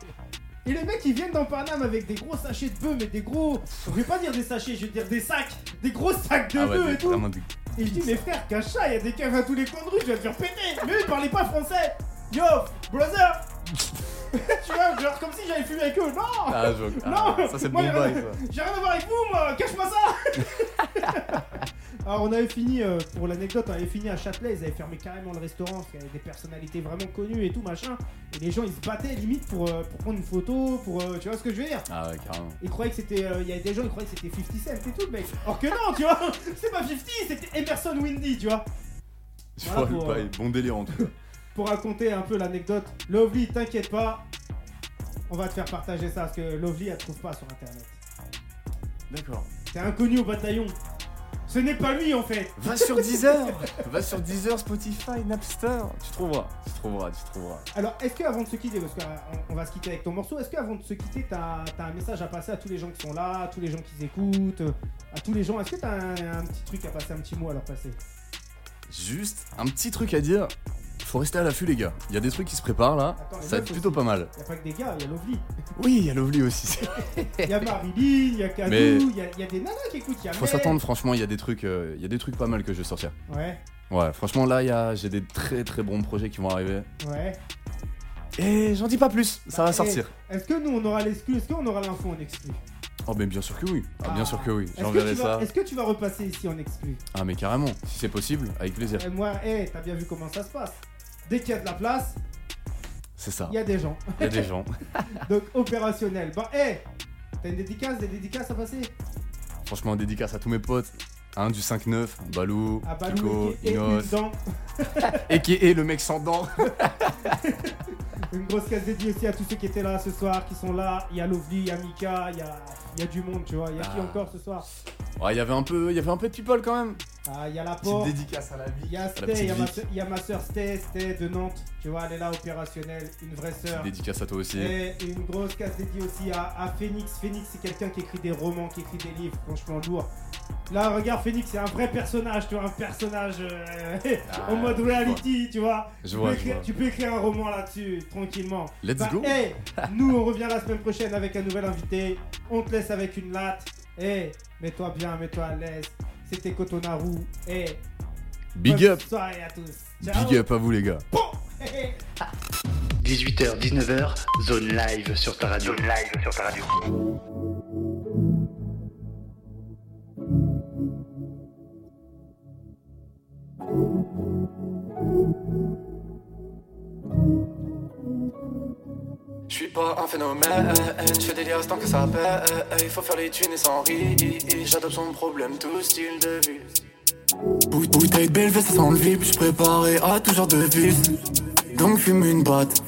[SPEAKER 3] Et les mecs ils viennent dans Paname avec des gros sachets de bœuf, mais des gros. Je vais pas dire des sachets, je vais dire des sacs, des gros sacs de
[SPEAKER 4] Ah,
[SPEAKER 3] bœuf
[SPEAKER 4] ouais,
[SPEAKER 3] et tout.
[SPEAKER 4] vraiment des-
[SPEAKER 3] Et je dis, mais frère, Kacha, il y a des caves à tous les coins de rue, je vais te faire péter. Mais eux, ils parlaient pas français. Yo, brother. tu vois, genre comme si j'avais fumé avec eux. Non,
[SPEAKER 4] Ah, je... ah,
[SPEAKER 3] Non,
[SPEAKER 4] ça, c'est le
[SPEAKER 3] moi, il
[SPEAKER 4] bon
[SPEAKER 3] y en a-
[SPEAKER 4] bail, ça.
[SPEAKER 3] j'ai rien à voir avec vous, moi. Cache-moi ça. Alors, on avait fini, euh, pour l'anecdote, on avait fini à Châtelet. Ils avaient fermé carrément le restaurant parce qu'il y avait des personnalités vraiment connues et tout, machin. Et les gens, ils se battaient limite pour, euh, pour prendre une photo, pour. euh, tu vois ce que je veux dire
[SPEAKER 4] Ah, ouais, carrément.
[SPEAKER 3] ils croyaient que c'était. euh, Il y a des gens, ils croyaient que c'était 50 Cent et tout, mec. Or que non, tu vois, c'est pas 50, c'était Emerson Windy, tu vois.
[SPEAKER 4] Je
[SPEAKER 3] Voilà
[SPEAKER 4] vois le
[SPEAKER 3] pour,
[SPEAKER 4] bail. Bon délire en tout cas.
[SPEAKER 3] pour raconter un peu l'anecdote, Lovely, t'inquiète pas, on va te faire partager ça parce que Lovely, elle trouve pas sur internet.
[SPEAKER 4] D'accord.
[SPEAKER 3] T'es inconnu au bataillon. Ce n'est pas lui en fait.
[SPEAKER 4] Va sur Deezer Va sur Deezer, Spotify, Napster Tu trouveras, tu trouveras, tu trouveras.
[SPEAKER 3] Alors, est-ce que avant de se quitter, parce qu'on on va se quitter avec ton morceau, est-ce que avant de se quitter, t'as as un message à passer à tous les gens qui sont là, à tous les gens qui écoutent, à tous les gens Est-ce que t'as un, un petit truc à passer, un petit mot à leur passer
[SPEAKER 4] Juste un petit truc à dire. Faut rester à l'affût les gars. Il y a des trucs qui se préparent là.
[SPEAKER 3] Attends, les
[SPEAKER 4] ça va être
[SPEAKER 3] meufs
[SPEAKER 4] plutôt
[SPEAKER 3] aussi.
[SPEAKER 4] pas mal.
[SPEAKER 3] Y a pas que des gars, y a Lovely,
[SPEAKER 4] Oui, il y a l'OVLI aussi.
[SPEAKER 3] y a Marilyn, y a Kadou,
[SPEAKER 4] Mais-
[SPEAKER 3] y, a, y a des nanas qui écoutent, y a
[SPEAKER 4] Faut
[SPEAKER 3] Mel.
[SPEAKER 4] s'attendre franchement, il y a des trucs euh, il y a des trucs pas mal que je vais sortir.
[SPEAKER 3] Ouais,
[SPEAKER 4] Ouais, franchement là, il y a- j'ai des très très bons projets qui vont arriver.
[SPEAKER 3] ouais.
[SPEAKER 4] Et j'en dis pas plus, ça
[SPEAKER 3] Bah,
[SPEAKER 4] va
[SPEAKER 3] et-
[SPEAKER 4] sortir.
[SPEAKER 3] Est-ce que nous on aura l'exclu Est-ce qu'on aura l'info en exclu
[SPEAKER 4] Oh mais bien sûr que oui. Ah,
[SPEAKER 3] Ah.
[SPEAKER 4] bien sûr que oui.
[SPEAKER 3] Est-ce que,
[SPEAKER 4] J'enverrai
[SPEAKER 3] tu vas-
[SPEAKER 4] ça.
[SPEAKER 3] est-ce que tu vas repasser ici en exclu
[SPEAKER 4] Ah mais carrément, si c'est possible, avec plaisir.
[SPEAKER 3] Eh, Moi, eh, t'as bien vu comment ça se passe. Dès qu'il y a de la place,
[SPEAKER 4] C'est ça.
[SPEAKER 3] il y a des gens.
[SPEAKER 4] Il y a des gens.
[SPEAKER 3] Donc opérationnel. Bah, eh, t'as une dédicace, des dédicaces à passer
[SPEAKER 4] Franchement, dédicace à tous mes potes. Hein, du 5-9, Balou,
[SPEAKER 3] À Ah, Balou
[SPEAKER 4] Tuco,
[SPEAKER 3] bah et une
[SPEAKER 4] Inos,
[SPEAKER 3] dent.
[SPEAKER 4] et qui est le mec sans dents.
[SPEAKER 3] Une grosse case dédiée aussi à tous ceux qui étaient là ce soir, qui sont là. Il y a Lovely, il y a Mika, il y a, il y a du monde, tu vois. Il y a qui
[SPEAKER 4] Ah.
[SPEAKER 3] encore ce soir
[SPEAKER 4] Ouais, il y avait un peu, il y avait un peu de people quand même.
[SPEAKER 3] Ah, il y a la
[SPEAKER 4] Petite
[SPEAKER 3] porte.
[SPEAKER 4] dédicace à la
[SPEAKER 3] Il y
[SPEAKER 4] vie.
[SPEAKER 3] a
[SPEAKER 4] petite
[SPEAKER 3] Sté, il y a ma
[SPEAKER 4] Vic.
[SPEAKER 3] sœur- il y a ma soeur Sté, Sté de Nantes. Tu vois, elle est là opérationnelle, une vraie sœur.
[SPEAKER 4] Dédicace à toi aussi.
[SPEAKER 3] Et une grosse case dédiée aussi à, à Phoenix. Phoenix, c'est quelqu'un qui écrit des romans, qui écrit des livres, franchement lourd. Là, regarde, Phoenix, c'est un vrai personnage, tu vois, un personnage euh,
[SPEAKER 4] Ah,
[SPEAKER 3] en mode
[SPEAKER 4] je vois.
[SPEAKER 3] reality, tu vois.
[SPEAKER 4] Je
[SPEAKER 3] Tu
[SPEAKER 4] vois,
[SPEAKER 3] peux,
[SPEAKER 4] je
[SPEAKER 3] écrire,
[SPEAKER 4] vois.
[SPEAKER 3] tu peux écrire un roman là-dessus, tranquillement.
[SPEAKER 4] Let's
[SPEAKER 3] Bah,
[SPEAKER 4] go.
[SPEAKER 3] hey, nous, on revient la semaine prochaine avec un nouvel invité. On te laisse avec une latte. Eh, mets-toi bien, mets-toi à l'aise. C'était Cotonaru. Eh,
[SPEAKER 4] Big
[SPEAKER 3] bonne
[SPEAKER 4] up,
[SPEAKER 3] soirée à tous. Ciao.
[SPEAKER 4] big up à vous les gars.
[SPEAKER 1] 18h, 19h, zone live sur ta radio. Zone live sur ta radio.
[SPEAKER 13] Je suis pas un phénomène, je fais des liasses tant que ça paie. Il faut faire les thunes et sans rire. J'adopte son problème, tout style de vie. Bout- Bouteille de Belvé, ça sent le vide. J'suis préparé à tout genre de vice. Donc fume une batte,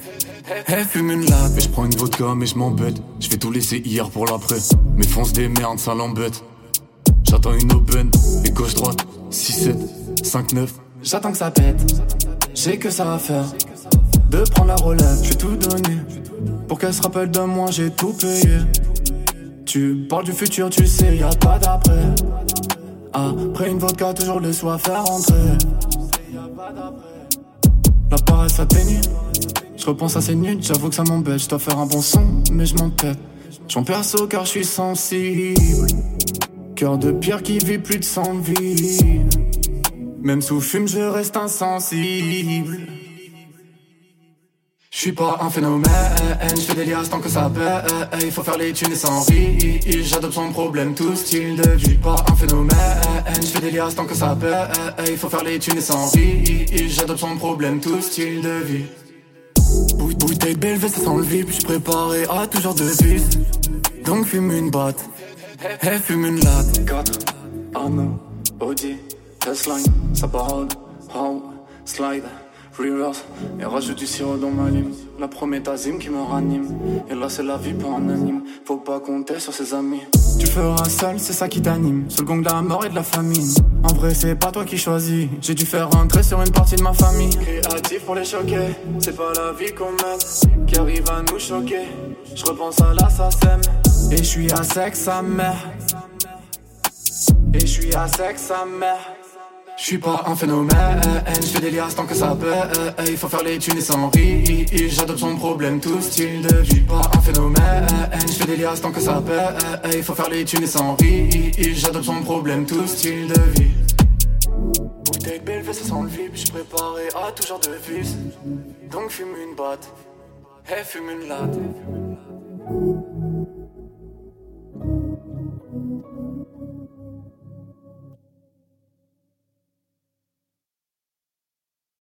[SPEAKER 13] et fume une latte.
[SPEAKER 6] Mais je prends une vodka mais je m'embête Je vais tout laisser hier pour l'après Mais fonce des merdes ça l'embête J'attends une open Et gauche droite 6-7 5-9
[SPEAKER 13] J'attends que ça pète, j'ai que ça à faire.
[SPEAKER 4] de prendre la relève, j'ai tout donné. Pour qu'elle se rappelle de moi, j'ai tout payé. Tu parles du futur, tu sais, y a pas d'après. Après une vodka, toujours le soir faire rentrer. La paresse s'atténue. Je repense à ces nuits, j'avoue que ça m'embête. Je dois faire un bon son, mais je m'entête. J'en perso car je suis sensible. Cœur de pierre qui vit plus de 100 vies. Même sous fume, je reste insensible. Je suis pas un phénomène, je fais des liasses tant que ça paie. Il faut faire les thunes et sans rire. J'adopte son problème, tout style de vie. Pas un phénomène, je fais des liasses tant que ça paie. Il faut faire les thunes et sans rire. J'adopte son problème, tout style de vie. Bou- Bouteille de belle veste sans le vip, j'suis préparé à tout genre de vices. Donc fume une batte, et fume une latte. 4, Arnaud, Audi, Tesla, ça parole, how, slide, reverse. Et rajoute du sirop dans ma lime. La prométhazine qui me ranime. Et là c'est la vie pour un anime, faut pas compter sur ses amis. Tu feras seul, c'est ça qui t'anime. Seul gong de la mort et de la famine. En vrai, c'est pas toi qui choisis. J'ai dû faire rentrer sur une partie de ma famille. Créatif pour les choquer, c'est pas la vie qu'on mène qui arrive à nous choquer. Je repense à l'assassin et je suis à sec sa mère. Et je suis à sec sa mère. Je suis pas un phénomène, je fais des liasses tant que ça paie. Il faut faire les thunes et sans rire. J'adopte son problème, tout style de vie. Pas un phénomène, je fais des liasses tant que ça paie. Il faut faire les thunes et sans rire. J'adopte son problème, tout style de vie. Bouteille de belle ça sent le vip. J'suis préparé à tout genre de vices. Donc fume une batte, et fume une latte.